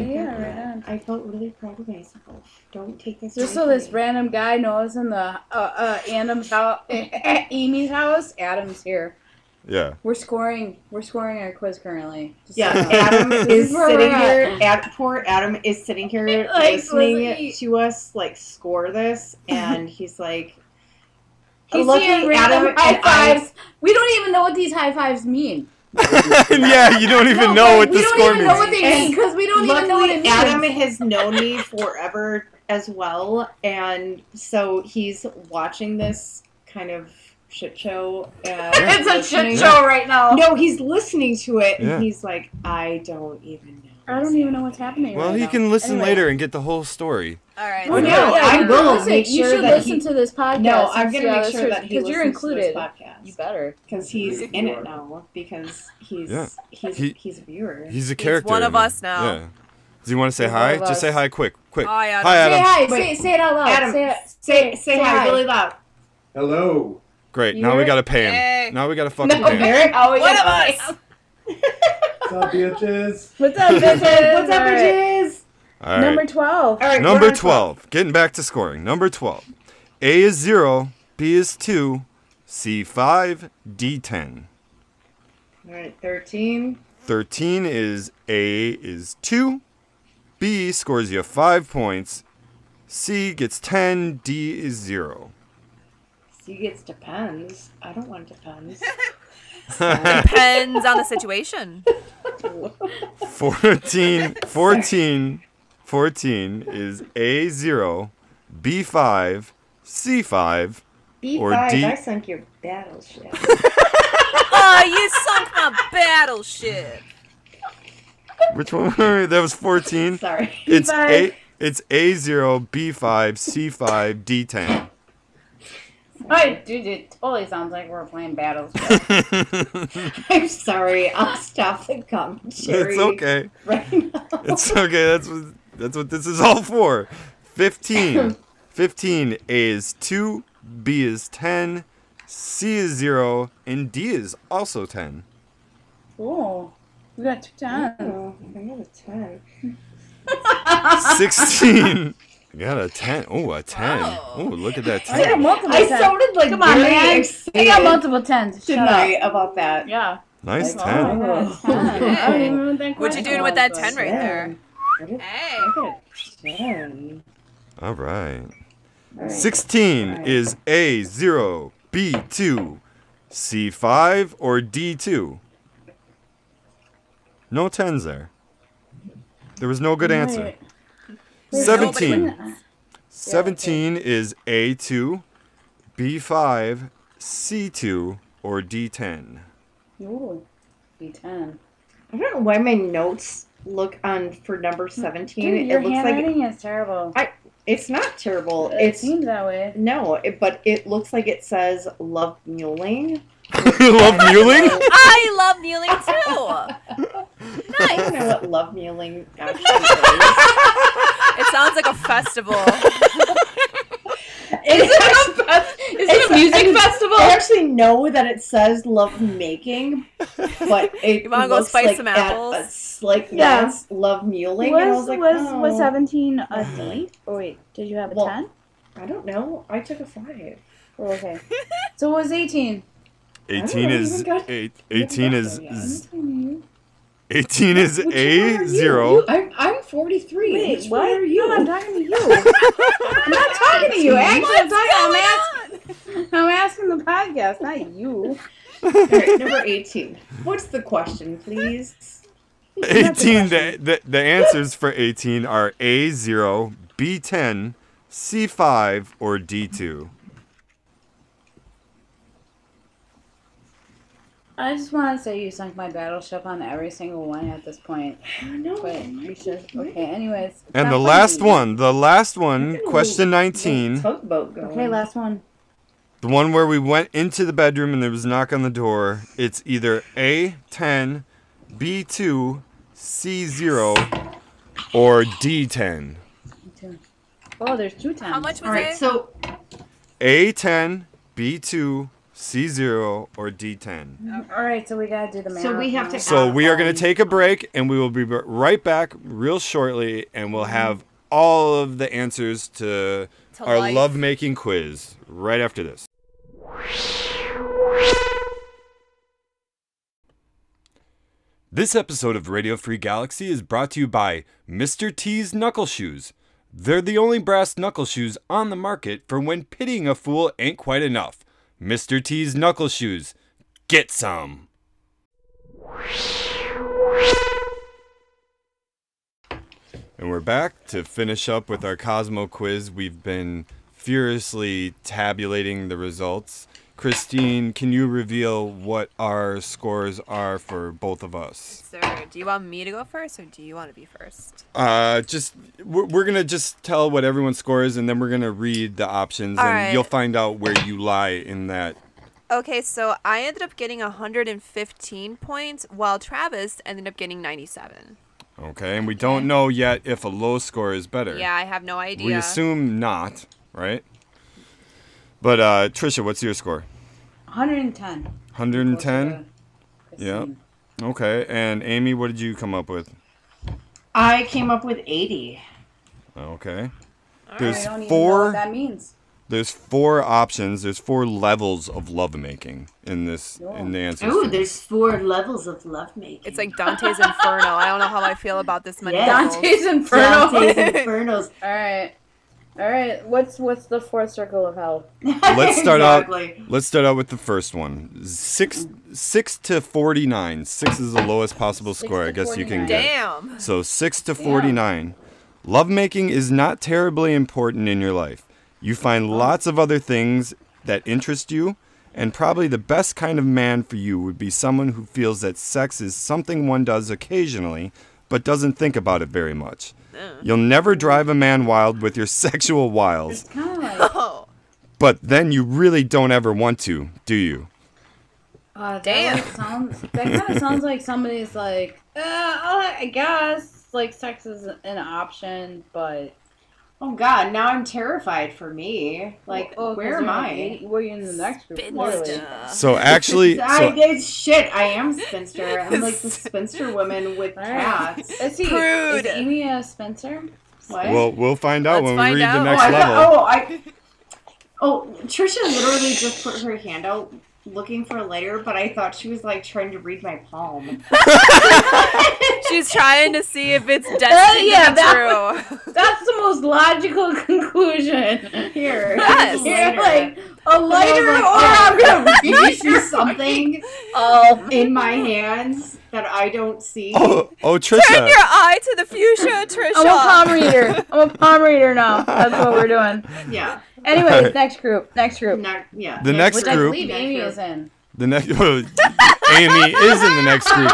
E: Yeah,
K: yeah,
E: right on.
K: I felt really proud of myself. Don't take this.
E: Just
K: away
E: so this
K: from me.
E: random guy knows in the uh, uh, Adam's house, Amy's house, Adam's here.
A: Yeah.
E: We're scoring. We're scoring our quiz currently. Just
D: Yeah,
E: so you know.
D: Adam
E: This
D: is
E: is where
D: sitting
E: we're at.
D: here. Ad, poor Adam is sitting here
E: Like,
D: listening
E: listening.
D: to us like score this, and he's like,
E: He's
D: Lucky
E: seeing
D: Adam
E: random
D: and
E: high
D: I-
E: fives. We don't even know what these high fives mean.
A: yeah, you don't even
E: No,
A: know what
E: we
A: the
E: don't
A: score
E: even know what
A: means.
E: they mean because we don't even know what it
D: luckily
E: means.
D: Adam has known me forever as well, and so he's watching this kind of shit show. And
E: it's a
D: listening-
E: shit show right now.
D: No, he's listening to it, and
A: Yeah.
D: he's like, I don't even know.
E: I don't even know what's happening.
A: Well,
E: right
A: he
E: now.
A: can listen
E: Anyway.
A: later and get the whole story.
F: All right.
D: Oh, no,
E: Yeah,
D: I
E: you
D: will
E: listen.
D: make
E: you
D: sure
E: should
D: that
E: listen
D: he-
E: to this podcast.
D: No,
E: and
D: I'm
E: see
D: gonna
E: how
D: make
E: this
D: sure
E: is-
D: that he listens
E: you're included.
D: to this podcast.
E: You better.
D: because he's in it now because he's
A: Yeah.
D: he's
A: He-
D: he's a viewer.
A: He's a
F: He's
A: character.
F: one
A: in
F: of
A: it.
F: us now.
A: Yeah. Does he want to say
E: He's one
A: hi?
E: of
A: Just say
E: us. Uh,
A: hi quick. Quick.
F: Hi, Adam.
A: Hi,
E: Say
A: Adam.
E: hi. Say,
D: Wait.
E: say it out loud.
D: Adam,
E: say it.
D: say say hi,
E: hi.
D: really loud.
L: Hello.
A: Great.
E: You
A: Now we
E: hear it?
A: got to pay him.
F: Yay.
A: Now we got to fucking
D: No,
A: pay him.
D: Barrett
E: Oh,
D: always.
F: One of us.
L: What's up, bitches?
E: What's up, bitches?
D: What's up,
E: All right.
D: bitches?
A: All right.
E: Number twelve.
D: All right, we're
A: Number
D: on
A: 12. Getting back to scoring. Number 12. A is 0, B is 2, C 5, D 10.
D: All right, thirteen.
A: 13 is A is 2, B scores you 5 points, C gets 10, D is 0.
D: She gets depends. I don't want depends. Uh,
F: Depends on the situation.
A: 14, 14, 14 is A 0, B 5, C 5,
D: B
A: Or
D: five.
A: D-
D: I sunk your battleship.
F: oh, you sunk my battleship.
A: which one? that was 14.
D: Sorry.
A: It's
E: B5.
A: A. It's A zero B five C five D ten.
E: I, dude, it totally sounds like we're playing battles.
C: I'm sorry. I'll stop the commentary.
A: It's okay.
C: Right now.
A: It's okay. That's what that's what this is all for. 15. 15 A is 2, B is 10, C is 0, and D is also 10.
E: Cool. We got two times.
D: Oh, I'm at a 10.
A: 16. I got a 10. Oh, a 10. Oh, look at that
E: I got
A: 10.
E: multiple
C: I
E: tens.
C: sounded like
E: Come on,
C: really
E: man. I
C: excited
E: got multiple tens. Shut
C: tonight
E: up.
C: about that.
E: Yeah.
A: Nice
C: Like,
A: 10.
C: oh,
E: I don't even know that
F: What you
E: question
F: doing with
E: was,
F: that
E: but-
F: ten right there?
C: What is-
F: Hey.
C: I got a 10.
A: All right.
C: All right.
A: 16 is A0, B2, C5, or D2? No 10s there. There was no good answer.
E: Wait.
A: 17.
E: Nobody-
A: 17 is A2, B5, C2, or D10.
E: Ooh, D10.
C: I don't know why my notes look on for number 17.
E: Dude, your
C: it looks like
E: handwriting is terrible.
C: I- it's not terrible.
E: It
C: It's
E: seems that way.
C: no, it, but it looks like it says love muling.
A: Love muling?
F: I love kneeling too.
C: I don't know what love muling actually is.
F: It sounds like a festival.
C: It's actually,
E: Is it a music festival?
C: I actually know that it says love making, but it
F: You wanna go
C: looks
F: spice
C: like
F: some
C: at-
F: apples?
C: It's like
E: Yeah.
C: that's love muling. and I
E: Was
C: was like,
E: was
C: oh, Uh-huh.
E: was seventeen a D? Or wait, did you have a
C: Well-
E: ten?
C: I don't know. I took a five.
E: Oh, okay. so it was eighteen.
A: 18 is
C: even Oh, got-
A: eight, 18 is
C: Yeah.
A: z- 18 is
C: Which one are you?
A: A0.
C: You- I'm I'm 43. Which one
E: what?
C: are you?
E: No, I'm talking to you. I'm not talking to you. Actually, I'm talking. I'm asking. I'm asking the podcast, not you.
C: All right, number 18. What's the question, please?
A: 18 the, the, the answers for 18 are A0, B10, C5 or D2.
E: I just want to say you sunk my battleship on every single one at this point.
C: No.
E: But we should. Okay. Anyways.
A: And
E: not
A: the
E: funny.
A: last one, the last one, question 19,
C: Tugboat going.
E: Okay, last one.
A: the one where we went into the bedroom and there was a knock on the door. It's either A10, B2, C0 or D10.
E: Oh, there's two times.
F: How much was
C: All right,
F: it?
C: so
A: A10, B2, C0 or D10.
E: All right, so we gotta do the math.
C: so we have to.
A: So
C: add
A: we are going to
C: all these-
A: take a break, and we will be b- right back real shortly, and we'll have all of the answers to,
F: Mm-hmm. To
A: our
F: life.
A: lovemaking quiz right after this. This episode of Radio Free Galaxy is brought to you by Mr. T's Knuckle Shoes. They're the only brass knuckle shoes on the market for when pitying a fool ain't quite enough. Mr. T's Knuckle Shoes. Get some. And we're back to finish up with our Cosmo quiz. We've been furiously tabulating the results. Christine, can you reveal what our scores are for both of us?
F: Sir, do you want me to go first or do you want to be first?
A: Uh, just we're, we're gonna just tell what everyone's score is, and then we're gonna read the options,
F: All
A: and
F: right.
A: you'll find out where you lie in that.
F: Okay, so I ended up getting 115 points while Travis ended up getting 97.
A: Okay, and we don't know yet if a low score is better.
F: Yeah, I have no idea.
A: We assume not, right? But uh, Trisha, what's your score?
E: 110.
A: 110. Yeah. Okay. And Amy, what did you come up with?
D: I came up with 80.
A: Okay.
E: I
A: There's
E: don't even know what
A: four.
E: that means.
A: There's four options. There's four levels of lovemaking in this in the answer.
D: Ooh, there's four levels of lovemaking.
F: It's like Dante's Inferno. I don't know how I feel about this many.
D: Yeah.
F: levels.
E: Dante's Inferno.
D: Dante's Infernos.
E: All right. All right. What's what's the fourth circle of hell?
A: Let's start out.
D: Exactly.
A: Let's start out with the first one. Six, six to forty-nine. Six is the lowest possible
E: Six
A: score.
E: to
A: I guess you can
E: 49.
A: get.
F: Damn.
A: So 6 to 49. Lovemaking is not terribly important in your life. You find
F: Oh.
A: lots of other things that interest you, and probably the best kind of man for you would be someone who feels that sex is something one does occasionally, but doesn't think about it very much. You'll never drive a man wild with your sexual wiles,
E: Kind of like
F: Oh.
A: But then you really don't ever want to, do you?
E: Uh, that
F: Damn.
E: like sounds that kind of sounds like somebody's like, uh, I'll- I guess like sex is an option, but
D: Oh God, now I'm terrified for me. Like,
E: oh, 'cause
D: where am
E: you're
D: I?
E: in- Well, you're in the next group. clearly.
F: Spinster.
A: So actually,
D: I
A: so,
D: did shit. I am spinster. I'm like the spinster woman with
E: Right.
D: cats.
E: Let's Uh, see, is
F: Prude.
E: Amy a Spencer?
D: What?
A: well, we'll find out
F: Let's
A: when
F: find
A: we read
F: out.
A: the
D: oh,
A: next
D: I
A: level.
D: thought, oh, I. Oh, Trisha literally just put her hand out looking for a lighter, but I thought she was like trying to read my palm.
F: She's trying to see if it's destined
E: Oh, yeah,
F: to be
E: that
F: true.
E: That's the most logical conclusion.
D: Here,
F: Yes.
E: You're
D: Lighter.
E: like a
D: And I was
E: lighter
D: like,
E: or
D: oh,
E: a
D: I'm gonna reach you something
E: Oh.
D: uh, in my hands that I don't see.
A: Oh, oh,
F: Turn
A: Trisha.
F: your eye to the fuchsia, Trisha.
E: I'm a palm reader. I'm a palm reader now. That's what we're doing.
D: Yeah,
E: Anyways,
A: Alright.
E: next group. Next group.
D: not yeah.
A: The next
E: Which I
A: group,
E: believe Amy is in.
A: the next Amy is in the next group,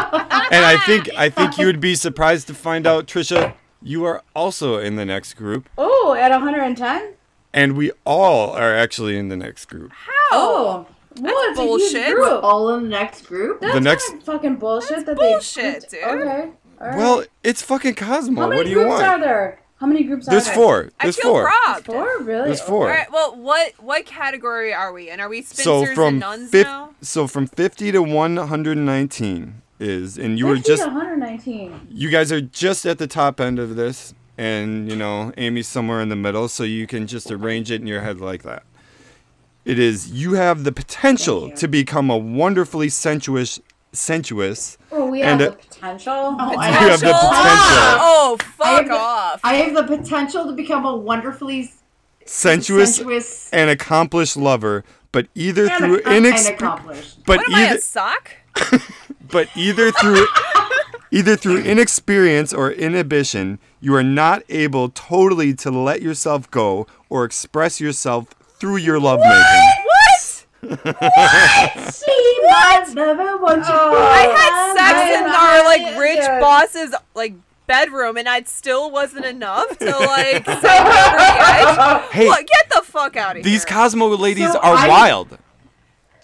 A: and I think I think you would be surprised to find out, Trisha, you are also in the next group,
E: Oh, at 110?
A: and we all are actually in the next group.
E: Oh. What? It's a huge
F: bullshit.
E: group.
D: Oh, All in the next group.
E: That's
A: The next-
E: not fucking bullshit that
F: bullshit,
E: they
F: dude.
E: Okay. All right.
A: Well, it's fucking Cosmo.
E: how many
A: What do you
E: groups
A: want?
E: are there? How many groups
A: There's
E: are there?
A: four.
F: I
A: There's
F: feel
A: four.
F: robbed.
E: Four, really?
A: There's
E: Okay.
A: four.
F: All right. Well, what what category are we in? Are we
A: So
F: Spencers
A: from
F: and nuns
A: fif-
F: now?
A: so from 50 to 119 is, and you were
E: Let's see
A: just
E: 119.
A: you guys are just at the top end of this, and you know Amy's somewhere in the middle, so you can just arrange it in your head like that. It is you have the potential to become a wonderfully sensuous, sensuous.
E: Oh, we
A: And
E: have the
A: it-
E: potential.
D: Oh, I
A: You have the
F: Potential?
D: Ah!
A: potential.
F: Oh, fuck
D: have-
F: off.
D: I have the potential to become a wonderfully
A: sensuous,
D: sensuous
A: and accomplished lover, but either
D: and,
A: through
D: and
A: inexperience,
D: accomplished.
A: but
F: what am I,
A: either
F: a sock?
A: but either through either through inexperience or inhibition, you are not able totally to let yourself go or express yourself through your lovemaking.
F: What? Oh. I had sex in our, like, rich boss's, like, bedroom, and I still wasn't enough to, like, send over the edge.
A: Hey,
F: Look, get the fuck out of
A: these
F: here.
A: Cosmo ladies
D: So
A: are
D: I-
A: wild.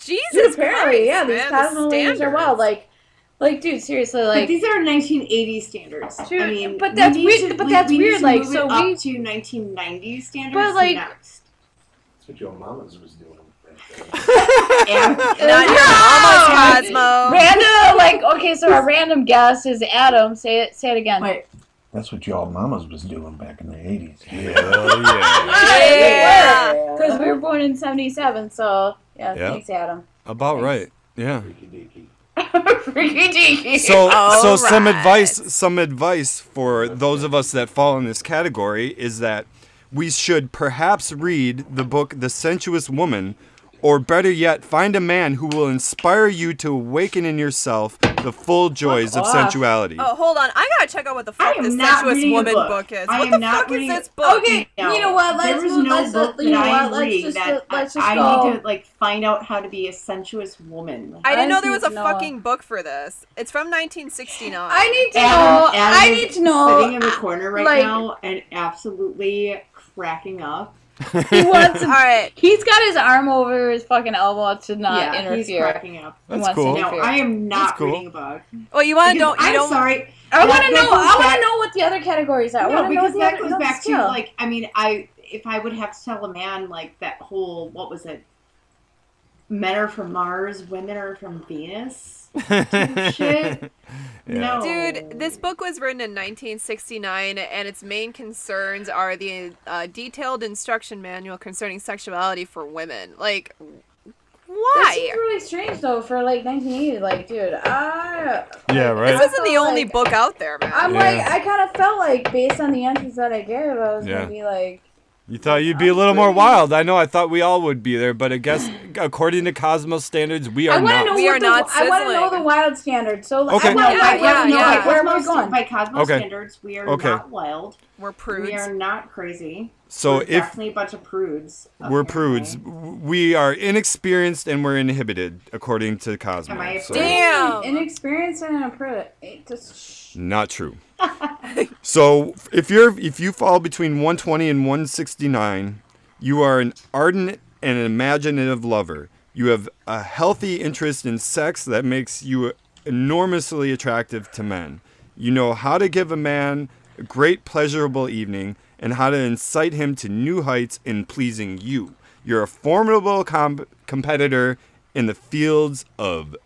F: Jesus
E: Dude, apparently,
F: Christ,
E: yeah, these
F: man,
E: cosmo ladies are
F: standards.
E: wild. Like, like, dude, seriously,
D: But
E: like,
D: these are 1980 standards. I
E: Dude,
D: mean,
E: but
D: we
E: that's
D: need
E: weird-
D: to-
E: but
D: we-
E: that's
D: we need
E: weird,
D: to
E: like,
D: move
E: so
D: it up
E: we-
D: to 1990 standards.
E: But, like-
D: next.
M: That's what your mama's was doing. back then.
D: And-
F: Not your mama's Cosmo.
E: random, like, okay, so our random guess is Adam. Say it, say it again.
D: Wait.
M: That's what y'all mamas was doing back in the 80s. Yeah.
F: Yeah.
E: Because we were born in 77, so yeah,
A: Yeah.
E: thanks, Adam.
A: About right. Yeah.
M: Freaky deaky.
A: So so
F: All
A: some
F: right.
A: advice some advice for those of us that fall in this category is that we should perhaps read the book The Sensuous Woman or better yet find a man who will inspire you to awaken in yourself the full joys of
E: off.
A: sensuality.
F: Oh, hold on. I gotta check out what the
D: I
F: fuck
D: am
F: this
D: not
F: sensuous
D: reading the
F: woman book.
D: book.
F: is.
D: I
F: what
D: am
F: the
D: not
F: fuck is
D: reading-
F: this book?
E: Okay,
D: No.
E: you know what? Let's
D: There is
E: move.
D: no
E: let's,
D: book
E: you know
D: that I
E: what? Let's
D: read
E: just
D: that
E: go- let's just
D: I
E: go.
D: need to like find out how to be a sensuous woman.
F: I didn't know there
E: I
F: was a
E: didn't know.
F: fucking book for this. It's from 1969.
E: I need to
D: Adam-
E: know.
D: Adam
E: I
D: is
E: need to know.
D: Sitting in the corner right
E: like-
D: now and absolutely cracking up.
E: He wants.
F: All right.
E: He's got his arm over his fucking elbow to not
D: yeah, he's
E: interfere.
D: cracking up.
E: He
A: That's
E: wants to
A: cool.
E: know.
D: No, I am not
A: That's cool.
D: reading a book.
F: Well, you want to
D: Because
F: don't. You
D: I'm
F: don't.
D: sorry.
E: I
D: That-
E: want
D: that
E: to know. I
D: goes
E: want
D: back-
E: to know what the other categories are. I
D: No,
E: want to know
D: because
E: what the
D: that
E: other-
D: goes
E: know the
D: back to
E: skill.
D: like I mean I if I would have to tell a man like that whole what was it men are from Mars women are from Venus shit no
F: Dude, this book was written in 1969, and its main concerns are the uh, detailed instruction manual concerning sexuality for women. Like,
E: That
F: why?
E: seems really strange though for like 1980. Like, dude, I.
A: Yeah,
E: like,
A: right.
E: I
F: This isn't the
E: felt
F: only
E: like-
F: book out there, man.
E: I'm
A: Yeah.
E: like, I kind of felt like based on the answers that I gave, I was
A: Yeah.
E: gonna be like,
A: You thought you'd be a little more wild. I know I thought we all would be there, but I guess according to Cosmo standards, we
E: I
A: are
E: want to know.
A: not.
F: We
E: what
F: are
E: the,
F: not
E: I want to know
F: sizzling.
E: the wild standard. So like,
A: Okay.
E: I
D: no,
E: want
F: Yeah,
D: I
E: like,
F: yeah,
D: yeah,
E: no,
D: no,
F: yeah.
E: like, where am
D: By
E: I
D: Cosmo,
E: going?
D: By Cosmo
A: Okay.
D: standards, we are
A: Okay.
D: not wild.
F: We're
D: We are
F: prudes.
D: not crazy.
A: So
D: we're
A: if
D: definitely a bunch of prudes.
A: We're
D: apparently.
A: prudes. We are inexperienced and we're inhibited, according to Cosmo.
D: Am I a
A: So,
D: prude?
F: Damn.
E: Inexperienced and a prude. It just-
A: not true. so if you're if you fall between 120 and 169, you are an ardent an imaginative lover. You have a healthy interest in sex that makes you enormously attractive to men. You know how to give a man a great, pleasurable evening and how to incite him to new heights in pleasing you. You're a formidable com- competitor in the fields of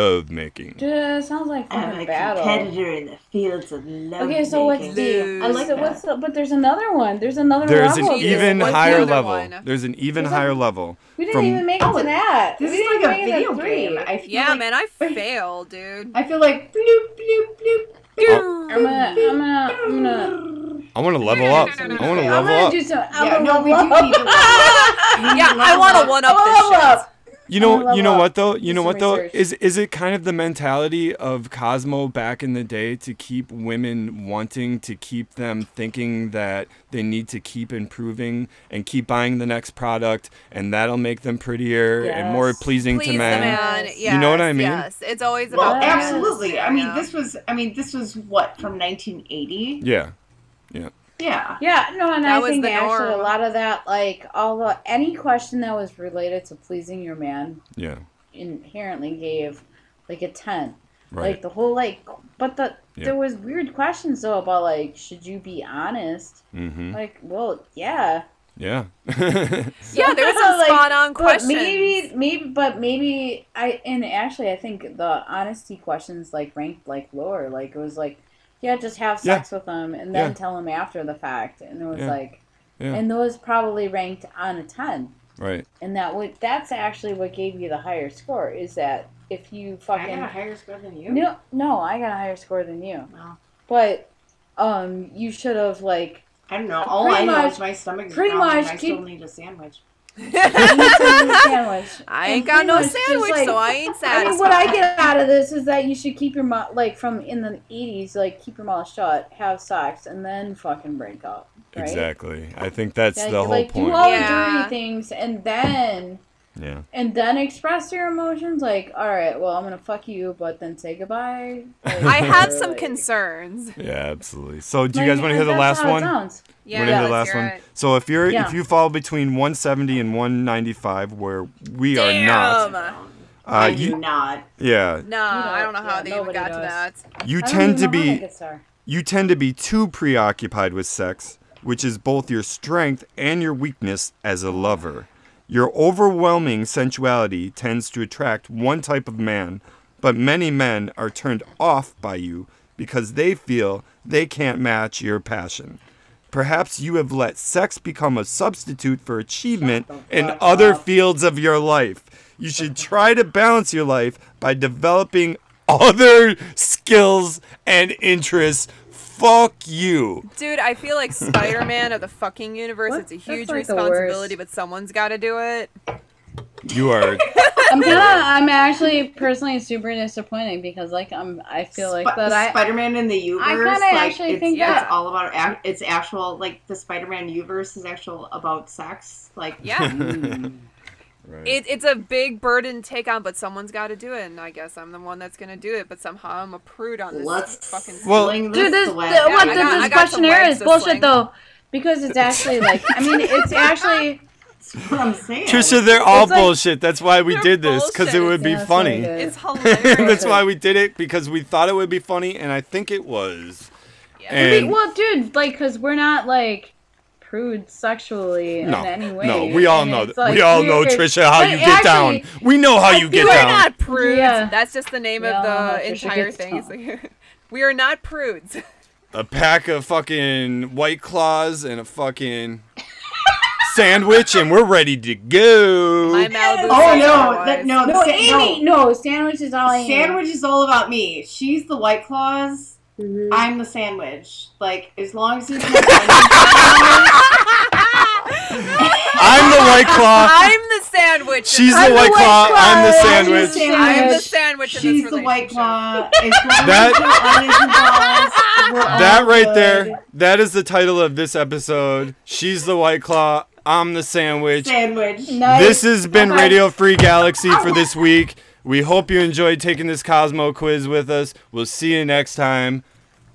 A: lovemaking.
E: Dude, it sounds like
N: I'm
E: fucking
N: a
E: battle.
N: competitor in the fields of love.
E: Okay, so what's
N: making.
E: the? I like
N: that.
E: what's the? But there's another one. There's another
A: There's
E: level.
A: an
E: of this.
A: even
F: What's the
A: higher
F: other
A: level.
F: one?
A: There's an even
E: There's a-
A: higher level.
E: We didn't
A: from-
E: even make it
K: Oh,
E: to that.
K: This
E: we
K: is
E: didn't
K: like a
E: even make it
K: video
E: to
K: game. I feel
F: Yeah,
K: like,
F: man, I failed, dude.
K: I feel like bloop bloop bloop.
A: Oh.
E: I'm gonna, I'm gonna, I'm gonna,
A: I want to level up. I want to
E: I'm
A: level
E: gonna
A: up.
E: do some. I'm
K: Yeah,
E: gonna
K: no, we do
E: level
K: need to.
E: up.
F: Yeah, I want to one
E: I'm
F: up this
E: gonna
F: shit.
E: level up.
A: You
E: I'm
A: know,
E: gonna
A: you
E: level
A: know
E: up.
A: what though? You know
E: some
A: what though?
E: research.
A: Is is it kind of the mentality of Cosmo back in the day to keep women wanting to keep them thinking that they need to keep improving and keep buying the next product and that'll make them prettier and more
E: Yes.
A: pleasing
F: Please
A: to
F: the
A: men.
F: man. Yes,
A: You know what I mean?
F: Yes, it's always
K: Well,
F: about.
E: Yes.
K: absolutely. I mean,
F: Yeah.
K: this was. I mean, this was what from 1980.
A: Yeah.
K: Yeah.
E: Yeah, no, and
F: That
E: I
F: was
E: think
F: the
E: actually
F: norm.
E: a lot of that, like all the any question that was related to pleasing your man,
A: Yeah.
E: inherently gave like a ten.
A: Right.
E: Like the whole like, but the
A: Yeah.
E: there was weird questions though about like, should you be honest?
A: mhm.
E: Like, well, yeah.
A: Yeah.
F: Yeah, there's some
E: Like,
F: spot on
E: But
F: questions.
E: maybe, maybe, but maybe I and actually I think the honesty questions like ranked like lower. Like it was like, yeah, just have sex with them and then
A: Yeah.
E: tell them after the fact. And it was
A: Yeah.
E: like,
A: Yeah.
E: and those probably ranked on a ten.
A: right.
E: And that would that's actually what gave you the higher score is that if you fucking
K: higher score than you.
E: no, no, I got a higher score than you.
K: Wow.
E: But um, you should have like
K: I don't know.
E: All Pretty I know much- is
K: my stomach
E: is pretty growling, much I still keep-
K: need a sandwich.
E: sandwich.
F: I
E: And
F: ain't got no
E: pretty much just,
F: sandwich,
E: like-
F: so I ain't
E: I
F: satisfied.
E: mean, what I get out of this is that you should keep your mouth like from in the '80s, like keep your mouth shut, have sex, and then fucking break up. Right?
A: Exactly. I think that's
E: Like,
A: the whole
E: like,
A: point.
E: Do all the
F: Yeah.
E: dirty things, and then
A: yeah.
E: and then express your emotions. Like, all right, well, I'm gonna fuck you, but then say goodbye. Like,
F: I have
E: or,
F: some
E: like-
F: concerns.
A: Yeah, absolutely. So, do you
E: Like,
A: guys want to
E: and
A: hear the
E: that's
A: last
E: how it
A: one?
E: sounds.
F: Yeah,
A: We're gonna do the
F: let's
A: last
F: hear
A: one.
F: it.
A: So if you're
E: Yeah.
A: if you fall between 170 and 195, where we are
F: Damn.
A: not, uh,
N: I do
A: you,
N: not.
A: yeah,
F: No, I don't know how
E: yeah,
F: they even
E: nobody
F: got to that.
E: does.
A: you
E: I don't
A: tend to
E: even know how
A: be
E: my good star.
A: you tend to be too preoccupied with sex, which is both your strength and your weakness as a lover. Your overwhelming sensuality tends to attract one type of man, but many men are turned off by you because they feel they can't match your passion. Perhaps you have let sex become a substitute for achievement in other fields of your life. You should try to balance your life by developing other skills and interests. Fuck you.
F: Dude, I feel like Spider Man of the fucking universe.
E: What?
F: It's a
E: That's
F: huge
E: like the
F: responsibility,
E: worst.
F: but someone's got to do it.
A: You are
E: I'm kind of, I'm actually personally super disappointed because like I'm, I feel like that I,
N: Spider-Man in the Uverse.
E: I kinda
N: like,
E: actually
N: it's,
E: think
N: it's
E: that-
N: all about ac- it's actual like the Spider-Man Uverse is actual about sex. Like
F: Yeah. It, it's a big burden to take on, but someone's got to do it, and I guess I'm the one that's gonna do it. But somehow I'm a prude on this
N: let's
F: fucking.
A: Well-
N: sling
E: Dude, this,
N: this
E: the,
N: away.
F: Yeah,
E: what
F: I
E: this,
F: got-
E: this
F: I got some
E: questionnaire
F: words
E: is
F: to
E: bullshit
F: sling.
E: though, because it's actually like I mean it's actually
N: That's what I'm saying.
A: Trisha, they're all
E: It's like-
A: bullshit. That's why we
F: They're
A: did this because it
F: bullshit.
A: would be
E: Yeah, it's
A: funny.
E: really
F: It's
A: That's
F: hilarious.
A: why we did it because we thought it would be funny, and I think it was.
F: Yeah.
E: good.
A: And
E: well, dude, like because we're not like prudes sexually
A: No,
E: in any way.
A: no, we all
E: and
A: know
E: it's,
A: that.
E: like,
A: we all know
E: we're-
A: Trisha how
E: but
A: you get
E: actually,
A: down. We know how you get
F: We're
A: down.
F: not prudes.
E: Yeah.
F: That's just the name
E: Yeah,
F: of the
E: that's just a
F: entire
E: good
F: thing. It's like, we are not prudes.
A: a pack of fucking white claws and a fucking sandwich, and we're ready to go.
F: My Malibu.
N: Oh
F: says
N: no,
F: otherwise.
N: that, no,
E: No,
N: sa-
E: Amy, no, sandwich is all
N: no.
E: Amy.
N: Sandwich is all about me. She's the White Claws.
E: Mm-hmm.
D: Mhm.
N: I'm the sandwich. Like as long as he's my
A: I'm the white claw.
F: I'm the sandwich.
A: She's
E: I'm
A: the white claw. I'm the
E: claw, I'm the
A: sandwich.
F: I'm the
N: sandwich.
F: sandwich in
N: She's
F: this
N: the White
F: relationship.
N: Claw. As long as
A: That-
N: we're honest and we're all
A: That right
N: good.
A: there. That is the title of this episode. She's the white claw. I'm the sandwich.
N: Sandwich.
E: Nice.
A: This has been
E: Bye-bye.
A: Radio Free Galaxy for this week. We hope you enjoyed taking this Cosmo quiz with us. We'll see you next time.